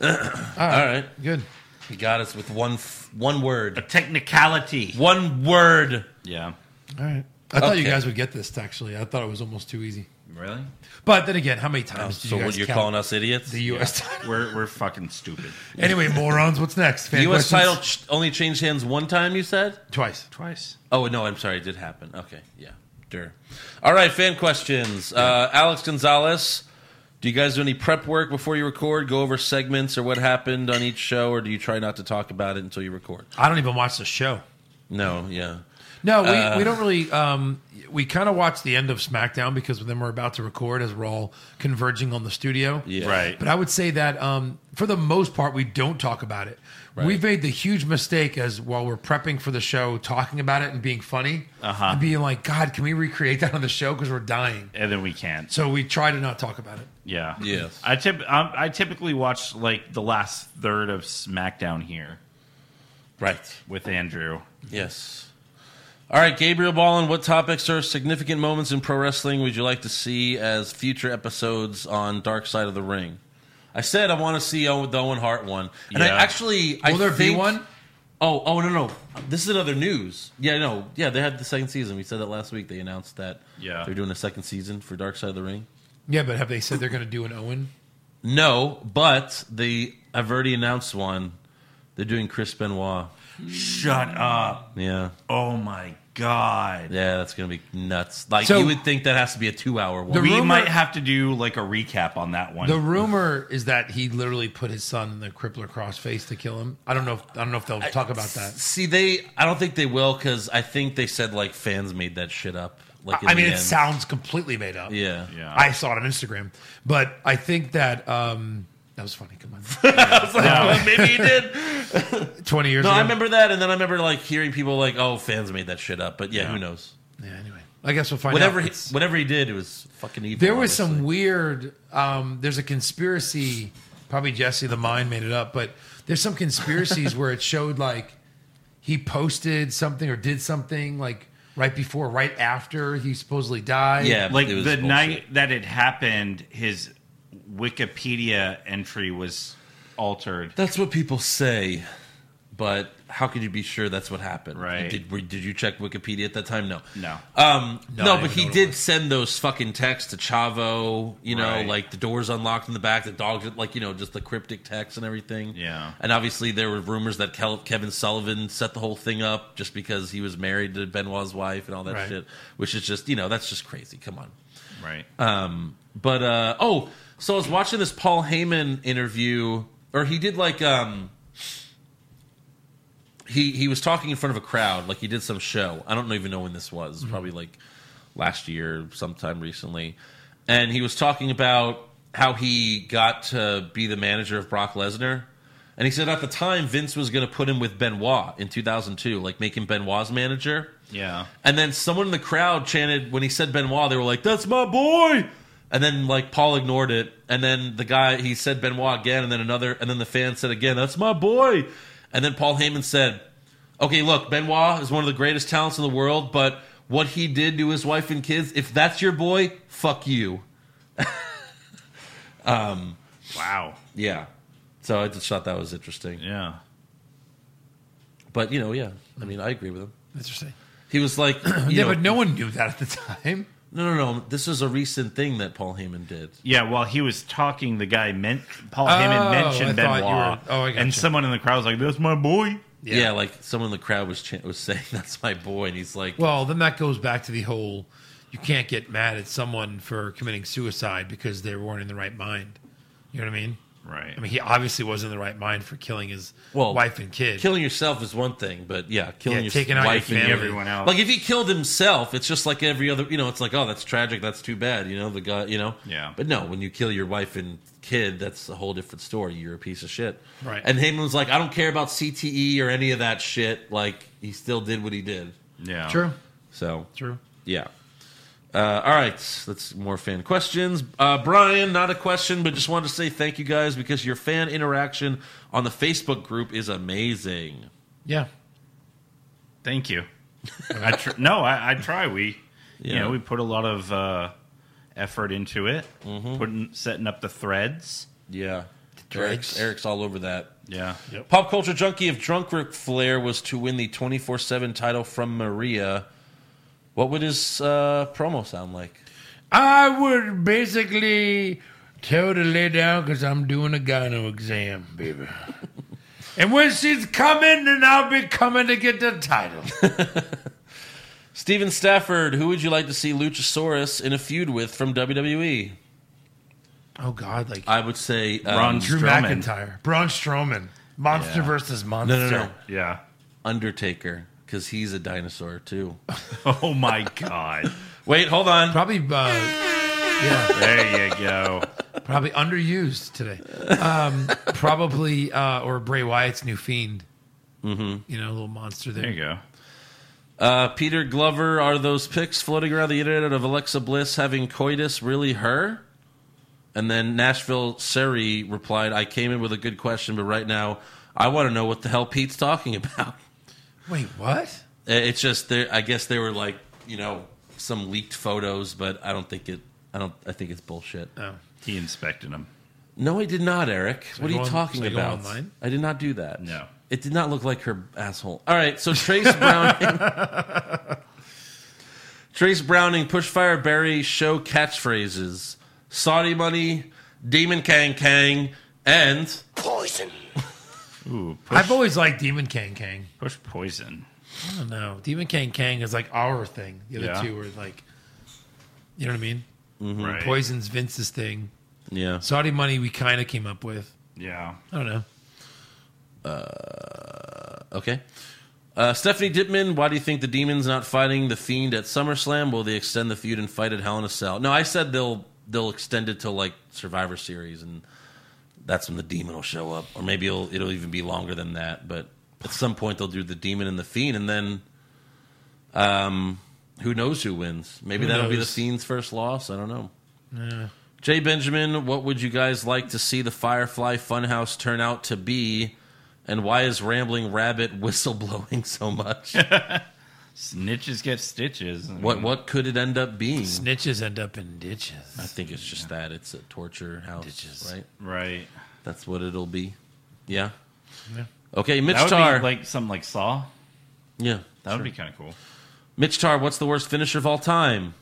All right. Good. You got us with one f- one word. A technicality. One word. Yeah. All right. I thought you Okay. guys would get this. Actually, I thought it was almost too easy. Really? But then again, how many times? did Oh, so Oh, you what guys you're count? calling us idiots? The U.S. We're we're fucking stupid. Anyway, morons. What's next? The U.S. questions? title ch- only changed hands one time. You said twice. Twice. Oh no, I'm sorry. It did happen. Okay, yeah. Dur. All right, fan questions. Uh, Alex Gonzalez, do you guys do any prep work before you record? Go over segments or what happened on each show, or do you try not to talk about it until you record? I don't even watch the show. No, yeah. No, we, Uh, we don't really. Um, we kind of watch the end of SmackDown because then we're about to record as we're all converging on the studio. Yeah. Right. But I would say that um, for the most part, we don't talk about it. Right. We've made the huge mistake as while we're prepping for the show, talking about it and being funny, Uh-huh. and being like, "God, can we recreate that on the show?" Because we're dying. And then we can't. So we try to not talk about it. Yeah. Yes. I tip. Um, I typically watch like the last third of SmackDown here. Right. With Andrew. Yes. All right, Gabriel Ballin, what topics or significant moments in pro wrestling would you like to see as future episodes on Dark Side of the Ring? I said I want to see Owen, the Owen Hart one, and Yeah. I actually I Will there be think, one? Oh, oh no, no. This is another news. Yeah, no, yeah. They had the second season. We said that last week. They announced that. Yeah. they're doing a second season for Dark Side of the Ring. Yeah, but have they said they're going to do an Owen? No, but they I've already announced one. They're doing Chris Benoit. Shut up. Yeah. Oh my god. Yeah, that's gonna be nuts. Like So- you would think that has to be a two-hour one. we might have to do like a recap on that one. The rumor is that he literally put his son in the crippler crossface to kill him. I don't know. If, I don't know if they'll talk about that. See, they. I don't think they will because I think they said like fans made that shit up. Like, in I I the mean, it end. sounds completely made up. Yeah. Yeah. I saw it on Instagram, but I think that um, that was funny. Come on, I was like, well, maybe you did. Twenty years. No, ago. I remember that, and then I remember like hearing people like, "Oh, fans made that shit up," but yeah, who knows? Yeah. Anyway, I guess we'll find whatever out. He, whatever he did, it was fucking evil. There was some weird. Um, there's a conspiracy. Probably Jesse the Mind made it up, but there's some conspiracies where it showed like he posted something or did something like right before, right after he supposedly died. like the night that it happened, his Wikipedia entry was altered. That's what people say, but how could you be sure that's what happened? Right? Did were- did you check Wikipedia at that time? No. No. Um, No, no, I but didn't he know what it did send those fucking texts to Chavo. You know, Right. like the doors unlocked in the back, the dogs, like you know, just the cryptic texts and everything. Yeah. And obviously, there were rumors that Kel- Kevin Sullivan set the whole thing up just because he was married to Benoit's wife and all that Right. shit, which is just you know that's just crazy. Come on. Right. Um, but uh, oh, so I was watching this Paul Heyman interview, or he did like um, he he was talking in front of a crowd, like he did some show. I don't even know when this was, Mhm. probably like last year, sometime recently, and he was talking about how he got to be the manager of Brock Lesnar. And he said at the time Vince was going to put him with Benoit in 2002, like make him Benoit's manager. Yeah. And then someone in the crowd chanted when he said Benoit, they were like, "That's my boy." And then like Paul ignored it, and then the guy he said Benoit again, and then another, and then the fan said again, "That's my boy." And then Paul Heyman said, "Okay, look, Benoit is one of the greatest talents in the world, but what he did to his wife and kids, if that's your boy, fuck you." um, wow. Yeah. So I just thought that was interesting. Yeah. But you know, yeah, I mean, I agree with him. Interesting. He was like, yeah, but no one knew that at the time. No, no, no. This is a recent thing that Paul Heyman did. Yeah, while he was talking, the guy meant Paul Oh, Heyman I mentioned thought Benoit, you were- oh, I and gotcha. someone in the crowd was like, "That's my boy." Yeah, like someone in the crowd was cha- was saying, "That's my boy," and he's like, Well, then that goes back to the whole you can't get mad at someone for committing suicide because they weren't in the right mind. You know what I mean? Right. I mean, he obviously wasn't in the right mind for killing his Well, wife and kid. Killing yourself is one thing, but yeah, killing Yeah, your taking out your wife and family. everyone Everyone else. else. Like if he killed himself, it's just like every other. You know, it's like oh, that's tragic. That's too bad. You know, the guy. You know. Yeah. But no, when you kill your wife and kid, that's a whole different story. You're a piece of shit. Right. And Heyman's like, I don't care about CTE or any of that shit. Like he still did what he did. Yeah. True. So True. Yeah. Uh, all right, that's more fan questions. Uh, Brian, not a question, but just wanted to say thank you guys because your fan interaction on the Facebook group is amazing. Yeah. Thank you. I tr- no, I, I try. We, you Yeah. know, we put a lot of uh, effort into it, Mm-hmm. putting setting up the threads. Yeah, threads. Eric's, Eric's all over that. Yeah. Pop culture junkie. If drunk Ric Flair was to win the twenty four seven title from Maria, what would his uh, promo sound like? I would basically tell her to lay down because I'm doing a gyno exam, baby. and when she's coming, then I'll be coming to get the title. Steven Stafford. Who would you like to see Luchasaurus in a feud with from WWE? Oh God, like I would say um, Drew McIntyre, Braun Strowman, Monster versus Monster. No, no, no. Yeah. Undertaker, because he's a dinosaur too. oh my god. Wait, hold on. Probably. Uh, yeah. There you go. Probably underused today. Um, probably uh, or Bray Wyatt's new fiend. Mm-hmm. You know, little monster there. There you go. Uh, Peter Glover, are those pics floating around the internet of Alexa Bliss having coitus really her? And then Nashville Seri replied, I came in with a good question, but right now I want to know what the hell Pete's talking about. Wait, what? Uh, It's just, there. I guess they were like, you know, some leaked photos, but I don't think it, I don't, I think it's bullshit. Oh. He inspected them. No, I did not, Eric. So what are I you go on- talking so I go about? online? I did not do that. No. It did not look like her asshole. All right, so Trace Browning. Trace Browning, Pushfire Barry, show catchphrases Saudi Money, Demon Kang Kang, and. Poison. Ooh, I've always liked Demon Kang Kang. Push poison. I don't know. Demon Kang Kang is like our thing. The other Yeah. two were like, you know what I mean? Mhm. Right. Poison's Vince's thing. Yeah. Saudi money we kind of came up with. Yeah. I don't know. Uh, okay. Uh, Stephanie Dittman, why do you think the Demon's not fighting the Fiend at SummerSlam? Will they extend the feud and fight at Hell in a Cell? No, I said they'll they'll extend it to like Survivor Series, and that's when the Demon will show up, or maybe it'll it'll even be longer than that. But at some point, they'll do the Demon and the Fiend, and then um, who knows who wins? Maybe Who that'll be the knows? Fiend's first loss. I don't know. Yeah. Jay Benjamin, what would you guys like to see the Firefly Funhouse turn out to be? And why is Rambling Rabbit whistleblowing so much? Snitches get stitches. what what could it end up being? Snitches end up in ditches. I think it's just that it's a torture house, right? Right. That's what it'll be. Yeah. Yeah. Okay, Mitch That would be Tar. like something like Saw. yeah, That would sure. be kind of cool. Mitch Tar. What's the worst finisher of all time?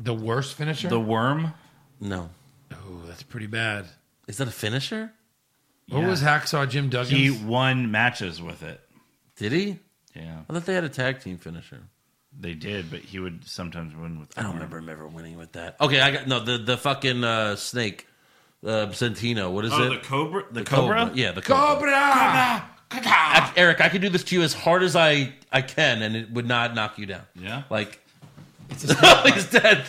The worst finisher? The worm. No. Oh, that's pretty bad. Is that a finisher? What was Hacksaw Jim Duggan's? He won matches with it. Did he? Yeah. I thought they had a tag team finisher. They did, but he would sometimes win with. I don't remember him ever winning with that. Okay, I got no the the fucking uh, snake, uh, Santino. What is Oh, it? the cobra- the cobra? Yeah, the cobra. Cobra! I- Eric, I could do this to you as hard as I I can, and it would not knock you down. Yeah. like he's dead.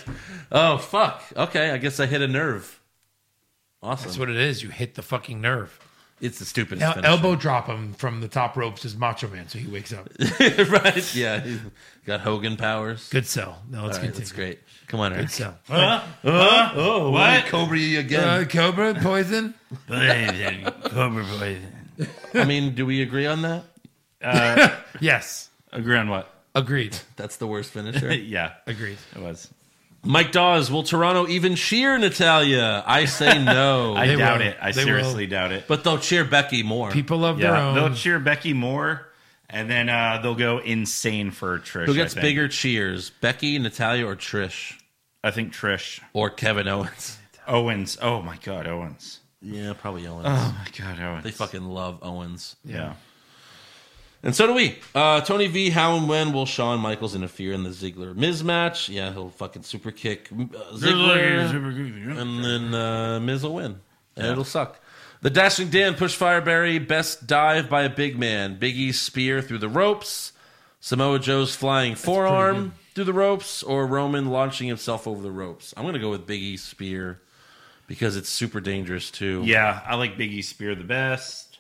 Oh fuck. Okay, I guess I hit a nerve. Awesome. That's what it is. You hit the fucking nerve. It's the stupidest. El- finisher. elbow drop him from the top ropes is Macho Man, so he wakes up. right? Yeah, he's got Hogan powers. Good sell. No, let's All right, continue. that's great. Come on, Good Eric. sell. Huh? Huh? Oh, what? Cobra you again? Uh, cobra poison. Cobra poison. Uh, I mean, do we agree on that? Uh, yes. Agree on what? Agreed. That's the worst finisher. yeah. Agreed. It was. Mike Dawes, will Toronto even cheer Natalia? I say no. I They doubt will. it. I They seriously will. doubt it. But they'll cheer Becky more. Yeah, They'll cheer Becky more, and then uh, they'll go insane for Trish. Who I gets think. bigger cheers, Becky, Natalia, or Trish? I think Trish or Kevin Owens. Owens. Oh my God, Owens. Yeah, probably Owens. Oh my God, Owens. They fucking love Owens. Yeah. And so do we. Uh, Tony V, how and when will Shawn Michaels interfere in the Ziggler Miz match? Yeah, he'll fucking super kick uh, Ziggler. Ziggler, And then uh, Miz will win. and it'll suck. The Dashing Dan push Fireberry, best dive by a big man. Biggie's spear through the ropes, Samoa Joe's flying forearm through the ropes, or Roman launching himself over the ropes. I'm going to go with Biggie's spear because it's super dangerous too. Yeah, I like Biggie Spear the best.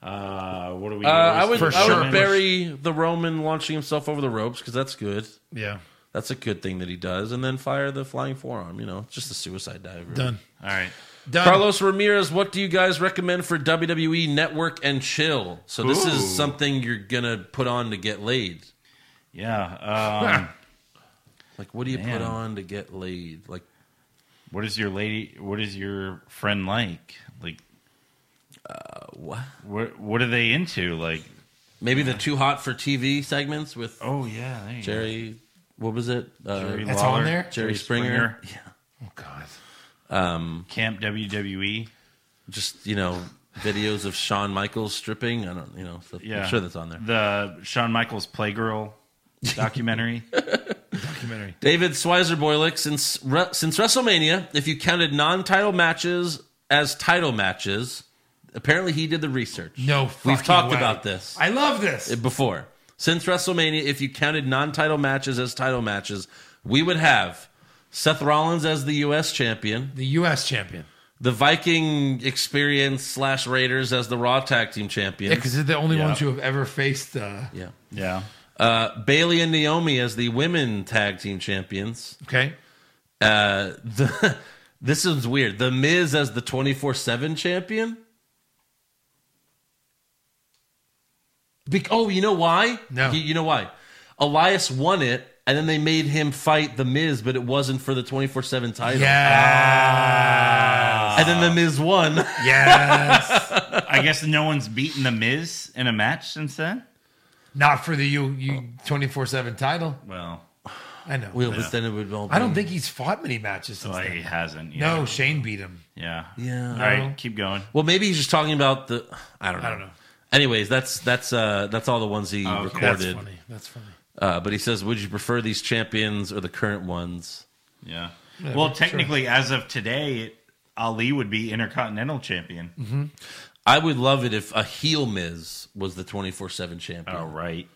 Uh, what do we? Uh, I would, For I sure. would bury the Roman launching himself over the ropes because that's good. Yeah. That's a good thing that he does. And then fire the flying forearm, you know, just a suicide dive. really. Done. All right. Done. Carlos Ramirez, what do you guys recommend for WWE Network and Chill? So this Ooh. is something you're going to put on to get laid. Yeah. Oh, Um, like, what do you man. put on to get laid? Like, What is your lady? What is your friend like? Like, uh, what? What What are they into? Like, maybe the too hot for TV segments with Oh yeah, there you go. Jerry. What was it? Uh, Jerry That's Lawler, on there? Jerry Jerry Springer. Springer. Yeah. Oh God. Um, Camp E. WWE. Just you know, videos of Shawn Michaels stripping. I don't, you know, stuff. Yeah, I'm sure that's on there. The Shawn Michaels Playgirl documentary. documentary. David Swizer Boylick, since re- since WrestleMania, if you counted non-title matches as title matches, apparently he did the research. No we've fucking talked way. about this. I love this. it before. Since WrestleMania, if you counted non-title matches as title matches, we would have Seth Rollins as the U.S. champion, the U.S. champion, the Viking Experience slash Raiders as the Raw Tag Team champions. Yeah, because they're the only Yeah. ones who have ever faced. Uh, Yeah. Yeah. Uh, Bailey and Naomi as the women tag team champions. Okay. Uh, the, this is weird. The Miz as the 24 7 champion. Bec oh, you know why? No. You, you know why? Elias won it, and then they made him fight The Miz, but it wasn't for the 24 7 title. Yes. And then The Miz won. Yes. I guess no one's beaten the Miz in a match since then. Not for the U U twenty four seven title. Well, I know. Well, but then it would all I don't be- think he's fought many matches since Well, then. he hasn't, No, Oh, yeah. Shane beat him. Yeah. Yeah. All right, keep going. Well, maybe he's just talking about the. I don't know. I don't know. Anyways, that's that's uh that's all the ones he Okay. recorded. That's funny. That's funny. Uh, but he says, "Would you prefer these champions or the current ones?" Yeah. Yeah, well, sure. technically, as of today, it, Ali would be Intercontinental Champion. Mhm. I would love it if a heel Miz was the twenty four seven champion. Oh, right.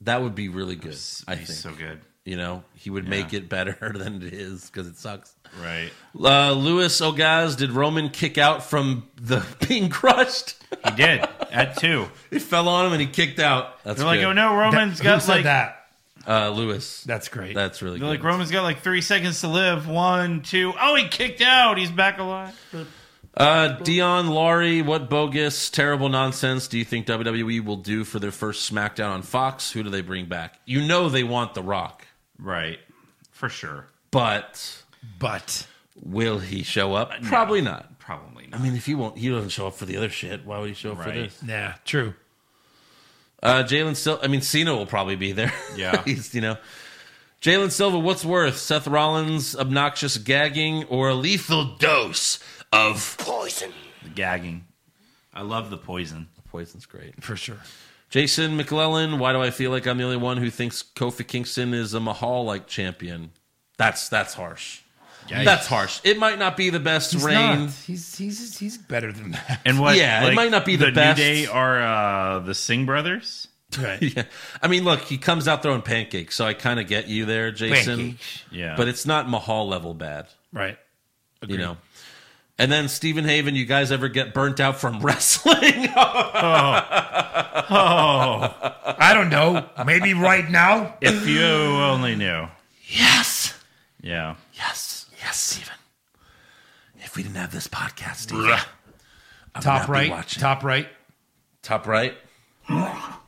That would be really good. I think he's so good. You know, he would Yeah. make it better than it is because it sucks. Right. Uh, Louis Ogaz, did Roman kick out from the being crushed? He did. That too. it fell on him and he kicked out. That's They're like, good. "Oh, no, Roman's That- who got, said like- that? Uh, Lewis. That's great. That's really They're good. like, Roman's got like three seconds to live. One, two. Oh, he kicked out. He's back alive. Uh, Dion Laurie, what bogus, terrible nonsense do you think WWE will do for their first SmackDown on Fox? Who do they bring back? You know they want The Rock, Right. For sure. but but will he show up? No. Probably not. Probably I mean, if he won't, he doesn't show up for the other shit. Why would he show up for Right. this? Yeah, true. Uh, Jalen Silva. I mean, Cena will probably be there. Yeah. he's you know. Jalen Silva, what's worth? Seth Rollins, obnoxious gagging, or a lethal dose of poison? The gagging. I love the poison. The poison's great. For sure. Jason McClellan, why do I feel like I'm the only one who thinks Kofi Kingston is a Mahal like champion? That's that's harsh. Yikes. That's harsh. It might not be the best He's reign. not. He's he's he's better than that. And what? Yeah, it like, might not be the best. New Day are uh, the Singh brothers. Right. yeah. I mean, look, he comes out throwing pancakes, so I kind of get you there, Jason. Pancakes. Yeah. But it's not Mahal level bad. Right. You know. And then Stephen Haven, you guys ever get burnt out from wrestling? Oh, I don't know. Maybe right now. if you only knew. Yes. Yeah. Yes. Yes, Steven. If we didn't have this podcast, Steven, Bruh. I would not Top be right. watching. Top right. Top right.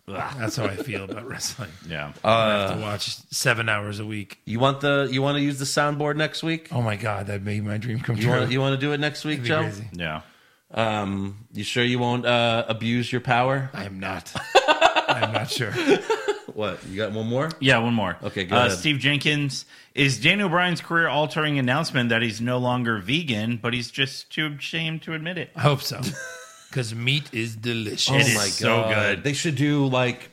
That's how I feel about wrestling. Yeah. Uh, I have to watch seven hours a week. You want the you want to use the soundboard next week? Oh my god, that made my dream come You true. want you want to do it next week, That'd be Joe? crazy. Yeah. Um, you sure you won't uh, abuse your power? I am not. I'm not sure. What you got? One more? Yeah, one more. Okay, go Uh, ahead. Steve Jenkins is Dan O'Brien's career altering announcement that he's no longer vegan, but he's just too ashamed to admit it. I hope so. Because meat is delicious. Oh my god, They should do like,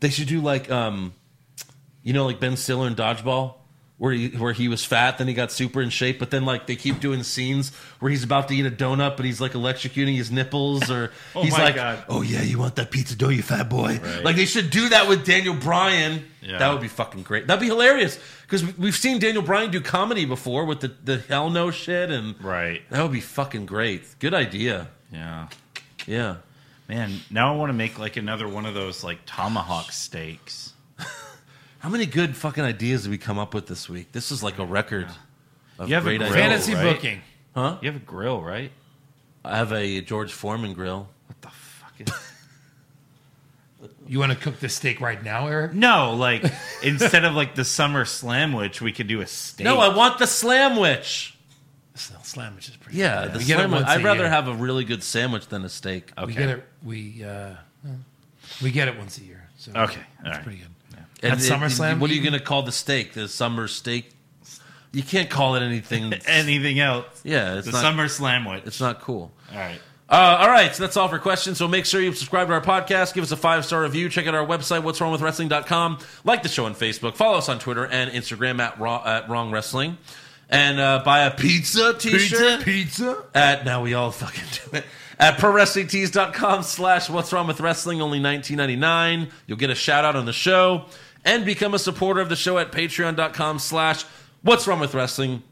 they should do like um, you know, like Ben Stiller in Dodgeball. where he where he was fat, then he got super in shape, but then like they keep doing scenes where he's about to eat a donut, but he's like electrocuting his nipples, or Oh he's my like, God. "Oh yeah, you want that pizza dough, you fat boy?" Right. Like they should do that with Daniel Bryan. Yeah. That would be fucking great. That'd be hilarious because we've seen Daniel Bryan do comedy before with the the hell no shit, and right. That would be fucking great. Good idea. Yeah. Yeah. Man, now I want to make like another one of those like tomahawk steaks. How many good fucking ideas did we come up with this week? This is like a record. Of You have a great grill, ideas. Fantasy right? booking. huh? You have a grill, right? I have a George Foreman grill. What the fuck? Is- You want to cook the steak right now, Eric? No, like instead of like the summer slam, which we could do a steak. no, I want the slamwich. Sandwich is pretty. Yeah, good. the We get it slamwich. once a I'd rather year. have a really good sandwich than a steak. We get it. We uh, we get it once a year. So Okay, all that's right. pretty good. And At it- SummerSlam, What are you going to call the steak? The summer steak? You can't call it anything. anything else. Yeah, it's the not- summer slamwich. It's not cool. All right. Uh, all right, so that's all for questions. So make sure you subscribe to our podcast, give us a five star review, check out our website, what's wrong with wrestling.com, like the show on Facebook, follow us on Twitter and Instagram at, raw, at Wrong Wrestling, and uh, buy a pizza t shirt. Pizza? At now we all fucking do it. At prowrestlingtees.com slash what's wrong with wrestling, only nineteen ninety nine. You'll get a shout out on the show. And become a supporter of the show at patreon.com slash what's wrong with wrestling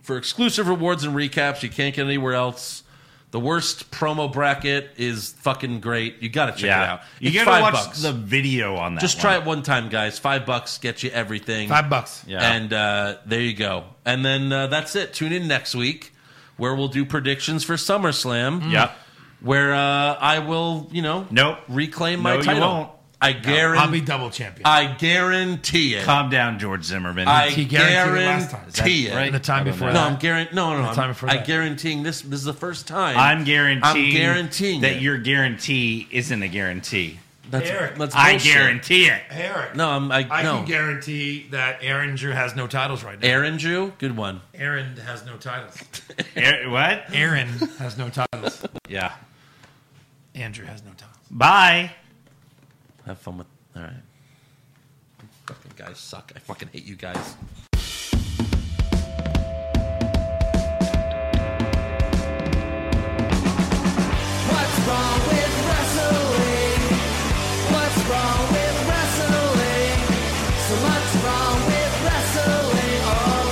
for exclusive rewards and recaps you can't get anywhere else. The worst promo bracket is fucking great. You gotta check Yeah. it out. You It's gotta five watch bucks. the video on that. Just one. try it one time, guys. Five bucks get you everything. Five bucks. Yeah. And uh, there you go. And then uh, that's it. Tune in next week where we'll do predictions for SummerSlam. Yep. Where uh, I will, you know, nope. reclaim my No, you title. won't. I No. guarantee. I'll be double champion. I guarantee it. Calm down, George Zimmerman. I He guaranteed it last time. Is that guarantee it. right? And the time I don't before no, know. I'm guaranteeing. No, no, And no. the time I'm, before I that. guarantee this. This is the first time. I'm guaranteeing. I'm guaranteeing that it. your guarantee isn't a guarantee. That's- Eric. that's I bullshit. guarantee it. Eric. No, I'm. I, I no. can guarantee that Aaron Drew has no titles right now. Aaron Drew, good one. Aaron has no titles. Eh, what? Aaron has no titles. Yeah. Andrew has no titles. Bye. Have fun with. All right. Fucking guys suck. I fucking hate you guys. What's wrong with wrestling? What's wrong with wrestling? So much wrong with wrestling. Oh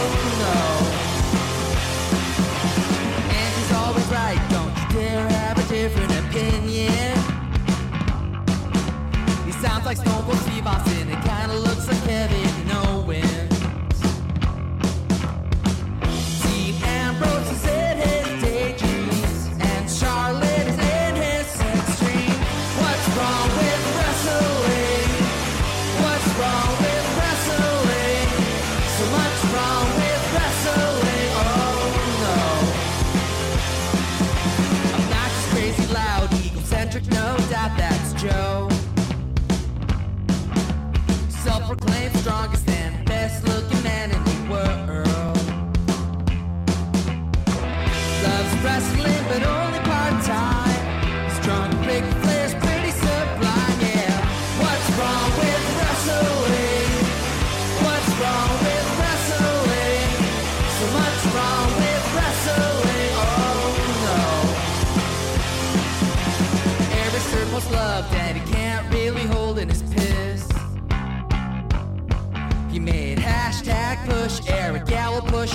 no. And she's always right. Don't you dare have a different opinion. He sounds like Stone Cold Steve Austin. It kinda looks like Kevin Owens. Dean Ambrose is in his daydreams, and Charlotte is in his sex dream. What's wrong with wrestling? What's wrong with wrestling? So much wrong with wrestling. Oh no. Obnoxious, crazy, loud, egocentric, no doubt that's Joe. Self-proclaimed strongest and best-looking man in the world. Loves wrestling, but only part time. Strong big players, pretty sublime, yeah. What's wrong with wrestling? What's wrong with wrestling? So much wrong with wrestling, oh no. Every circle's love that he can't really hold in his piss. He made hashtag push Eric Gallo push